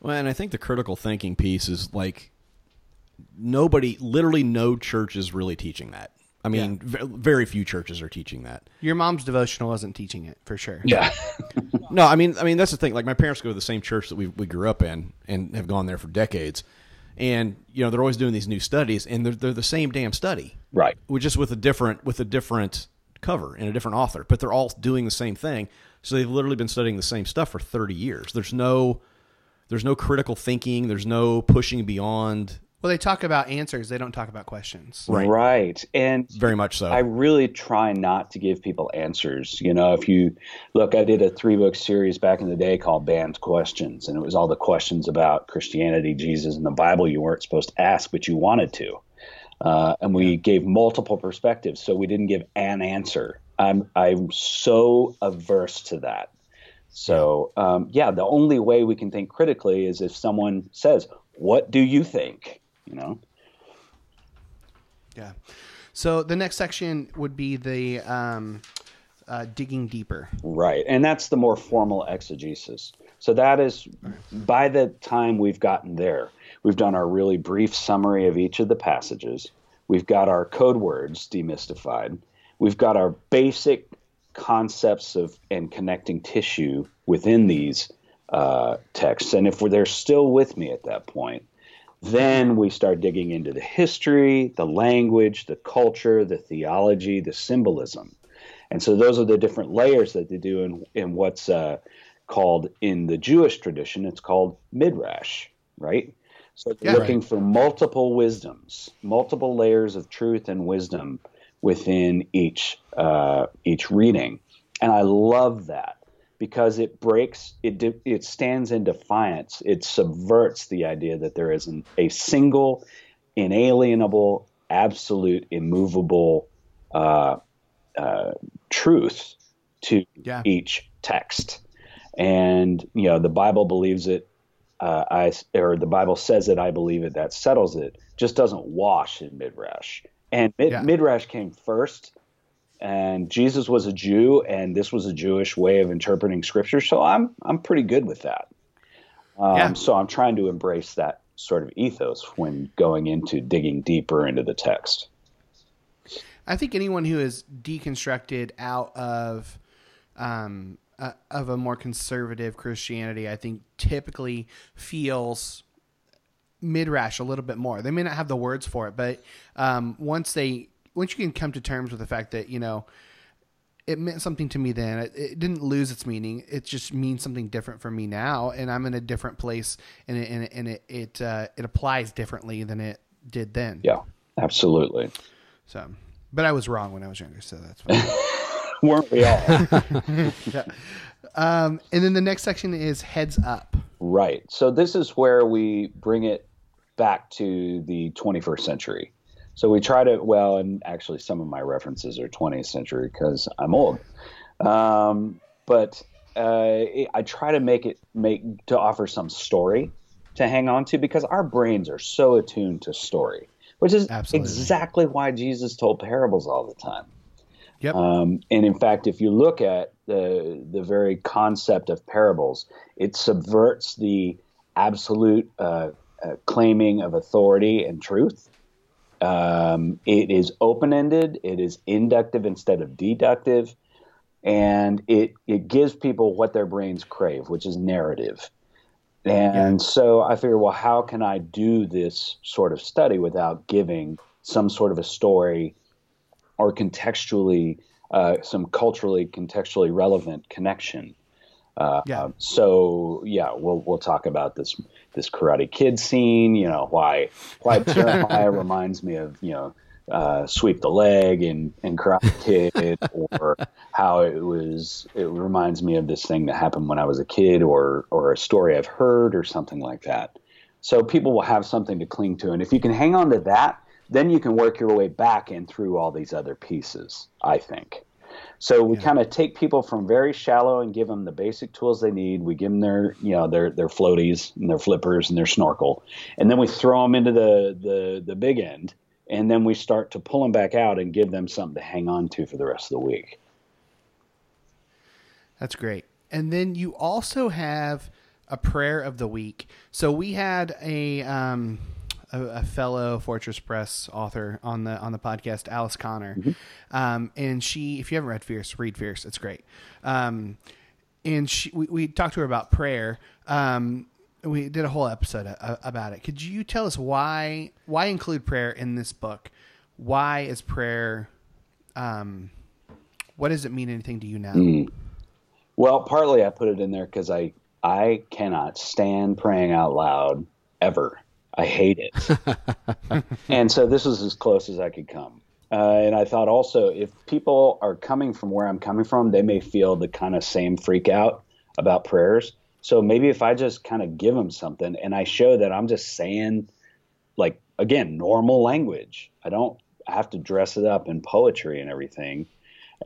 [SPEAKER 5] Well, and I think the critical thinking piece is like nobody, literally, no church is really teaching that. I mean, ve- very few churches are teaching that.
[SPEAKER 1] Your mom's devotional isn't teaching it for sure.
[SPEAKER 5] no, I mean, I mean that's the thing. Like my parents go to the same church that we we grew up in and have gone there for decades, and you know they're always doing these new studies, and they're they're the same damn study,
[SPEAKER 12] [LAUGHS] right?
[SPEAKER 5] With just with a different with a different cover and a different author, but they're all doing the same thing. So they've literally been studying the same stuff for thirty years. There's no there's no critical thinking. There's no pushing beyond.
[SPEAKER 1] Well, they talk about answers. They don't talk about questions.
[SPEAKER 12] Right. And
[SPEAKER 5] very much so.
[SPEAKER 12] I really try not to give people answers. You know, if you look, I did a three book series back in the day called Banned Questions, and it was all the questions about Christianity, Jesus, and the Bible you weren't supposed to ask, but you wanted to. Uh, and we gave multiple perspectives, so we didn't give an answer. I'm, I'm so averse to that. So, um, yeah, the only way we can think critically is if someone says, What do you think? You know?
[SPEAKER 1] Yeah. So the next section would be the um, uh, digging deeper.
[SPEAKER 12] Right. And that's the more formal exegesis. So that is by the time we've gotten there, we've done our really brief summary of each of the passages. We've got our code words demystified. We've got our basic concepts of and connecting tissue within these uh, texts. And if they're still with me at that point, then we start digging into the history, the language, the culture, the theology, the symbolism. And so those are the different layers that they do in, in what's uh, called in the Jewish tradition, it's called midrash, right? So
[SPEAKER 14] Yeah.
[SPEAKER 12] looking for multiple wisdoms, multiple layers of truth and wisdom within each uh, each reading, and I love that because it breaks it de- it stands in defiance. It subverts the idea that there is an, a single, inalienable, absolute, immovable uh, uh, truth to
[SPEAKER 1] Yeah.
[SPEAKER 12] each text. And you know, the Bible believes it. Uh, I or the Bible says it. I believe it. That settles it. Just doesn't wash in midrash. And mid, midrash came first. And Jesus was a Jew, and this was a Jewish way of interpreting Scripture. So I'm I'm pretty good with that. Um, So I'm trying to embrace that sort of ethos when going into digging deeper into the text.
[SPEAKER 1] I think anyone who is deconstructed out of um, uh, of a more conservative Christianity, I think typically feels midrash a little bit more. They may not have the words for it, but um, once they once you can come to terms with the fact that you know it meant something to me then. It, it didn't lose its meaning. It just means something different for me now, and I'm in a different place, and it, and it, and it it, uh, it applies differently than it did then.
[SPEAKER 12] Yeah, absolutely.
[SPEAKER 1] So, but I was wrong when I was younger, so that's fine.
[SPEAKER 12] Weren't we all?
[SPEAKER 1] Yeah. Um, and then the next section is heads up.
[SPEAKER 12] Right. So this is where we bring it back to the 21st century. So we try to well, and actually some of my references are 20th century because I'm old. Um, but uh, it- I try to make it make to offer some story to hang on to because our brains are so attuned to story, which is exactly why Jesus told parables all the time.
[SPEAKER 1] Yep.
[SPEAKER 12] Um, and in fact, if you look at the the very concept of parables, it subverts the absolute uh, uh, claiming of authority and truth. Um, it is open ended. It is inductive instead of deductive, and it it gives people what their brains crave, which is narrative. And so I figured, well, how can I do this sort of study without giving some sort of a story or contextually, uh, some culturally contextually relevant connection? Uh, yeah. So yeah, we'll we'll talk about this this Karate Kid scene. You know why why Jeremiah reminds me of you know uh, sweep the leg and and Karate Kid, or how it was. It reminds me of this thing that happened when I was a kid, or or a story I've heard, or something like that. So people will have something to cling to, and if you can hang on to that, then you can work your way back and through all these other pieces. I think. So we kind of take people from very shallow and give them the basic tools they need. We give them their, you know, their their floaties and their flippers and their snorkel, and then we throw them into the the the big end, and then we start to pull them back out and give them something to hang on to for the rest of the week.
[SPEAKER 1] That's great. And then you also have a prayer of the week. So we had a um, a, a fellow Fortress Press author on the on the podcast, Alice Connor, um, and she. If you haven't read Fierce, read Fierce. It's great. Um, and she, we, we talked to her about prayer. Um, we did a whole episode uh, about it. Could you tell us why why include prayer in this book? Why is prayer? Um, what does it mean anything to you now?
[SPEAKER 12] Mm. Well, partly I put it in there because I I cannot stand praying out loud ever. I hate it, and so this was as close as I could come. Uh, and I thought also if people are coming from where I'm coming from, they may feel the kind of same freak out about prayers. So maybe if I just kind of give them something and I show that I'm just saying, like again, normal language. I don't have to dress it up in poetry and everything,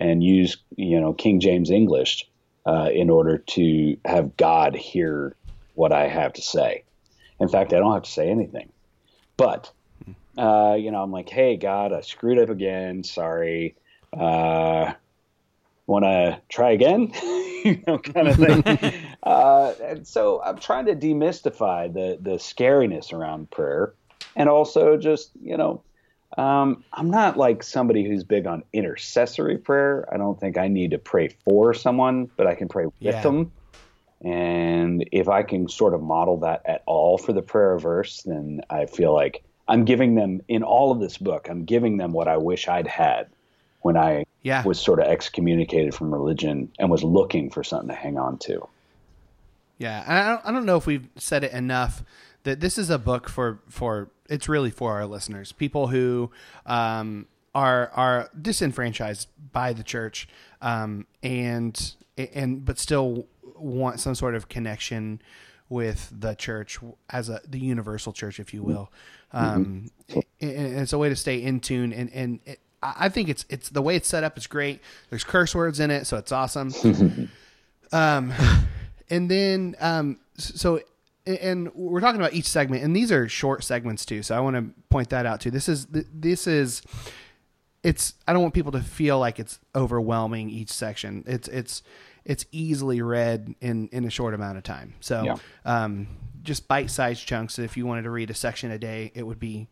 [SPEAKER 12] and use you know King James English uh, in order to have God hear what I have to say. In fact, I don't have to say anything. But, uh, you know, I'm like, hey, God, I screwed up again. Sorry. Uh, Want to try again? [LAUGHS] you know, kind of thing. uh, and so I'm trying to demystify the, the scariness around prayer and also just, you know, um, I'm not like somebody who's big on intercessory prayer. I don't think I need to pray for someone, but I can pray with
[SPEAKER 17] Yeah.
[SPEAKER 12] them. And if I can sort of model that at all for the prayer verse, then I feel like I'm giving them in all of this book, I'm giving them what I wish I'd had when I
[SPEAKER 1] Yeah.
[SPEAKER 12] was sort of excommunicated from religion and was looking for something to hang on to.
[SPEAKER 1] Yeah, and I don't, I don't know if we've said it enough that this is a book for for it's really for our listeners, people who um, are are disenfranchised by the church, um, and and but still want some sort of connection with the church as a the universal church, if you will. Um, and- and it's a way to stay in tune and and. It, I I think it's it's the way it's set up is great. There's curse words in it, so it's awesome. Um, [LAUGHS] and then um, s- so and we're talking about each segment, and these are short segments too. So I want to point that out too. This is th- this is it's. I don't want people to feel like it's overwhelming each section. It's it's it's easily read in in a short amount of time. So
[SPEAKER 12] Yeah.
[SPEAKER 1] um, just bite sized chunks. If you wanted to read a section a day, it would be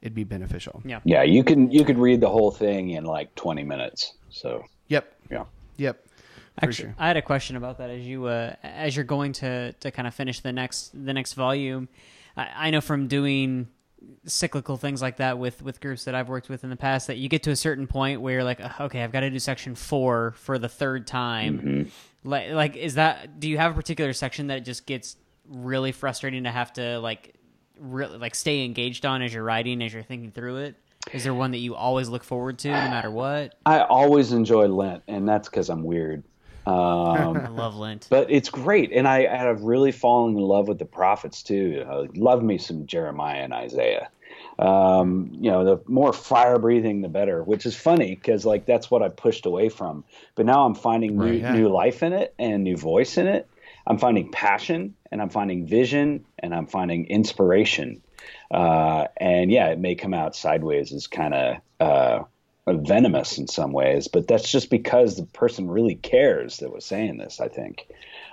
[SPEAKER 1] it'd be beneficial.
[SPEAKER 12] Yeah, you can you could read the whole thing in like 20 minutes. So
[SPEAKER 1] Yep.
[SPEAKER 12] Yeah.
[SPEAKER 1] Yep. For
[SPEAKER 3] Actually,
[SPEAKER 1] sure.
[SPEAKER 3] I had a question about that as you uh, as you're going to to kind of finish the next the next volume. I, I know from doing cyclical things like that with with groups that I've worked with in the past that you get to a certain point where you're like "Ugh, okay I've got to do section 4 for the third time
[SPEAKER 1] Mm-hmm.
[SPEAKER 3] like like is that do you have a particular section that it just gets really frustrating to have to like really like stay engaged on as you're writing as you're thinking through it is there one that you always look forward to no matter what
[SPEAKER 12] I always enjoy Lent, and that's because I'm weird. Um,
[SPEAKER 3] I love Lent.
[SPEAKER 12] But it's great, and I I have really fallen in love with the prophets too. I love me some Jeremiah and Isaiah. Um, you know, the more fire breathing, the better. Which is funny because like that's what I pushed away from, but now I'm finding new,
[SPEAKER 17] Right, yeah.
[SPEAKER 12] new life in it and new voice in it. I'm finding passion, and I'm finding vision, and I'm finding inspiration. Uh, and yeah, it may come out sideways as kind of uh, venomous in some ways, but that's just because the person really cares that was saying this, I think.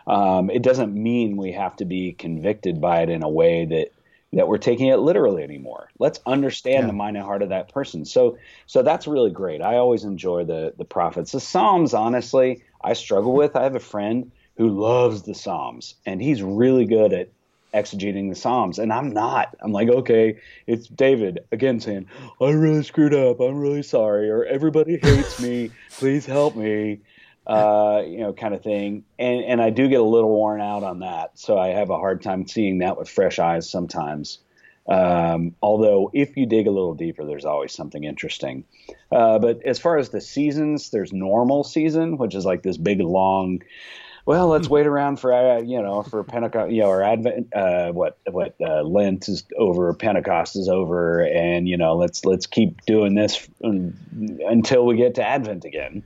[SPEAKER 12] Um, it doesn't mean we have to be convicted by it in a way that that we're taking it literally anymore. Let's understand the mind and heart of that person. So so that's really great. I always enjoy the the prophets. The Psalms, honestly, I struggle with. I have a friend who loves the Psalms, and he's really good at exegeting the Psalms, and I'm not. I'm like, okay, it's David again saying, I really screwed up. I'm really sorry, or everybody hates me. Please help me. Uh, you know, kind of thing. And and I do get a little worn out on that, so I have a hard time seeing that with fresh eyes sometimes. Um, although if you dig a little deeper, there's always something interesting. Uh, but as far as the seasons, there's normal season, which is like this big long well, let's wait around for uh, you know for Pentecost, you know, or Advent. Uh, what what uh, Lent is over, Pentecost is over, and you know, let's let's keep doing this um, until we get to Advent again.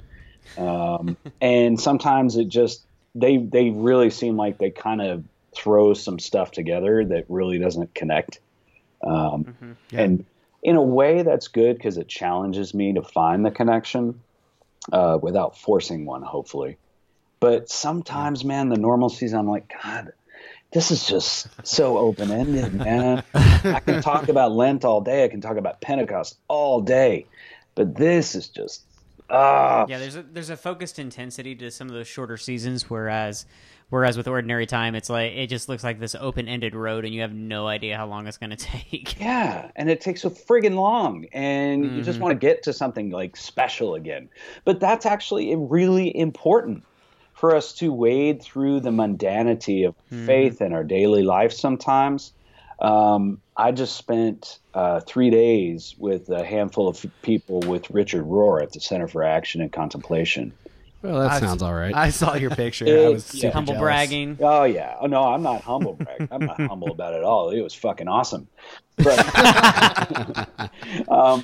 [SPEAKER 12] Um, and sometimes it just they they really seem like they kind of throw some stuff together that really doesn't connect. Um, And in a way, that's good because it challenges me to find the connection uh, without forcing one. Hopefully. But sometimes, man, the normal season, I'm like, God, this is just so open ended, man. I can talk about Lent all day. I can talk about Pentecost all day. But this is just, ah.
[SPEAKER 3] yeah there's a there's a focused intensity to some of those shorter seasons whereas whereas with ordinary time it's like it just looks like this open-ended road and you have no idea how long it's going to [LAUGHS] take
[SPEAKER 12] Yeah, and it takes so friggin' long, and you just
[SPEAKER 1] Mm-hmm.
[SPEAKER 3] Mhm.
[SPEAKER 12] want to get to something like special again. But that's actually really important for us to wade through the mundanity of
[SPEAKER 1] Mm-hmm.
[SPEAKER 17] Mhm.
[SPEAKER 12] faith in our daily life sometimes. Um, I just spent uh, three days with a handful of people with Richard Rohr at the Center for Action and Contemplation.
[SPEAKER 2] Well, that sounds all right.
[SPEAKER 1] I saw your picture.
[SPEAKER 12] It-
[SPEAKER 1] I was
[SPEAKER 12] yeah.
[SPEAKER 1] super jealous.
[SPEAKER 12] Oh yeah. Oh no, I'm not humble brag. I'm not humble about it at all. It was fucking awesome. But, um,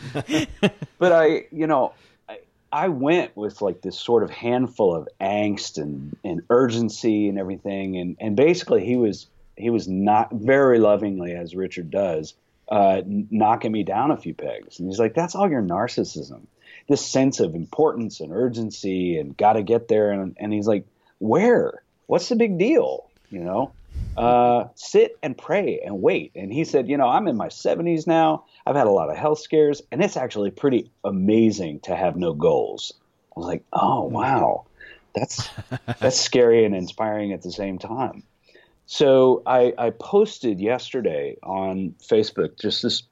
[SPEAKER 12] but I, you know, I, I went with like this sort of handful of angst and, and urgency and everything, and and basically he was he was not very lovingly as Richard does uh, n- knocking me down a few pegs, and he's like, "That's all your narcissism." This sense of importance and urgency and got to get there. And, and he's like, where? What's the big deal? You know, uh, sit and pray and wait. And he said, you know, I'm in my 70s now. I've had a lot of health scares, and it's actually pretty amazing to have no goals. I was like, oh wow, that's that's scary and inspiring at the same time. So I, I posted yesterday on Facebook just this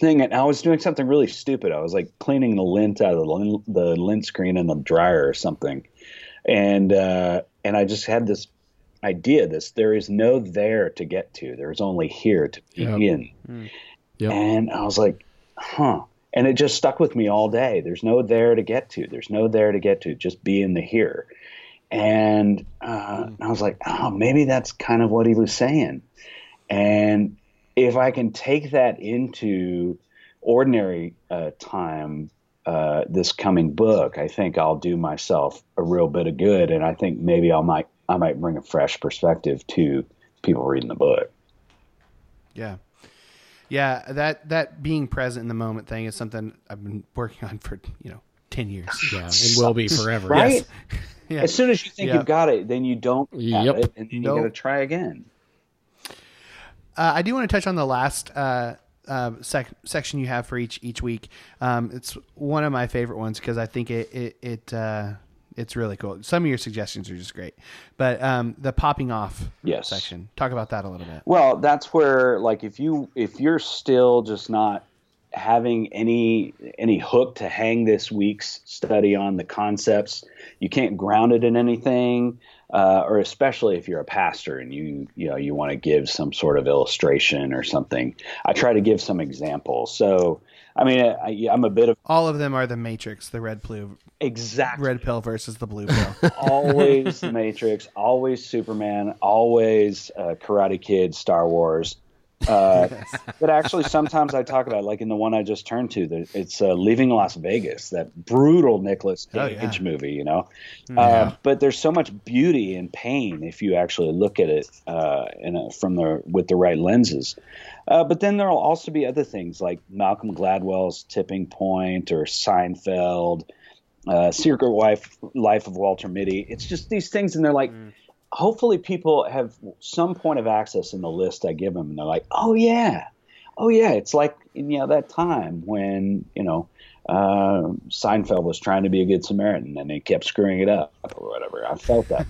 [SPEAKER 12] thing, and I was doing something really stupid. I was like cleaning the lint out of the lint, the lint screen in the dryer or something, and uh, and I just had this idea: this there is no there to get to. There is only here to
[SPEAKER 17] Yep.
[SPEAKER 12] begin. And I was like, huh. And it just stuck with me all day. There's no there to get to. There's no there to get to. Just be in the here. And uh, I was like, oh, maybe that's kind of what he was saying. And if I can take that into ordinary uh, time, uh, this coming book, I think I'll do myself a real bit of good, and I think maybe I might I might bring a fresh perspective to people reading the book.
[SPEAKER 1] Yeah. Yeah, that that being present in the moment thing is something I've been working on for, you know, 10 years.
[SPEAKER 2] Yeah, and will be forever.
[SPEAKER 12] Right?
[SPEAKER 1] Yes. [LAUGHS] Yeah.
[SPEAKER 12] As soon as you think
[SPEAKER 1] Yeah.
[SPEAKER 12] you've got it, then you don't have
[SPEAKER 1] Yep.
[SPEAKER 12] it, and then
[SPEAKER 1] Nope.
[SPEAKER 12] you got to try again.
[SPEAKER 1] Uh, I do want to touch on the last uh, uh, sec- section you have for each each week. Um, it's one of my favorite ones because I think it it, it uh, It's really cool. Some of your suggestions are just great, but um, the popping off
[SPEAKER 12] Yes.
[SPEAKER 1] section. Talk about that a little bit.
[SPEAKER 12] Well, that's where like if you if you're still just not having any any hook to hang this week's study on the concepts, you can't ground it in anything, uh, or especially if you're a pastor and you you know you want to give some sort of illustration or something. I try to give some examples. So I mean I, I'm a bit of
[SPEAKER 1] All of them are the Matrix, the red blue,
[SPEAKER 12] exactly
[SPEAKER 1] red pill versus the blue pill.
[SPEAKER 12] always the Matrix, always Superman, always uh, Karate Kid, Star Wars.
[SPEAKER 14] [LAUGHS]
[SPEAKER 12] Uh, But actually, sometimes I talk about, like in the one I just turned to, that it's uh, Leaving Las Vegas, that brutal Nicolas
[SPEAKER 14] Oh,
[SPEAKER 12] Cage
[SPEAKER 14] yeah. Hmm.
[SPEAKER 12] movie, you know.
[SPEAKER 14] Yeah.
[SPEAKER 12] Uh, but there's so much beauty and pain if you actually look at it uh, in a, from the with the right lenses. Uh, but then there'll also be other things like Malcolm Gladwell's Tipping Point or Seinfeld uh, Secret Wife, Life of Walter Mitty. It's just these things, and they're like, hopefully people have some point of access in the list I give them, and they're like, oh yeah, oh yeah, it's like you know that time when you know uh, Seinfeld was trying to be a good Samaritan and he kept screwing it up or whatever. I felt that.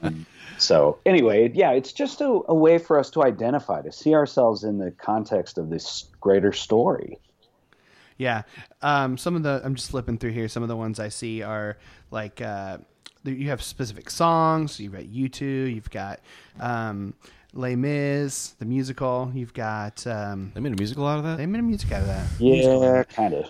[SPEAKER 12] Um, so anyway, yeah, it's just a, a way for us to identify, to see ourselves in the context of this greater story.
[SPEAKER 1] Yeah. Um, some of the I'm just flipping through here. Some of the ones I see are like uh, th- you have specific songs. You've got U two. You've got um, Les Mis, the musical. You've got um,
[SPEAKER 5] they made a musical out of that.
[SPEAKER 1] They made a music out of that.
[SPEAKER 12] Yeah, kind of.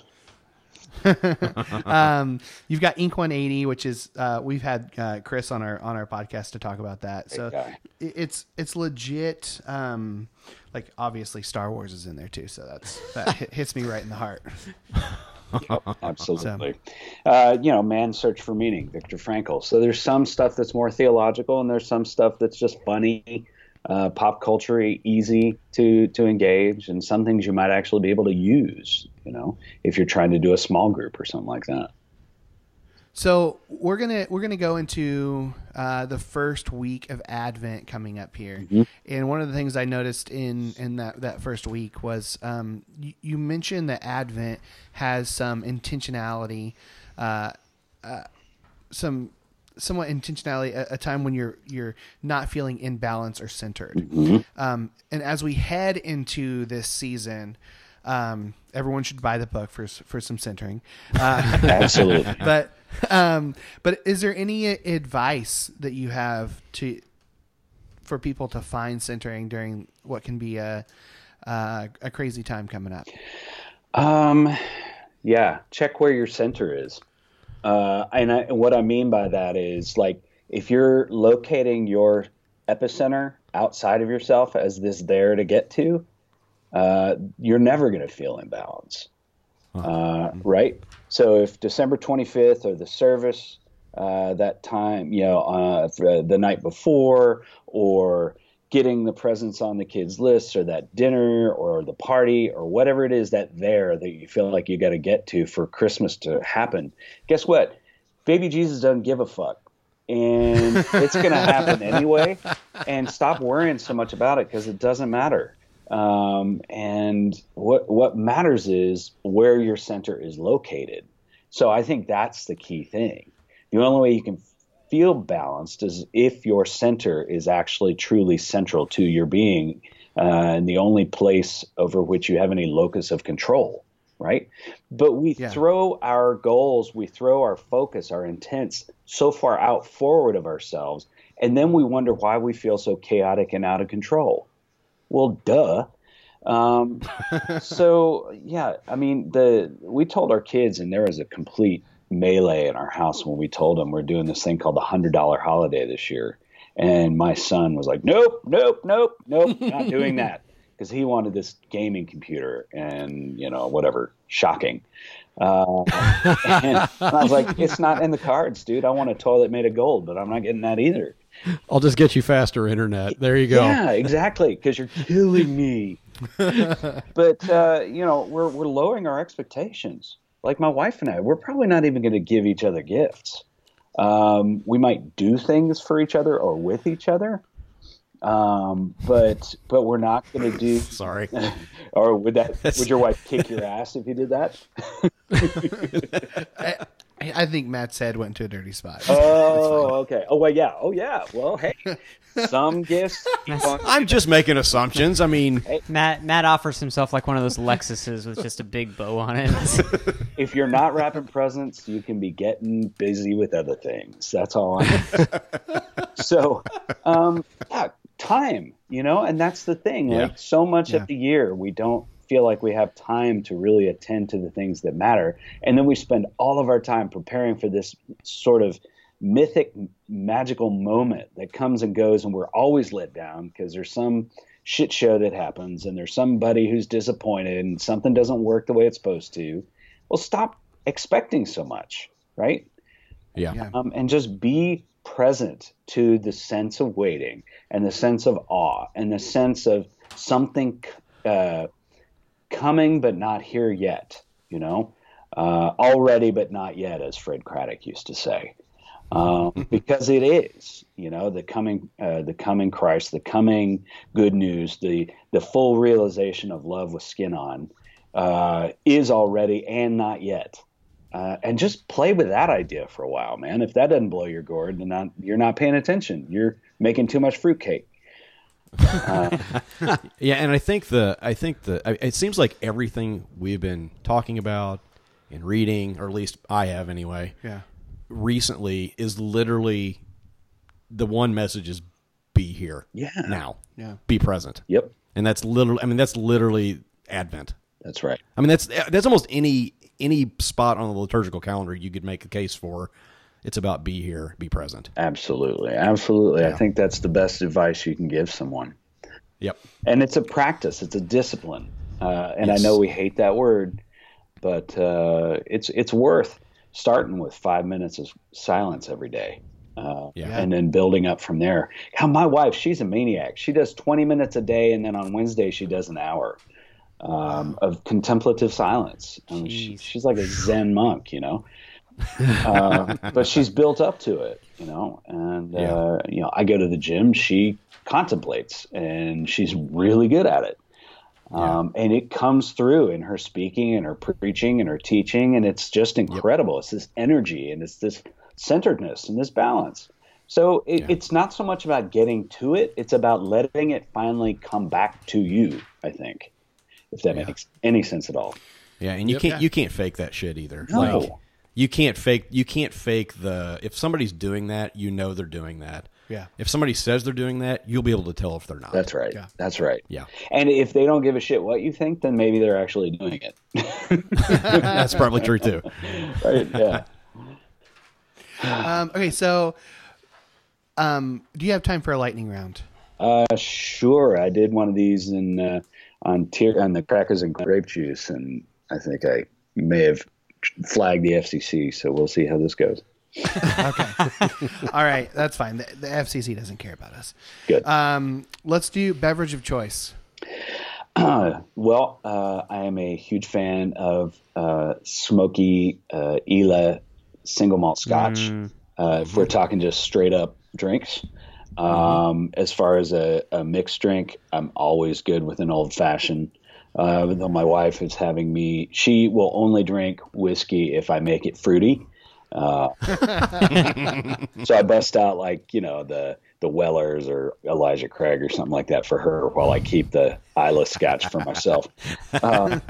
[SPEAKER 1] um, you've got Ink 180, which is uh, we've had uh, Chris on our on our podcast to talk about that. So
[SPEAKER 12] Okay.
[SPEAKER 1] it- it's it's legit. Um, like obviously Star Wars is in there too, so that's that [LAUGHS] hit- hits me right in the heart.
[SPEAKER 12] Absolutely. Uh, you know, Man's Search for Meaning, Viktor Frankl. So there's some stuff that's more theological, and there's some stuff that's just funny, uh, pop culture, easy to to engage, and some things you might actually be able to use. You know, if you're trying to do a small group or something like that.
[SPEAKER 1] So we're gonna we're gonna go into uh, the first week of Advent coming up here,
[SPEAKER 12] Mhm.
[SPEAKER 1] and one of the things I noticed in in that that first week was um, you, you mentioned that Advent has some intentionality, uh, uh, some somewhat intentionality, a, a time when you're you're not feeling in balance or centered. Um, and as we head into this season, um, everyone should buy the book for s- for some centering. Uh,
[SPEAKER 12] Absolutely.
[SPEAKER 1] But um, but is there any a- advice that you have to for people to find centering during what can be a uh, a crazy time coming up?
[SPEAKER 12] Um, yeah, check where your center is. Uh, and, I, and what I mean by that is like if you're locating your epicenter outside of yourself as this there to get to, uh, you're never going to feel imbalance. Uh, right? So if December 25th or the service uh, that time, you know, uh, for the night before, or getting the presents on the kids' list, or that dinner, or the party, or whatever it is that there that you feel like you got to get to for Christmas to happen, guess what? Baby Jesus doesn't give a fuck. And it's going to happen anyway. And stop worrying so much about it because it doesn't matter. Um, and what what matters is where your center is located. So I think that's the key thing. The only way you can feel balanced is if your center is actually truly central to your being uh, and the only place over which you have any locus of control, right? But we throw our goals, we throw our focus, our intents so far out forward of ourselves, and then we wonder why we feel so chaotic and out of control. Well, duh. Um, so yeah, I mean, the we told our kids, and there was a complete melee in our house when we told them we're doing this thing called the hundred dollar holiday this year. And my son was like, "Nope, nope, nope, nope, not doing that," because he wanted this gaming computer and you know whatever. Shocking. Uh, [LAUGHS] and I was like, "It's not in the cards, dude. I want a toilet made of gold, but I'm not getting that either."
[SPEAKER 2] I'll just get you faster internet. There you go.
[SPEAKER 12] Yeah, exactly. Because you're
[SPEAKER 2] [LAUGHS]
[SPEAKER 12] killing me. but uh, you know, we're we're lowering our expectations. Like my wife and I, we're probably not even going to give each other gifts. Um, we might do things for each other or with each other, um, but but we're not going to
[SPEAKER 2] [LAUGHS]
[SPEAKER 12] do.
[SPEAKER 2] Sorry.
[SPEAKER 12] [LAUGHS]
[SPEAKER 2] [LAUGHS]
[SPEAKER 12] or would that would your wife kick your ass if you did that?
[SPEAKER 1] I, I think I think Matt's head went to a dirty spot.
[SPEAKER 12] Oh, okay. Oh, well, yeah. Oh, yeah.
[SPEAKER 2] [LAUGHS]
[SPEAKER 12] Well, hey, some gifts.
[SPEAKER 5] I'm just making assumptions. I mean,
[SPEAKER 3] Matt Matt offers himself like one of those Lexuses with just a big bow on
[SPEAKER 5] [LAUGHS]
[SPEAKER 3] it.
[SPEAKER 12] if you're not wrapping presents, you can be getting busy with other things. That's all I'm. so, um, yeah, time, you know, and that's the thing.
[SPEAKER 5] Yeah.
[SPEAKER 12] Like so much of the year, we don't feel like we have time to really attend to the things that matter, and then we spend all of our time preparing for this sort of mythic, magical moment that comes and goes, and we're always let down because there's some shit show that happens, and there's somebody who's disappointed, and something doesn't work the way it's supposed to. Well, stop expecting so much, right?
[SPEAKER 5] Yeah.
[SPEAKER 12] Um, and just be present to the sense of waiting and the sense of awe and the sense of something uh, coming but not here yet, you know, uh, already but not yet, as Fred Craddock used to say. Um, because it is, you know, the coming, uh, the coming Christ, the coming good news, the the full realization of love with skin on, uh, is already and not yet, uh, and just play with that idea for a while, man. If that doesn't blow your gourd, then not, you're not paying attention. You're making too much fruitcake.
[SPEAKER 5] yeah, and I think the I think the I- it seems like everything we've been talking about and reading, or at least I have anyway,
[SPEAKER 1] Yeah.
[SPEAKER 5] recently is literally the one message is be here.
[SPEAKER 12] Yeah.
[SPEAKER 5] Now.
[SPEAKER 1] Yeah.
[SPEAKER 5] Be present.
[SPEAKER 12] Yep.
[SPEAKER 5] And that's literally I mean that's literally advent.
[SPEAKER 12] That's right.
[SPEAKER 5] I mean that's that's almost any any spot on the liturgical calendar you could make a case for. It's about be here, be present.
[SPEAKER 12] Absolutely, absolutely. I think that's the best advice you can give someone.
[SPEAKER 5] Yep.
[SPEAKER 12] And it's a practice. It's a discipline. Uh, and
[SPEAKER 5] Yes.
[SPEAKER 12] I know we hate that word, but uh, it's it's worth starting with five minutes of silence every day. Uh,
[SPEAKER 5] Yeah.
[SPEAKER 12] And then building up from there. How my wife, she's a maniac. She does 20 minutes a day, and then on Wednesday she does an hour um, of contemplative silence. And she, she's like a Zen monk, you know. uh, but she's built up to it, you know. And uh, you know, I go to the gym. She contemplates, and she's really good at it. Um, And it comes through in her speaking and her preaching and her teaching, and it's just incredible. It's this energy and it's this centeredness and this balance. So it, it's not so much about getting to it; it's about letting it finally come back to you. I think, if that makes any sense at all.
[SPEAKER 5] Yeah, and you
[SPEAKER 12] Yep.
[SPEAKER 5] can't
[SPEAKER 12] Yeah.
[SPEAKER 5] you can't fake that shit either.
[SPEAKER 12] No.
[SPEAKER 5] Like you can't fake you can't fake the if somebody's doing that, you know they're doing that.
[SPEAKER 1] Yeah.
[SPEAKER 5] If somebody says they're doing that, you'll be able to tell if they're not.
[SPEAKER 12] That's right.
[SPEAKER 5] Yeah.
[SPEAKER 12] That's right.
[SPEAKER 5] Yeah.
[SPEAKER 12] And if they don't give a shit what you think, then maybe they're actually doing it. [LAUGHS]
[SPEAKER 5] [LAUGHS] That's probably true too.
[SPEAKER 12] Right.
[SPEAKER 5] [LAUGHS]
[SPEAKER 12] Yeah.
[SPEAKER 1] um, okay, so um, do you have time for a lightning
[SPEAKER 12] [LAUGHS]
[SPEAKER 1] round?
[SPEAKER 12] Uh, sure. I did one of these in uh, on tier on the crackers and grape juice, and I think I may have flagged the FCC. So we'll see how this goes.
[SPEAKER 1] All right, that's fine. The, the FCC doesn't care about us.
[SPEAKER 12] Good.
[SPEAKER 1] Um, let's do beverage of choice.
[SPEAKER 12] [CLEARS THROAT] well, uh, I am a huge fan of uh, smoky uh, Ela single malt scotch. Uh, if we're talking just straight up drinks, um, as far as a, a mixed drink, I'm always good with an old fashioned. Uh, though my wife is having me, she will only drink whiskey if I make it fruity. Uh, so I bust out like you know the the Wellers or Elijah Craig or something like that for her, while I keep the Isla Scotch for myself. Um,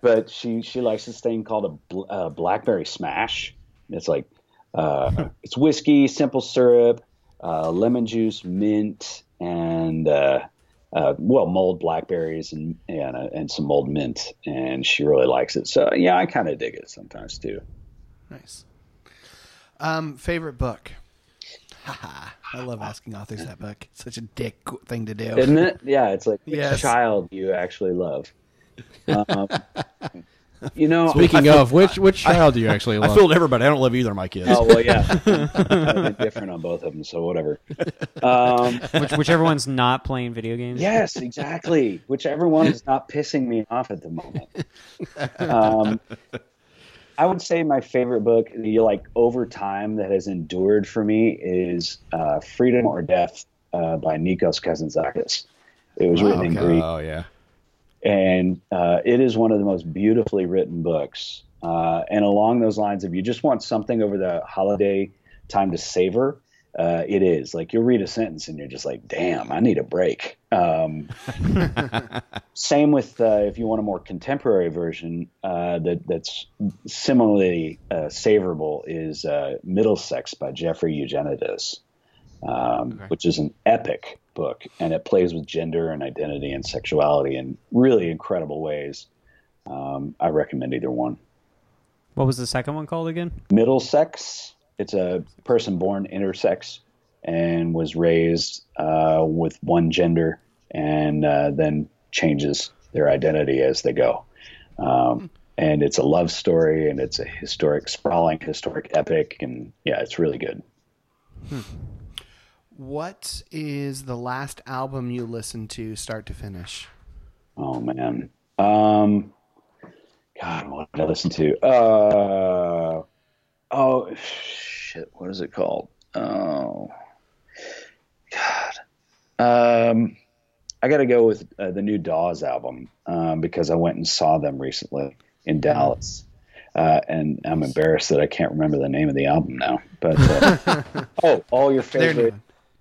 [SPEAKER 12] but she she likes this thing called a bl- uh, blackberry smash. It's like uh, it's whiskey, simple syrup, uh, lemon juice, mint, and uh, uh, well, mulled blackberries and and, uh, and some mulled mint. And she really likes it. So yeah, I kind of dig it sometimes too.
[SPEAKER 1] Nice. Um, favorite book. Haha. I love asking authors that book. It's such a dick thing to do.
[SPEAKER 12] Isn't it? Yeah, it's like which
[SPEAKER 1] Yes.
[SPEAKER 12] child you actually love. Um, you know,
[SPEAKER 2] Speaking
[SPEAKER 5] I feel-
[SPEAKER 2] of, which which child do you actually love?
[SPEAKER 5] I feel everybody. I don't love either of my kids.
[SPEAKER 12] oh well, yeah, I'm indifferent on both of them, so whatever. Um,
[SPEAKER 3] Which, whichever one's not playing video games.
[SPEAKER 12] yes, exactly. Whichever one is not pissing me off at the moment. Um, I would say my favorite book, you like over time that has endured for me, is uh, "Freedom or Death" uh, by Nikos Kazantzakis. It was written in Greek.
[SPEAKER 5] Oh yeah.
[SPEAKER 12] and uh, it is one of the most beautifully written books Uh, and along those lines, if you just want something over the holiday time to savor, uh, it is like you'll read a sentence and you're just like, damn, I need a break. Um, same with uh, if you want a more contemporary version uh, that that's similarly uh, savorable is uh, Middlesex by Jeffrey Eugenides, um, which is an epic book and it plays with gender and identity and sexuality in really incredible ways. Um, I recommend either one.
[SPEAKER 3] What was the second one called again?
[SPEAKER 12] Middlesex. It's a person born intersex and was raised uh, with one gender and uh, then changes their identity as they go. Um, and it's a love story and it's a historic, sprawling, historic epic. And yeah, it's really good.
[SPEAKER 1] What is the last album you listened to, start to finish?
[SPEAKER 12] Oh, man. Um, God, what did I listen to? Uh, oh, shit. What is it called? Oh, God. Um, I got to go with uh, the new Dawes album um, because I went and saw them recently in Dallas. Uh, and I'm embarrassed that I can't remember the name of the album now. But uh, oh, all your
[SPEAKER 1] They're
[SPEAKER 12] favorite,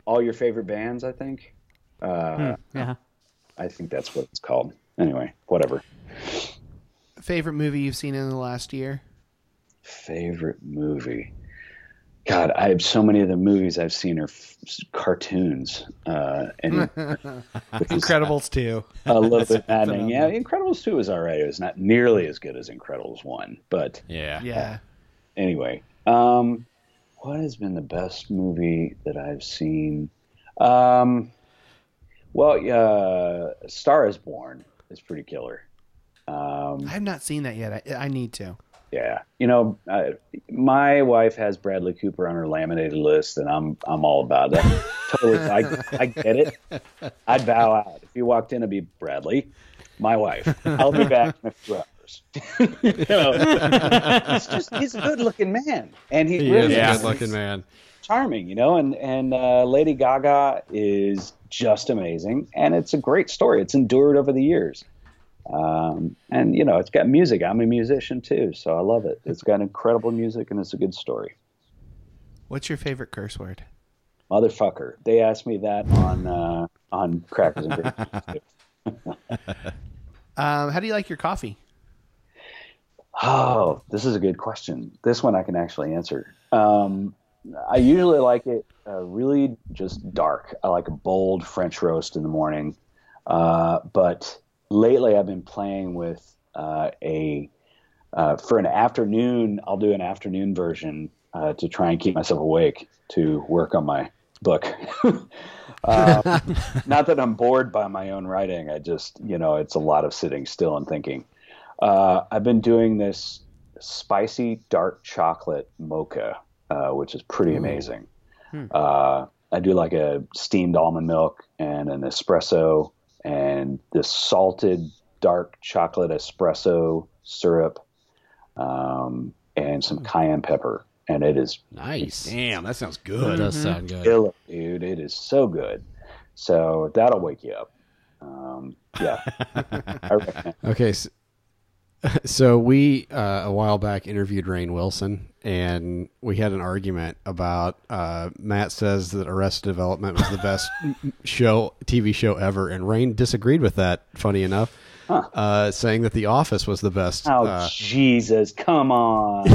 [SPEAKER 12] all your favorite bands, I think. Uh,
[SPEAKER 3] yeah.
[SPEAKER 12] I think that's what it's called. Anyway, whatever.
[SPEAKER 1] Favorite movie you've seen in the last year?
[SPEAKER 12] Favorite movie. God, I have so many of the movies I've seen are f- cartoons, uh, and
[SPEAKER 1] Incredibles too.
[SPEAKER 12] a little bit maddening. Yeah, Incredibles two is all right. It was not nearly as good as Incredibles one, but
[SPEAKER 5] yeah,
[SPEAKER 1] Yeah.
[SPEAKER 12] anyway, um, what has been the best movie that I've seen? Um, well, uh, Star is Born is pretty killer. Um,
[SPEAKER 1] I've not seen that yet. I, I need to.
[SPEAKER 12] yeah, you know, I, my wife has Bradley Cooper on her laminated list, and I'm I'm all about that. totally, I, I get it. I'd bow out if you walked in. It'd be Bradley, my wife. I'll be back in a few hours. [LAUGHS] you know, it's just he's a good-looking man, and he,
[SPEAKER 2] He is
[SPEAKER 12] really
[SPEAKER 2] a good looking man.
[SPEAKER 12] charming, you know, and and uh, Lady Gaga is just amazing, and it's a great story. It's endured over the years, um, and you know, it's got music. I'm a musician too, so I love it. It's got incredible music, and it's a good story.
[SPEAKER 1] What's your favorite curse word?
[SPEAKER 12] Motherfucker, they asked me that on uh, on Crackers and Gravy. too.
[SPEAKER 1] Um, how do you like your coffee?
[SPEAKER 12] Oh, this is a good question. This one I can actually answer. Um, I usually like it uh, really just dark. I like a bold French roast in the morning. Uh, but lately I've been playing with uh, a, uh, for an afternoon, I'll do an afternoon version uh, to try and keep myself awake to work on my book. [LAUGHS] uh, not that I'm bored by my own writing. I just, you know, it's a lot of sitting still and thinking. Uh, I've been doing this spicy dark chocolate mocha, uh, which is pretty amazing.
[SPEAKER 14] Hmm.
[SPEAKER 12] Uh, I do like a steamed almond milk and an espresso and this salted dark chocolate espresso syrup um, and some cayenne pepper. And it is
[SPEAKER 5] Nice. Damn, that sounds good.
[SPEAKER 12] It does Mhm. sound killer, dude. It is so good. So that'll wake you up. Um, yeah. I recommend.
[SPEAKER 2] Okay. So, [LAUGHS] so we uh, a while back interviewed Rain Wilson, and we had an argument about uh, Matt says that Arrested Development was the best show TV show ever, and Rain disagreed with that. Funny enough, uh, saying that The Office was the best.
[SPEAKER 12] Oh,
[SPEAKER 2] uh,
[SPEAKER 12] Jesus. Come on.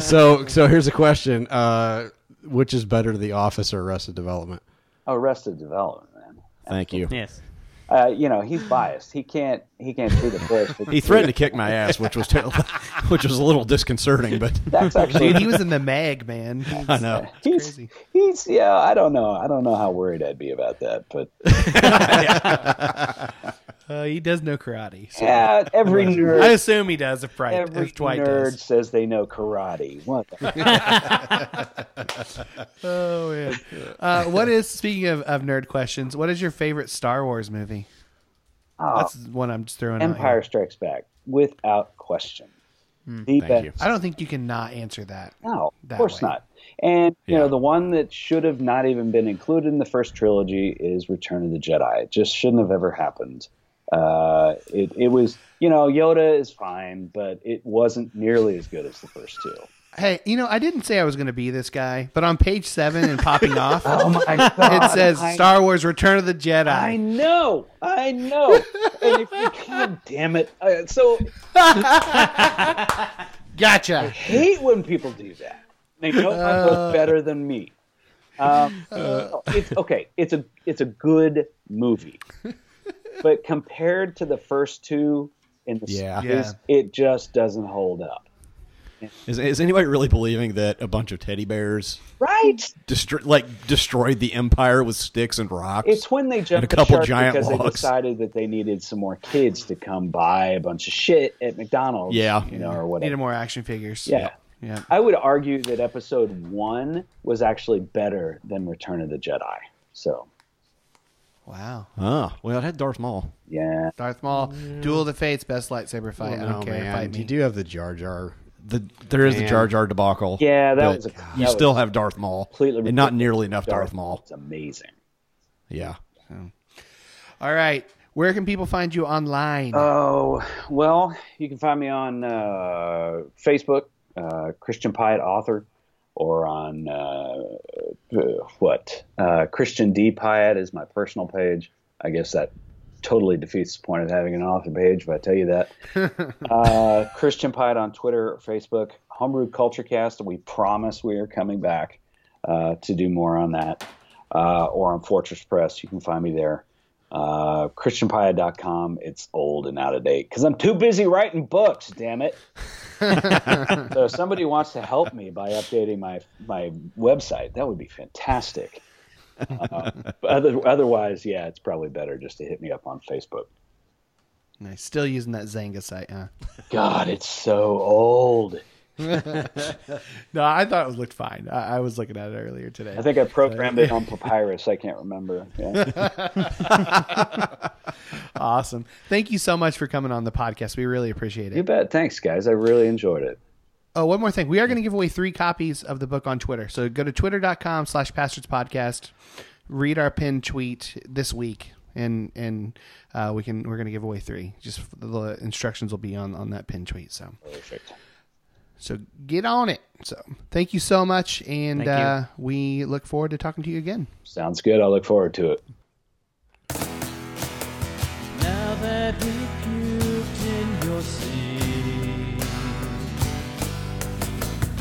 [SPEAKER 2] so so here's a question: uh, Which is better, The Office or Arrested Development?
[SPEAKER 12] Arrested Development, man.
[SPEAKER 5] Thank you.
[SPEAKER 3] Yes.
[SPEAKER 12] Uh, you know he's biased. He can't. He can't see the
[SPEAKER 1] [LAUGHS]
[SPEAKER 12] bush.
[SPEAKER 5] He threatened to kick my ass, which was ter- [LAUGHS] which was a little disconcerting,
[SPEAKER 2] [LAUGHS]
[SPEAKER 5] but
[SPEAKER 12] That's actually.
[SPEAKER 1] Dude, he was in the mag,
[SPEAKER 12] [LAUGHS]
[SPEAKER 1] man. He's-
[SPEAKER 5] I know.
[SPEAKER 12] he's, he's yeah. I don't know. I don't know how worried I'd be about that,
[SPEAKER 1] [LAUGHS]
[SPEAKER 12] but
[SPEAKER 1] Uh, he does know karate. so-
[SPEAKER 12] yeah, every nerd.
[SPEAKER 1] I assume he does if Dwight,
[SPEAKER 12] every
[SPEAKER 1] if Dwight
[SPEAKER 12] nerd
[SPEAKER 1] does.
[SPEAKER 12] says they know karate. What?
[SPEAKER 1] [LAUGHS]
[SPEAKER 12] the-
[SPEAKER 1] Oh man. Uh, what is speaking of, of nerd questions? What is your favorite Star Wars movie?
[SPEAKER 12] Oh,
[SPEAKER 1] That's one I'm just throwing. out
[SPEAKER 12] Empire
[SPEAKER 1] here.
[SPEAKER 12] Strikes Back, without question. the
[SPEAKER 1] Hmm, Thank
[SPEAKER 12] best.
[SPEAKER 1] you. I don't think you can not answer that.
[SPEAKER 12] No,
[SPEAKER 1] that
[SPEAKER 12] of course
[SPEAKER 1] way.
[SPEAKER 12] not. And you know, the one that should have not even been included in the first trilogy is Return of the Jedi. It just shouldn't have ever happened. Uh, it, it was, you know, Yoda is fine, but it wasn't nearly as good as the first two.
[SPEAKER 1] Hey, you know, I didn't say I was going to be this guy, but on page seven
[SPEAKER 12] [LAUGHS]
[SPEAKER 1] and popping off,
[SPEAKER 12] Oh [LAUGHS] my God,
[SPEAKER 1] it says
[SPEAKER 12] I-
[SPEAKER 1] Star Wars Return of the Jedi.
[SPEAKER 12] I know, I know. and if you, [LAUGHS] God damn it, uh, so
[SPEAKER 1] gotcha.
[SPEAKER 12] I hate when people do that. They know I'm both
[SPEAKER 1] Uh.
[SPEAKER 12] better than me. Um,
[SPEAKER 5] Uh.
[SPEAKER 12] it's okay. It's a it's a good movie, but compared to the first two in the
[SPEAKER 5] Yeah.
[SPEAKER 12] series, it just doesn't hold up.
[SPEAKER 5] Is, is anybody really believing that a bunch of teddy bears,
[SPEAKER 12] Right?
[SPEAKER 5] destro- like destroyed the empire with sticks and rocks?
[SPEAKER 12] It's when they
[SPEAKER 5] And a
[SPEAKER 12] jumped the
[SPEAKER 5] couple
[SPEAKER 12] shark
[SPEAKER 5] giant
[SPEAKER 12] because they
[SPEAKER 5] logs.
[SPEAKER 12] decided that they needed some more kids to come buy a bunch of shit at McDonald's.
[SPEAKER 5] Yeah.
[SPEAKER 12] you know, or whatever.
[SPEAKER 1] Needed more action figures.
[SPEAKER 12] Yeah.
[SPEAKER 1] Yeah.
[SPEAKER 12] I would argue that episode one was actually better than Return of the Jedi. So,
[SPEAKER 1] Wow.
[SPEAKER 5] Ah, well, it had Darth Maul.
[SPEAKER 12] Yeah.
[SPEAKER 1] Darth Maul, Duel of the Fates, best lightsaber fight. I don't care. Fight me.
[SPEAKER 2] Oh, You do have the Jar Jar.
[SPEAKER 5] The there is the
[SPEAKER 2] Man.
[SPEAKER 5] Jar Jar debacle.
[SPEAKER 2] Yeah, that
[SPEAKER 5] but
[SPEAKER 2] was a-
[SPEAKER 5] you
[SPEAKER 2] that
[SPEAKER 5] still
[SPEAKER 2] was
[SPEAKER 5] have Darth Maul,
[SPEAKER 2] completely
[SPEAKER 5] and not
[SPEAKER 2] ridiculous.
[SPEAKER 5] nearly enough Darth,
[SPEAKER 2] Darth
[SPEAKER 5] Maul.
[SPEAKER 12] It's amazing.
[SPEAKER 5] Yeah.
[SPEAKER 1] All right. Where can people find you online?
[SPEAKER 12] oh, well, you can find me on uh, Facebook, uh, Christian Pyatt Author, or on uh, uh, what? Uh, Christian D. Pyatt is my personal page. I guess that totally defeats the point of having an author page if I tell
[SPEAKER 5] [LAUGHS]
[SPEAKER 12] you that. uh, Christian Pyatt on Twitter, Facebook, Homebrew Culturecast. We promise we are coming back uh, to do more on that. Uh, or on Fortress Press, you can find me there. Uh, ChristianPiatt.com. It's old and out of date because I'm too busy writing books. Damn it! so if somebody wants to help me by updating my my website, that would be fantastic. Uh, but other, otherwise, yeah, it's probably better just to hit me up on Facebook.
[SPEAKER 1] Nice. Still using that Zanga site, huh?
[SPEAKER 12] God, it's so old.
[SPEAKER 1] no, I thought it looked fine. I, I was looking at it earlier today.
[SPEAKER 12] I think I programmed it on Papyrus. I can't remember. Yeah.
[SPEAKER 1] awesome. Thank you so much for coming on the podcast. We really appreciate
[SPEAKER 12] you
[SPEAKER 1] it.
[SPEAKER 12] bet. Thanks, guys. I really enjoyed it.
[SPEAKER 1] Oh, one more thing. We are going to give away three copies of the book on Twitter. So go to twitter.com slash pastors podcast, read our pinned tweet this week. And and uh, we can we're gonna give away three. Just the instructions will be on on that pinned tweet. So
[SPEAKER 12] perfect.
[SPEAKER 1] So get on it. So thank you so much, and
[SPEAKER 12] Thank you.
[SPEAKER 1] uh, we look forward to talking to you again.
[SPEAKER 12] Sounds good. I'll look forward to it.
[SPEAKER 18] Now that we've puked in your sleep,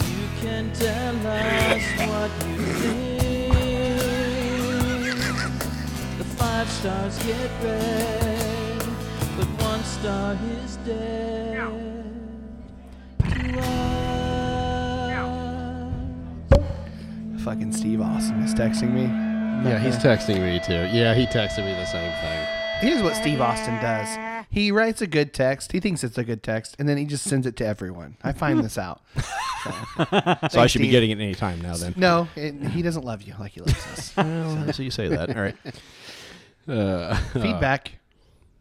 [SPEAKER 18] you can tell us what you think. The five stars get red, but one star is dead. To us.
[SPEAKER 1] Fucking Steve Austin is texting me.
[SPEAKER 2] Yeah, he's texting me too. Yeah, he texted me the same thing.
[SPEAKER 1] Here's what Steve Austin does. He writes a good text. He thinks it's a good text, and then he just sends it to everyone. I find this out. So,
[SPEAKER 5] So I
[SPEAKER 1] Thanks,
[SPEAKER 5] should
[SPEAKER 1] Steve.
[SPEAKER 5] be getting it any time now. Then
[SPEAKER 1] No, it, he doesn't love you like he loves us.
[SPEAKER 5] [LAUGHS] Uh. Well, so you say that. [LAUGHS] All right. Uh,
[SPEAKER 1] Feedback.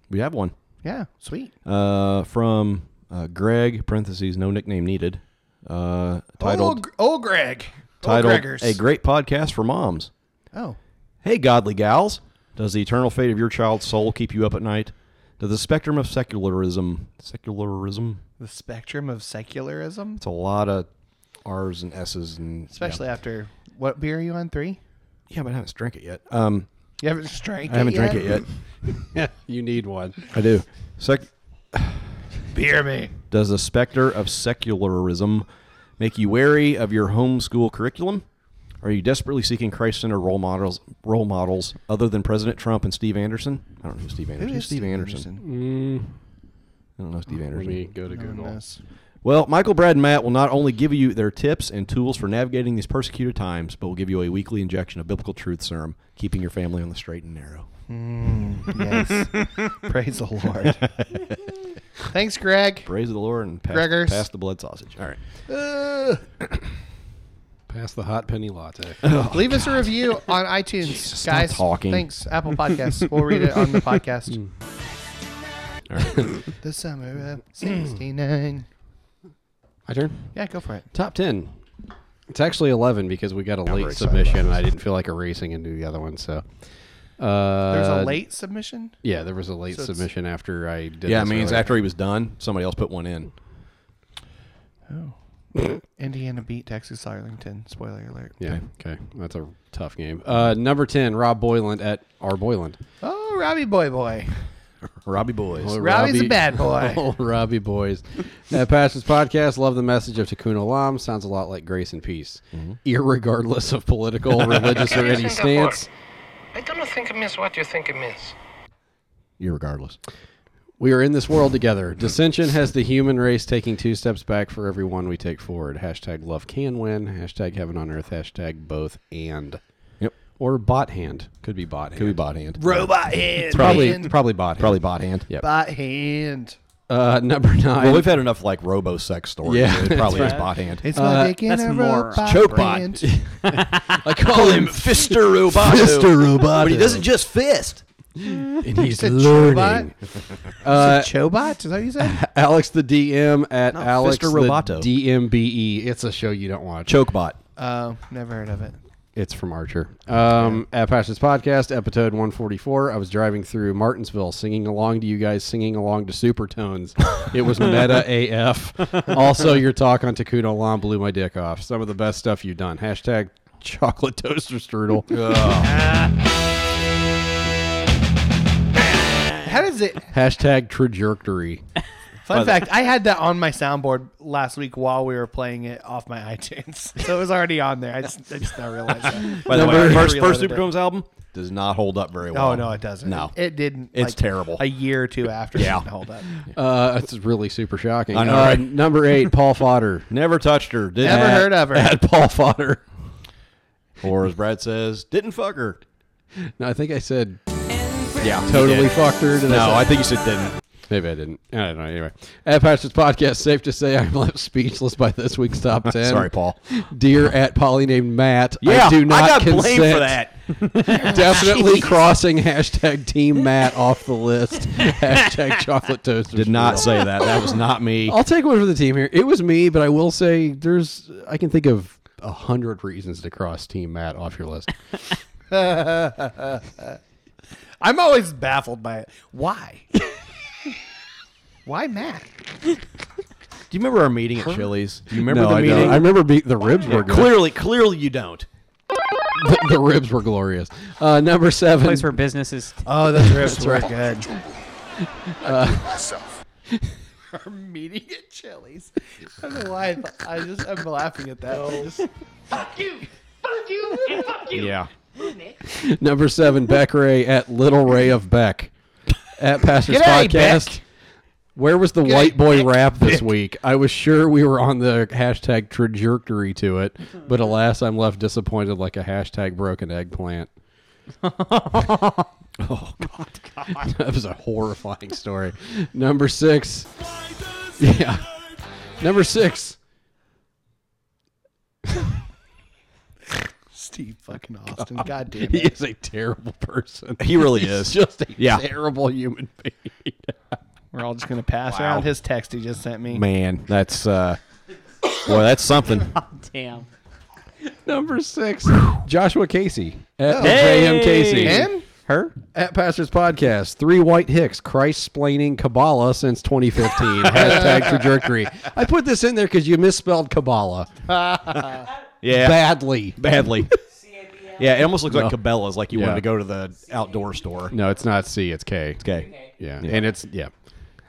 [SPEAKER 5] we have one.
[SPEAKER 1] Yeah, sweet.
[SPEAKER 5] Uh, from uh, Greg (parentheses no nickname needed) uh,
[SPEAKER 1] Oh,
[SPEAKER 5] titled
[SPEAKER 1] oh, Greg. oh,
[SPEAKER 5] titled
[SPEAKER 1] Gregers.
[SPEAKER 5] a great podcast for moms.
[SPEAKER 1] Oh.
[SPEAKER 5] Hey, godly gals. Does the eternal fate of your child's soul keep you up at night? Does the spectrum of secularism, secularism,
[SPEAKER 1] The spectrum of secularism,
[SPEAKER 5] it's a lot of R's and S's and
[SPEAKER 1] especially after what beer are you on? Three.
[SPEAKER 5] Yeah, but I haven't drank it yet. Um,
[SPEAKER 1] You haven't drank.
[SPEAKER 5] I haven't
[SPEAKER 1] it
[SPEAKER 5] drank
[SPEAKER 1] yet?
[SPEAKER 5] it yet.
[SPEAKER 2] yeah, [LAUGHS] you need one.
[SPEAKER 5] I do. Sec-
[SPEAKER 1] Beer me.
[SPEAKER 5] Does the specter of secularism make you wary of your homeschool curriculum? Are you desperately seeking Christ-centered role models, role models other than President Trump and Steve Anderson? I don't know who Steve Anderson.
[SPEAKER 2] is
[SPEAKER 5] Steve
[SPEAKER 2] Steve
[SPEAKER 5] Anderson?
[SPEAKER 2] Mm,
[SPEAKER 5] Mm, I don't know Steve Anderson.
[SPEAKER 2] me go to Google. [LAUGHS]
[SPEAKER 5] Well, Michael, Brad, and Matt will not only give you their tips and tools for navigating these persecuted times, but will give you a weekly injection of biblical truth serum, keeping your family on the straight and narrow.
[SPEAKER 1] Mm, yes.
[SPEAKER 5] [LAUGHS]
[SPEAKER 1] Praise the Lord. Thanks, Greg.
[SPEAKER 5] Praise the Lord and pass,
[SPEAKER 1] Gregers.
[SPEAKER 5] pass the blood sausage. All right.
[SPEAKER 1] Uh,
[SPEAKER 2] [COUGHS] Pass the hot
[SPEAKER 5] [COUGHS]
[SPEAKER 2] penny latte.
[SPEAKER 1] leave us a review on
[SPEAKER 2] [LAUGHS]
[SPEAKER 1] iTunes,
[SPEAKER 2] Oh, stop
[SPEAKER 1] guys.
[SPEAKER 2] talking. Hmm.
[SPEAKER 1] Thanks,
[SPEAKER 2] [LAUGHS]
[SPEAKER 1] Apple Podcasts. we'll read it on the podcast.
[SPEAKER 5] All right.
[SPEAKER 1] [LAUGHS] the summer
[SPEAKER 2] [CLEARS THROAT]
[SPEAKER 1] of '69.
[SPEAKER 2] My turn.
[SPEAKER 1] Yeah, go for it.
[SPEAKER 2] Top ten. It's actually eleven because we got a
[SPEAKER 5] very
[SPEAKER 2] late
[SPEAKER 5] excited about
[SPEAKER 2] submission and
[SPEAKER 5] this.
[SPEAKER 2] I didn't feel like erasing into the other one. So, Uh,
[SPEAKER 1] There's a late submission?
[SPEAKER 2] Yeah, there was a late
[SPEAKER 1] So it's-
[SPEAKER 2] submission after I did.
[SPEAKER 5] yeah, it
[SPEAKER 2] this
[SPEAKER 5] means
[SPEAKER 2] earlier.
[SPEAKER 5] after he was done, somebody else put one in.
[SPEAKER 1] Indiana beat Texas Arlington. Spoiler alert.
[SPEAKER 2] Yeah. Okay. That's a tough game. Uh, number 10, Rob Boyland at R. Boyland.
[SPEAKER 1] Oh, Robbie Boy Boy.
[SPEAKER 5] Robbie Boys.
[SPEAKER 2] Oh,
[SPEAKER 1] Robbie's a bad
[SPEAKER 2] [LAUGHS]
[SPEAKER 1] boy.
[SPEAKER 2] Oh, Robbie Boys. At Pastors Podcast, love the message of Tikkun Olam. Sounds a lot like grace and peace,
[SPEAKER 5] Mm-hmm.
[SPEAKER 2] irregardless of political, religious,
[SPEAKER 5] [LAUGHS]
[SPEAKER 2] or any stance.
[SPEAKER 17] I don't think it means what you think it means.
[SPEAKER 2] Irregardless. We are in this world together. Dissension has the human race taking two steps back for every one we take forward. Hashtag love can win. Hashtag heaven on earth. Hashtag both and. Yep. Or bot hand. Could be bot hand. Could be bot hand.
[SPEAKER 1] Robot hand,
[SPEAKER 2] It's probably,
[SPEAKER 1] man.
[SPEAKER 2] it's probably bot hand.
[SPEAKER 5] Probably bot hand.
[SPEAKER 2] Yep.
[SPEAKER 1] By hand.
[SPEAKER 2] Uh, number nine.
[SPEAKER 5] Well, we've had enough like robo sex stories.
[SPEAKER 2] Yeah,
[SPEAKER 5] it probably
[SPEAKER 2] that's
[SPEAKER 5] is
[SPEAKER 2] right.
[SPEAKER 5] bot hand.
[SPEAKER 1] It's my dick in
[SPEAKER 2] Uh, that's
[SPEAKER 1] a
[SPEAKER 2] more-
[SPEAKER 1] robot.
[SPEAKER 5] Choke bot.
[SPEAKER 1] hand.
[SPEAKER 2] I call him
[SPEAKER 5] Fister Roboto.
[SPEAKER 2] Fister Roboto.
[SPEAKER 5] But he doesn't just fist.
[SPEAKER 2] and [LAUGHS]
[SPEAKER 1] It's
[SPEAKER 2] he's
[SPEAKER 1] a
[SPEAKER 2] learning.
[SPEAKER 1] chobot.
[SPEAKER 2] Uh,
[SPEAKER 1] It's a chobot. Is that what you said?
[SPEAKER 2] [LAUGHS] Alex the DM at
[SPEAKER 5] No,
[SPEAKER 2] Alex
[SPEAKER 5] Fister
[SPEAKER 2] the
[SPEAKER 5] Roboto.
[SPEAKER 2] DMBE. E. It's a show you don't watch.
[SPEAKER 5] Chokebot.
[SPEAKER 1] Oh, never heard of it.
[SPEAKER 2] It's from Archer. Um, At Passions Podcast, episode 144. I was driving through Martinsville singing along to you guys, singing along to Supertones.
[SPEAKER 5] [LAUGHS]
[SPEAKER 2] It was meta AF. Also, your talk on Takuno Lam blew my dick off. Some of the best stuff you've done. Hashtag chocolate toaster strudel.
[SPEAKER 5] [LAUGHS]
[SPEAKER 1] How does it?
[SPEAKER 5] [LAUGHS]
[SPEAKER 2] Hashtag trajectory.
[SPEAKER 1] Fun fact: I had that on my soundboard last week while we were playing it off my [LAUGHS] iTunes, so it was already on there. I just, I just now realized that.
[SPEAKER 5] By the
[SPEAKER 1] I
[SPEAKER 5] way,
[SPEAKER 1] already
[SPEAKER 5] first first
[SPEAKER 1] reloaded it.
[SPEAKER 5] Supertones album does not hold up very well.
[SPEAKER 1] Oh no, it doesn't.
[SPEAKER 5] No,
[SPEAKER 1] it, it didn't.
[SPEAKER 5] It's
[SPEAKER 1] like,
[SPEAKER 5] terrible.
[SPEAKER 1] A year or two after,
[SPEAKER 5] Yeah.
[SPEAKER 1] it didn't hold up.
[SPEAKER 2] Uh, it's really super shocking.
[SPEAKER 5] I know,
[SPEAKER 2] Uh,
[SPEAKER 5] right?
[SPEAKER 2] Number eight,
[SPEAKER 5] [LAUGHS]
[SPEAKER 2] Paul Fodder.
[SPEAKER 5] Never touched her. Didn't
[SPEAKER 1] Never
[SPEAKER 5] at-
[SPEAKER 1] heard of her.
[SPEAKER 5] At Paul Fodder. Or as Brad says, didn't fuck her.
[SPEAKER 2] No, I think I said
[SPEAKER 5] Yeah,
[SPEAKER 2] totally
[SPEAKER 5] did.
[SPEAKER 2] fucked her. Did
[SPEAKER 5] No,
[SPEAKER 2] I
[SPEAKER 5] I
[SPEAKER 2] say-
[SPEAKER 5] think you said didn't.
[SPEAKER 2] Maybe I didn't. I don't know. Anyway, at Pastors Podcast, safe to say I'm left speechless by this week's
[SPEAKER 5] [LAUGHS]
[SPEAKER 2] top ten.
[SPEAKER 5] Sorry, Paul.
[SPEAKER 2] Dear at Polly named Matt.
[SPEAKER 5] Yeah,
[SPEAKER 2] I do
[SPEAKER 5] I
[SPEAKER 2] not
[SPEAKER 5] got blamed
[SPEAKER 2] consent.
[SPEAKER 5] for
[SPEAKER 2] [LAUGHS]
[SPEAKER 5] that.
[SPEAKER 2] Definitely crossing hashtag Team Matt off the list. [LAUGHS] Hashtag Chocolate Toaster.
[SPEAKER 5] Did not say that. That was not [LAUGHS] me.
[SPEAKER 2] I'll take one for the team here. It was me, but I will say there's I can think of a hundred reasons to cross Team Matt off your list.
[SPEAKER 1] I'm always baffled by it. Why? Why Matt?
[SPEAKER 5] Do you remember our meeting at Chili's? Do you remember
[SPEAKER 2] no,
[SPEAKER 5] the
[SPEAKER 2] I
[SPEAKER 5] meeting?
[SPEAKER 2] Don't. I remember be- the ribs [LAUGHS] were good.
[SPEAKER 5] Clearly, clearly you don't.
[SPEAKER 2] the, the ribs were glorious. Uh, number seven.
[SPEAKER 3] Place where businesses.
[SPEAKER 5] Uh,
[SPEAKER 1] Oh, those riffs were good.
[SPEAKER 5] Uh,
[SPEAKER 10] Myself.
[SPEAKER 1] [LAUGHS] Our meeting at Chili's. I don't know why. I, thought- I just I'm laughing at that. I just-
[SPEAKER 18] Fuck you! Fuck you! And fuck you!
[SPEAKER 5] Yeah.
[SPEAKER 2] [LAUGHS] Number seven, Beck Ray at Little Ray of Beck at Pastors
[SPEAKER 1] G'day,
[SPEAKER 2] Podcast.
[SPEAKER 1] Beck.
[SPEAKER 2] Where was the white boy rap this week? I was sure we were on the hashtag trajectory to [LAUGHS] it, but alas, I'm left disappointed like a hashtag
[SPEAKER 5] [LAUGHS]
[SPEAKER 2] broken eggplant. [LAUGHS] oh God, God, that was a horrifying story. Number six, yeah, number six.
[SPEAKER 1] Steve fucking Austin. God damn
[SPEAKER 2] He
[SPEAKER 1] it.
[SPEAKER 2] is a terrible person.
[SPEAKER 5] He really
[SPEAKER 2] He's
[SPEAKER 5] is.
[SPEAKER 2] Just a
[SPEAKER 5] Yeah.
[SPEAKER 2] terrible human being.
[SPEAKER 1] We're all just gonna pass
[SPEAKER 5] Wow.
[SPEAKER 1] around his text he just sent me.
[SPEAKER 5] Man, that's uh, boy, that's something.
[SPEAKER 3] Damn.
[SPEAKER 2] Number six, Joshua Casey at
[SPEAKER 1] Oh.
[SPEAKER 2] the JM Casey.
[SPEAKER 1] Him?
[SPEAKER 2] Her? At Pastors Podcast. Three White Hicks, Christ splaining Kabbalah since [LAUGHS] 2015. Hashtag trajectory. I put this in there because you misspelled Kabbalah
[SPEAKER 5] [LAUGHS] Yeah,
[SPEAKER 2] badly.
[SPEAKER 5] badly. yeah, it almost looks
[SPEAKER 2] No.
[SPEAKER 5] like Cabela's, like you
[SPEAKER 2] Yeah.
[SPEAKER 5] wanted to go to the outdoor store.
[SPEAKER 2] No, it's not C, it's K. It's
[SPEAKER 5] Okay,
[SPEAKER 2] Yeah.
[SPEAKER 5] Yeah.
[SPEAKER 2] And it's, yeah.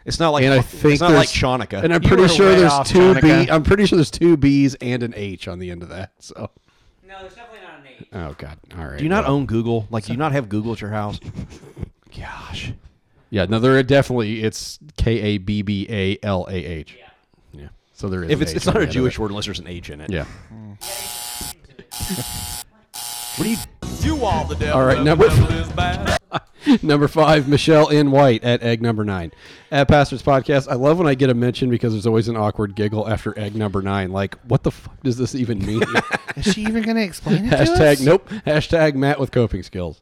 [SPEAKER 5] it's not like
[SPEAKER 2] And I think
[SPEAKER 5] it's not like
[SPEAKER 2] there's-
[SPEAKER 5] Shanika.
[SPEAKER 2] And I'm
[SPEAKER 1] You
[SPEAKER 2] pretty
[SPEAKER 1] were
[SPEAKER 2] sure
[SPEAKER 1] way
[SPEAKER 2] there's
[SPEAKER 1] off,
[SPEAKER 2] two B.
[SPEAKER 1] Jonica.
[SPEAKER 2] I'm pretty sure there's two B's and an H on the end of that. So,
[SPEAKER 3] No, there's definitely not an eight.
[SPEAKER 2] oh god, all right.
[SPEAKER 5] do you not
[SPEAKER 2] well.
[SPEAKER 5] own Google? Like, do you not have Google at your house? Gosh.
[SPEAKER 2] Yeah, no, there are definitely it's K A B B A L A H. Yeah. So there
[SPEAKER 5] [LAUGHS]
[SPEAKER 2] is.
[SPEAKER 5] If
[SPEAKER 2] an
[SPEAKER 5] it's it's
[SPEAKER 2] H
[SPEAKER 5] not
[SPEAKER 2] on the
[SPEAKER 5] a
[SPEAKER 2] end of
[SPEAKER 5] Jewish
[SPEAKER 2] it.
[SPEAKER 5] word unless there's an H in it.
[SPEAKER 2] Yeah.
[SPEAKER 5] What do you do all the devil?
[SPEAKER 2] All right, number [LAUGHS] number five, Michelle N. White at egg number nine at Pastors Podcast. I love when I get a mention because there's always an awkward giggle after egg number nine. Like, what the fuck does this
[SPEAKER 5] [LAUGHS]
[SPEAKER 2] even mean?
[SPEAKER 1] Is she even gonna explain
[SPEAKER 2] [LAUGHS]
[SPEAKER 1] it to us?
[SPEAKER 2] Hashtag nope. Hashtag Matt with
[SPEAKER 5] [LAUGHS] [LAUGHS]
[SPEAKER 2] coping skills.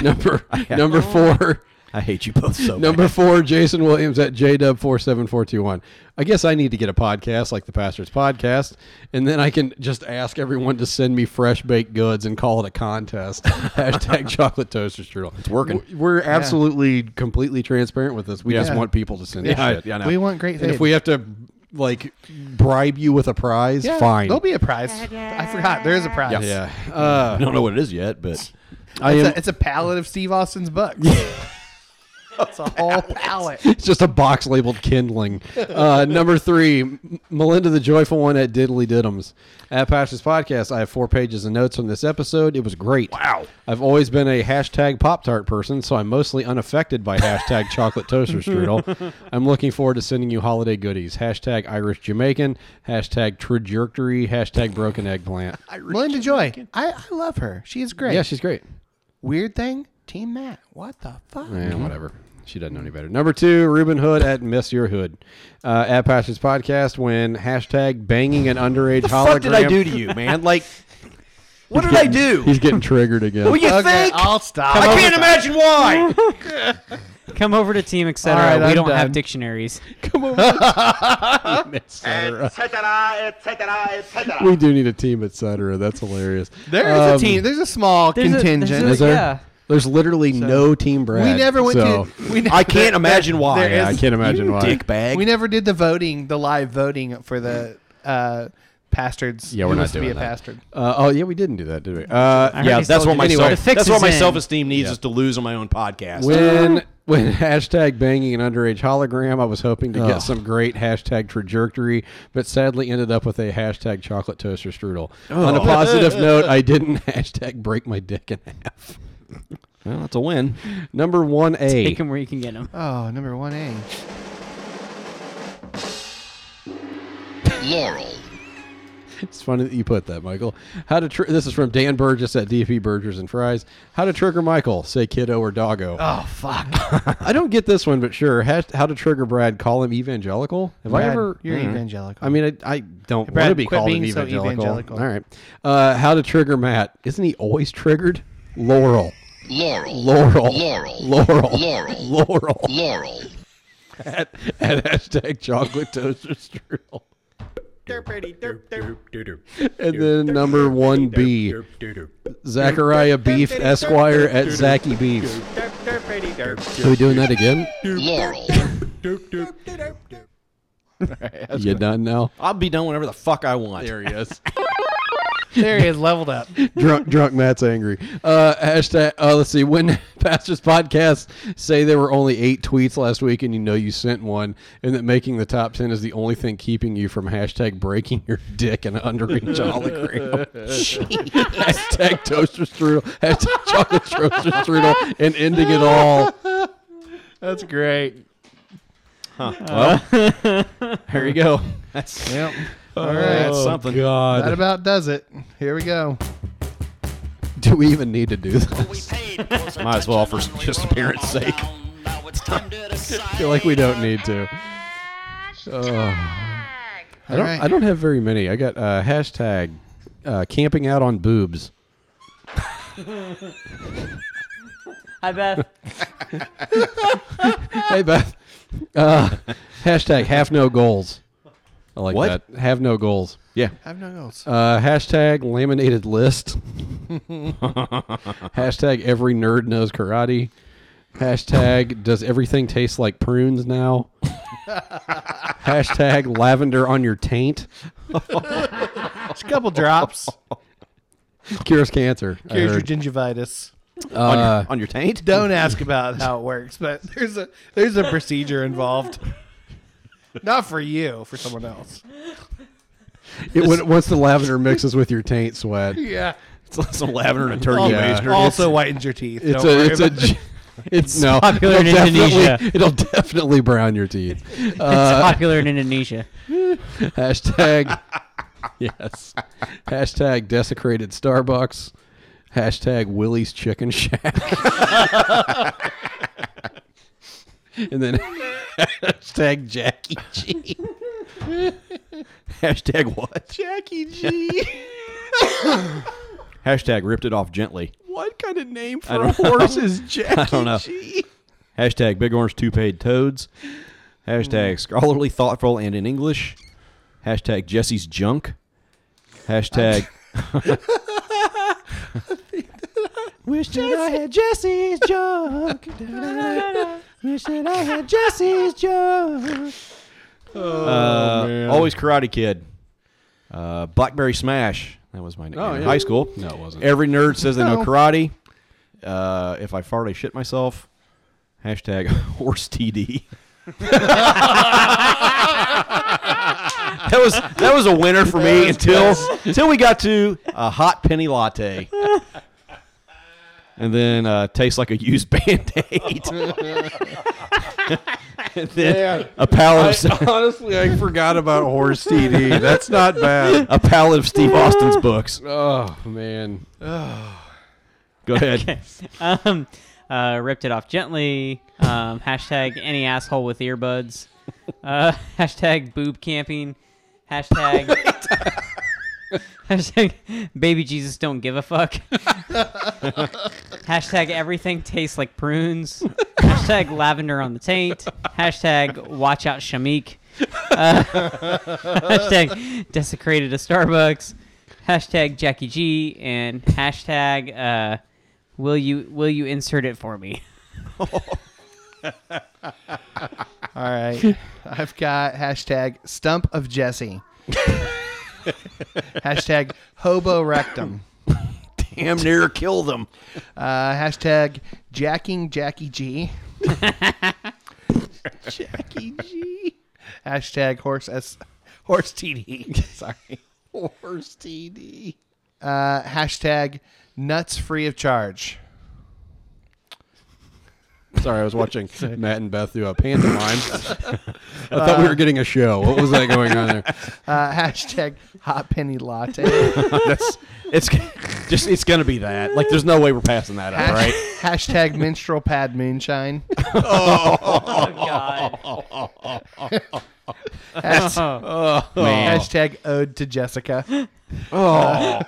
[SPEAKER 2] number number four,
[SPEAKER 5] I hate you both [LAUGHS] so
[SPEAKER 2] Number
[SPEAKER 5] bad.
[SPEAKER 2] four, Jason Williams at JW47421. I guess I need to get a podcast like the Pastor's Podcast, and then I can just ask everyone to send me fresh baked goods and call it a
[SPEAKER 5] [LAUGHS]
[SPEAKER 2] contest. Hashtag chocolate toaster strudel. It's
[SPEAKER 5] working.
[SPEAKER 2] We're
[SPEAKER 5] Yeah.
[SPEAKER 2] absolutely completely transparent with this. We
[SPEAKER 5] Yeah.
[SPEAKER 2] just want people to send
[SPEAKER 5] Yeah.
[SPEAKER 2] us shit.
[SPEAKER 5] Yeah, I know.
[SPEAKER 1] We want great
[SPEAKER 2] And if
[SPEAKER 1] things.
[SPEAKER 2] we have to like bribe you with a prize,
[SPEAKER 1] Yeah,
[SPEAKER 2] fine.
[SPEAKER 1] There'll be a prize. I forgot. There is a prize.
[SPEAKER 2] Yeah. [LAUGHS] Uh,
[SPEAKER 5] I don't know what it is yet, but
[SPEAKER 2] I
[SPEAKER 1] it's,
[SPEAKER 2] am,
[SPEAKER 1] a, it's a pallet of Steve Austin's books. [LAUGHS] it's a whole pallet.
[SPEAKER 2] It's just a box labeled [LAUGHS] kindling. Uh, number three, M- Melinda the Joyful One at Diddly Diddums. At Pastor's Podcast, I have four pages of notes from this episode. It was great. Wow. I've always been a hashtag Pop Tart person, so I'm mostly unaffected by [LAUGHS] hashtag chocolate toaster [LAUGHS] strudel. I'm looking forward to sending you holiday goodies. Hashtag Irish Jamaican, hashtag trajectory, hashtag broken eggplant.
[SPEAKER 1] Melinda Joy. I, I love her. She is great.
[SPEAKER 2] Yeah, she's great.
[SPEAKER 1] Weird thing, Team Matt. What the fuck?
[SPEAKER 2] Yeah, whatever. She doesn't know any better. Number two, Ruben Hood at Miss Your Hood uh, at Pastor's Podcast when hashtag banging an underage
[SPEAKER 5] the
[SPEAKER 2] hologram.
[SPEAKER 5] fuck did I do to you, man? Like,
[SPEAKER 3] [LAUGHS]
[SPEAKER 5] what did I do?
[SPEAKER 2] [LAUGHS] He's getting triggered again.
[SPEAKER 5] Well, you
[SPEAKER 2] [LAUGHS]
[SPEAKER 1] Okay,
[SPEAKER 5] think?
[SPEAKER 1] I'll stop.
[SPEAKER 5] I can't imagine why.
[SPEAKER 3] [LAUGHS] Come over to Team Etc.
[SPEAKER 1] All right,
[SPEAKER 3] we
[SPEAKER 1] I'm
[SPEAKER 3] don't have
[SPEAKER 1] done.
[SPEAKER 3] dictionaries.
[SPEAKER 2] Come over to team, et cetera. we do need a team, etc. That's hilarious.
[SPEAKER 1] There is
[SPEAKER 2] Um,
[SPEAKER 1] a team. There's a small
[SPEAKER 3] There's a- there's
[SPEAKER 1] contingent.
[SPEAKER 3] a-
[SPEAKER 2] Is there?
[SPEAKER 3] Yeah.
[SPEAKER 2] There's literally no team Brad.
[SPEAKER 1] we never went
[SPEAKER 2] so-
[SPEAKER 1] to. We ne-
[SPEAKER 5] I can't imagine
[SPEAKER 1] [LAUGHS]
[SPEAKER 5] why.
[SPEAKER 1] there
[SPEAKER 2] Yeah, I
[SPEAKER 1] is-
[SPEAKER 2] can't imagine
[SPEAKER 5] You
[SPEAKER 2] why.
[SPEAKER 5] dickbag.
[SPEAKER 1] We never did the voting, the live voting for the uh, pastards.
[SPEAKER 2] Yeah, we're
[SPEAKER 1] Who
[SPEAKER 2] not
[SPEAKER 1] wants to
[SPEAKER 2] doing
[SPEAKER 1] be a
[SPEAKER 2] that.
[SPEAKER 1] bastard.
[SPEAKER 2] Uh, oh yeah, we didn't do that, did we? Uh,
[SPEAKER 3] I heard
[SPEAKER 5] yeah,
[SPEAKER 3] he
[SPEAKER 5] that's
[SPEAKER 3] sold
[SPEAKER 5] what
[SPEAKER 3] you.
[SPEAKER 5] my
[SPEAKER 3] Anyway, the
[SPEAKER 5] self,
[SPEAKER 3] fix
[SPEAKER 5] that's what
[SPEAKER 3] is
[SPEAKER 5] my
[SPEAKER 3] in.
[SPEAKER 5] self esteem needs
[SPEAKER 2] Yeah.
[SPEAKER 5] is to lose on my own podcast.
[SPEAKER 2] When when [LAUGHS] hashtag banging an underage hologram, I was hoping to
[SPEAKER 5] Ugh.
[SPEAKER 2] get some great hashtag trajectory, but sadly ended up with a hashtag chocolate toaster strudel. On a
[SPEAKER 5] Oh.
[SPEAKER 2] positive note, I didn't [LAUGHS] hashtag break my dick in half.
[SPEAKER 5] well, that's a win.
[SPEAKER 2] Number one
[SPEAKER 3] Take
[SPEAKER 2] A.
[SPEAKER 3] 'em where you can get them.
[SPEAKER 1] Oh, number one A.
[SPEAKER 10] Laurel.
[SPEAKER 2] It's funny that you put that, Michael. How to tr- this is from Dan Burgess at DP Burgers and Fries. How to trigger Michael? Say kiddo or doggo.
[SPEAKER 1] Oh
[SPEAKER 2] [LAUGHS]
[SPEAKER 1] fuck.
[SPEAKER 2] I don't get this one, but sure. Has- how to trigger Brad? Call him evangelical. Have I
[SPEAKER 1] Brad,
[SPEAKER 2] ever?
[SPEAKER 1] You're
[SPEAKER 2] I don't know.
[SPEAKER 1] evangelical.
[SPEAKER 2] I mean, I, I don't
[SPEAKER 1] Brad,
[SPEAKER 2] want to be
[SPEAKER 1] quit
[SPEAKER 2] called an
[SPEAKER 1] being so
[SPEAKER 2] evangelical.
[SPEAKER 1] evangelical.
[SPEAKER 2] All right. Uh, how to trigger Matt? Isn't he always triggered? Laurel.
[SPEAKER 10] Laurel.
[SPEAKER 2] Laurel.
[SPEAKER 10] Laurel.
[SPEAKER 2] Laurel.
[SPEAKER 10] Laurel.
[SPEAKER 2] Laurel.
[SPEAKER 10] Laurel.
[SPEAKER 2] At, at hashtag chocolate toaster strudel. And then number one B, Zachariah Beef Esquire at Zachy Beef. Are we doing that again?
[SPEAKER 10] Laurel.
[SPEAKER 2] You done now?
[SPEAKER 5] I'll be done whenever the fuck I want.
[SPEAKER 2] he is.
[SPEAKER 1] there he is, leveled up.
[SPEAKER 2] drunk drunk Matt's angry. Uh, hashtag. Uh, let's see. When [LAUGHS] pastors podcast say there were only eight tweets last week, and you know you sent one, and that making the top ten is the only thing keeping you from hashtag breaking your dick and underage hologram. hashtag toaster strudel. Hashtag chocolate toaster strudel, and ending it all.
[SPEAKER 1] That's great.
[SPEAKER 5] There you go. That's
[SPEAKER 1] Yep. All
[SPEAKER 2] uh,
[SPEAKER 1] right.
[SPEAKER 5] that's something.
[SPEAKER 1] That
[SPEAKER 2] God,
[SPEAKER 1] about does it. Here we go.
[SPEAKER 2] do we even need to do this?
[SPEAKER 5] Might as well for s- just appearance
[SPEAKER 7] [LAUGHS]
[SPEAKER 5] sake.
[SPEAKER 2] I feel like we don't need to. Oh. I don't.
[SPEAKER 1] All right.
[SPEAKER 2] I don't have very many. I got uh, hashtag uh, camping out on boobs.
[SPEAKER 3] Hi, Beth.
[SPEAKER 2] hey Beth. Uh, hashtag have no goals. I like
[SPEAKER 5] What?
[SPEAKER 2] that. Have no goals.
[SPEAKER 5] Yeah.
[SPEAKER 1] Have no notes.
[SPEAKER 2] Uh, hashtag
[SPEAKER 1] [LAUGHS]
[SPEAKER 2] laminated list. hashtag every nerd knows karate. Hashtag does everything taste like prunes
[SPEAKER 1] [LAUGHS]
[SPEAKER 2] now? hashtag lavender on your taint
[SPEAKER 1] Just a couple
[SPEAKER 2] [LAUGHS]
[SPEAKER 1] drops.
[SPEAKER 2] cures cancer. I
[SPEAKER 1] Here's your
[SPEAKER 2] heard.
[SPEAKER 1] gingivitis.
[SPEAKER 5] on, your, on your taint?
[SPEAKER 1] Don't ask about how it works, but there's a there's a procedure involved. Not for you, for someone else.
[SPEAKER 2] It- when- once the lavender mixes with your taint sweat,
[SPEAKER 1] Yeah.
[SPEAKER 5] It's [LAUGHS] some lavender and a turkey
[SPEAKER 2] Yeah.
[SPEAKER 5] baster.
[SPEAKER 1] Also whitens your teeth.
[SPEAKER 2] It's
[SPEAKER 1] Don't
[SPEAKER 2] a
[SPEAKER 1] worry
[SPEAKER 2] it's a
[SPEAKER 1] about
[SPEAKER 2] g- [LAUGHS] it's no
[SPEAKER 3] popular
[SPEAKER 2] it'll
[SPEAKER 3] in
[SPEAKER 2] definitely-
[SPEAKER 3] Indonesia.
[SPEAKER 2] It'll definitely brown your teeth. Uh, [LAUGHS]
[SPEAKER 1] Uh,
[SPEAKER 3] it's popular in Indonesia.
[SPEAKER 2] Hashtag yes. Hashtag desecrated Starbucks. Hashtag Willie's Chicken Shack. [LAUGHS] and then hashtag Jackie G.
[SPEAKER 5] [LAUGHS] Hashtag what?
[SPEAKER 2] Jackie [LAUGHS] G.
[SPEAKER 5] Hashtag ripped it off gently.
[SPEAKER 2] what kind of name
[SPEAKER 5] [LAUGHS] I don't know.
[SPEAKER 2] horse is
[SPEAKER 5] I don't know. Hashtag Big Orange Two Paid Toads.
[SPEAKER 2] Mm-hmm.
[SPEAKER 5] Hashtag Scholarly Thoughtful and in English. Hashtag Jesse's Junk.
[SPEAKER 2] [LAUGHS]
[SPEAKER 5] Hashtag. [LAUGHS]
[SPEAKER 9] Wish that I had Jesse's junk. Wish that I had Jesse's junk.
[SPEAKER 2] Oh,
[SPEAKER 5] uh, Always Karate Kid. Uh, Blackberry Smash. That was my nickname
[SPEAKER 2] Oh,
[SPEAKER 5] in
[SPEAKER 2] yeah.
[SPEAKER 5] high school.
[SPEAKER 2] No, it wasn't.
[SPEAKER 5] Every nerd says they know
[SPEAKER 2] No.
[SPEAKER 5] karate. Uh, if I fart, I shit myself. Hashtag [LAUGHS] horse TD. that was that was a winner for me until until we got to a hot penny latte, and then uh, tastes like a used band aid. and then
[SPEAKER 2] Man,
[SPEAKER 5] a pallet
[SPEAKER 2] I-
[SPEAKER 5] of
[SPEAKER 2] honestly, I forgot about Horse TD. [LAUGHS] That's not bad.
[SPEAKER 5] A pallet of Steve Austin's books.
[SPEAKER 2] Oh man.
[SPEAKER 5] Go ahead.
[SPEAKER 3] Okay. Um, uh, ripped it off gently. Um, hashtag any asshole with earbuds. Uh, [LAUGHS] hashtag boob camping. Hashtag. [LAUGHS] hashtag baby Jesus don't give a fuck. hashtag everything tastes like prunes. hashtag lavender on the taint. Hashtag watch out Shamik. Uh, [LAUGHS] hashtag desecrated a Starbucks. Hashtag Jackie G and hashtag uh, will you will you insert it for
[SPEAKER 5] [LAUGHS]
[SPEAKER 3] me?
[SPEAKER 1] All [LAUGHS] right. I've got hashtag stump of [LAUGHS] Jesse. hashtag hobo rectum.
[SPEAKER 5] Damn near kill them.
[SPEAKER 1] Uh, hashtag jacking Jackie G. Jackie G. Hashtag horse S horse TD. Sorry.
[SPEAKER 9] Horse TD.
[SPEAKER 1] Uh, hashtag nuts free of charge.
[SPEAKER 5] [LAUGHS]
[SPEAKER 2] Sorry, I was watching Matt and Beth do a pantomime. I thought we were getting a show. What was that going on there?
[SPEAKER 5] [LAUGHS]
[SPEAKER 1] Uh, hashtag hot penny latte.
[SPEAKER 5] [LAUGHS]
[SPEAKER 1] [LAUGHS]
[SPEAKER 5] That's it's just it's gonna be that. Like there's no way we're passing that up,
[SPEAKER 1] Hash-
[SPEAKER 5] right?
[SPEAKER 1] hashtag minstrel pad moonshine.
[SPEAKER 3] Oh,
[SPEAKER 5] [LAUGHS]
[SPEAKER 1] [LAUGHS] Has-
[SPEAKER 9] Oh.
[SPEAKER 1] Hashtag ode to Jessica.
[SPEAKER 9] Oh.
[SPEAKER 1] Uh,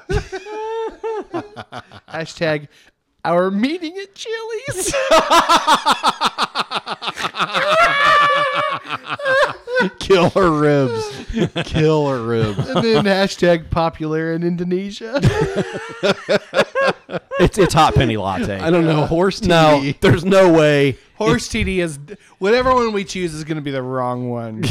[SPEAKER 1] [LAUGHS] hashtag our meeting at Chili's.
[SPEAKER 2] Kill her ribs. Kill her
[SPEAKER 1] and
[SPEAKER 2] ribs.
[SPEAKER 1] then hashtag popular in Indonesia.
[SPEAKER 5] It's it's hot penny latte.
[SPEAKER 2] I don't know, horse
[SPEAKER 5] No,
[SPEAKER 2] TD.
[SPEAKER 5] there's no way.
[SPEAKER 1] Horse TD is [LAUGHS] whatever one we choose is going to be the wrong one.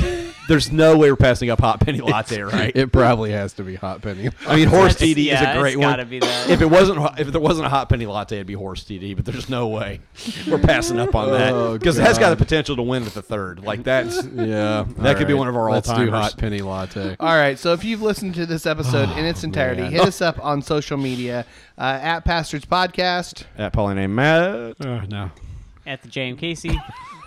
[SPEAKER 5] There's no way we're passing up hot penny latte, right?
[SPEAKER 2] It probably has to be
[SPEAKER 5] [LAUGHS]
[SPEAKER 2] hot penny.
[SPEAKER 5] I mean, horse
[SPEAKER 3] That's-
[SPEAKER 5] TD
[SPEAKER 3] yeah,
[SPEAKER 5] is a
[SPEAKER 3] it's
[SPEAKER 5] great one.
[SPEAKER 3] gotta be that.
[SPEAKER 5] If it wasn't, ho- if there wasn't a hot penny latte, it'd be horse TD. But there's no way we're passing up on that
[SPEAKER 2] Oh,
[SPEAKER 5] because it has got the
[SPEAKER 2] God.
[SPEAKER 5] potential to win at the third. Like that's
[SPEAKER 2] yeah,
[SPEAKER 5] that could be one of our all
[SPEAKER 2] Let's
[SPEAKER 5] time
[SPEAKER 2] do hot penny latte.
[SPEAKER 1] All right, so if you've listened to this episode in its entirety,
[SPEAKER 5] man.
[SPEAKER 1] hit us up on social media uh, at Pastors Podcast,
[SPEAKER 5] at Pauline and Matt.
[SPEAKER 2] Oh no.
[SPEAKER 3] At the JM Casey.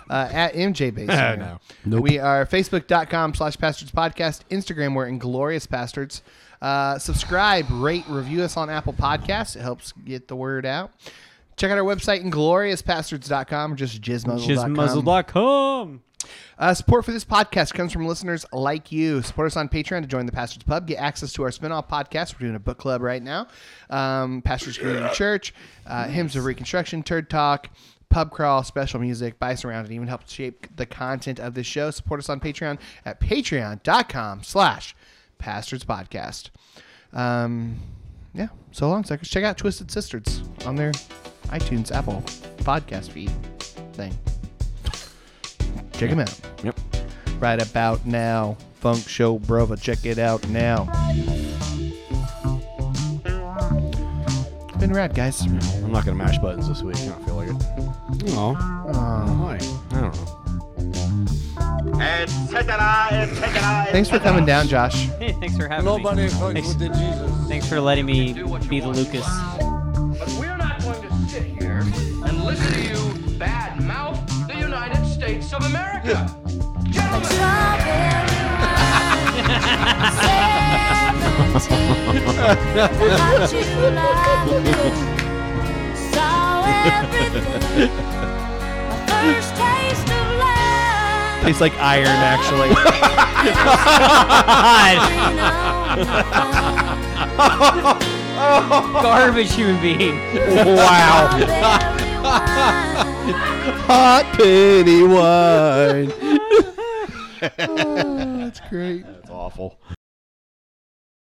[SPEAKER 1] uh, at MJ Base.
[SPEAKER 5] Ah, no. Nope.
[SPEAKER 1] We are facebook.com slash Pastors Podcast. Instagram, we're Inglorious Pastors. Uh, subscribe, rate, review us on Apple Podcasts. It helps get the word out. Check out our website, ingloriouspastards.com, or just jizzmuzzle.com.
[SPEAKER 3] Jizzmuzzle.com.
[SPEAKER 1] Uh, support for this podcast comes from listeners like you. Support us on Patreon to join the Pastors Pub. Get access to our spin-off podcast. We're doing a book club right now. Um, Pastors Community Church, uh, Hymns of Reconstruction, Turd Talk, Pub Crawl, special music, buy surround, and even help shape the content of this show. Support us on Patreon at patreon.com slash pastors podcast. Um, yeah, so long, suckers. Check out Twisted Sisters on their iTunes, Apple podcast feed thing. Check them out.
[SPEAKER 5] Yep.
[SPEAKER 1] Right about now. Funk Show Brova. Check it out now. It's been rad, guys.
[SPEAKER 5] I'm not gonna mash buttons this week. I don't feel like it.
[SPEAKER 2] Oh,
[SPEAKER 5] why? I don't know.
[SPEAKER 1] Thanks for coming down, Josh.
[SPEAKER 3] Hey, thanks for having me. thanks, Thanks for letting me be the Lucas.
[SPEAKER 6] But we're not going to sit here and listen to you bad mouth the United States of America.
[SPEAKER 1] Tastes like iron,
[SPEAKER 2] [LAUGHS]
[SPEAKER 3] [LAUGHS]
[SPEAKER 1] actually.
[SPEAKER 3] Garbage human being.
[SPEAKER 5] Wow. [LAUGHS] Hot penny wine.
[SPEAKER 2] [LAUGHS]
[SPEAKER 19] Oh, that's great.
[SPEAKER 20] That's awful.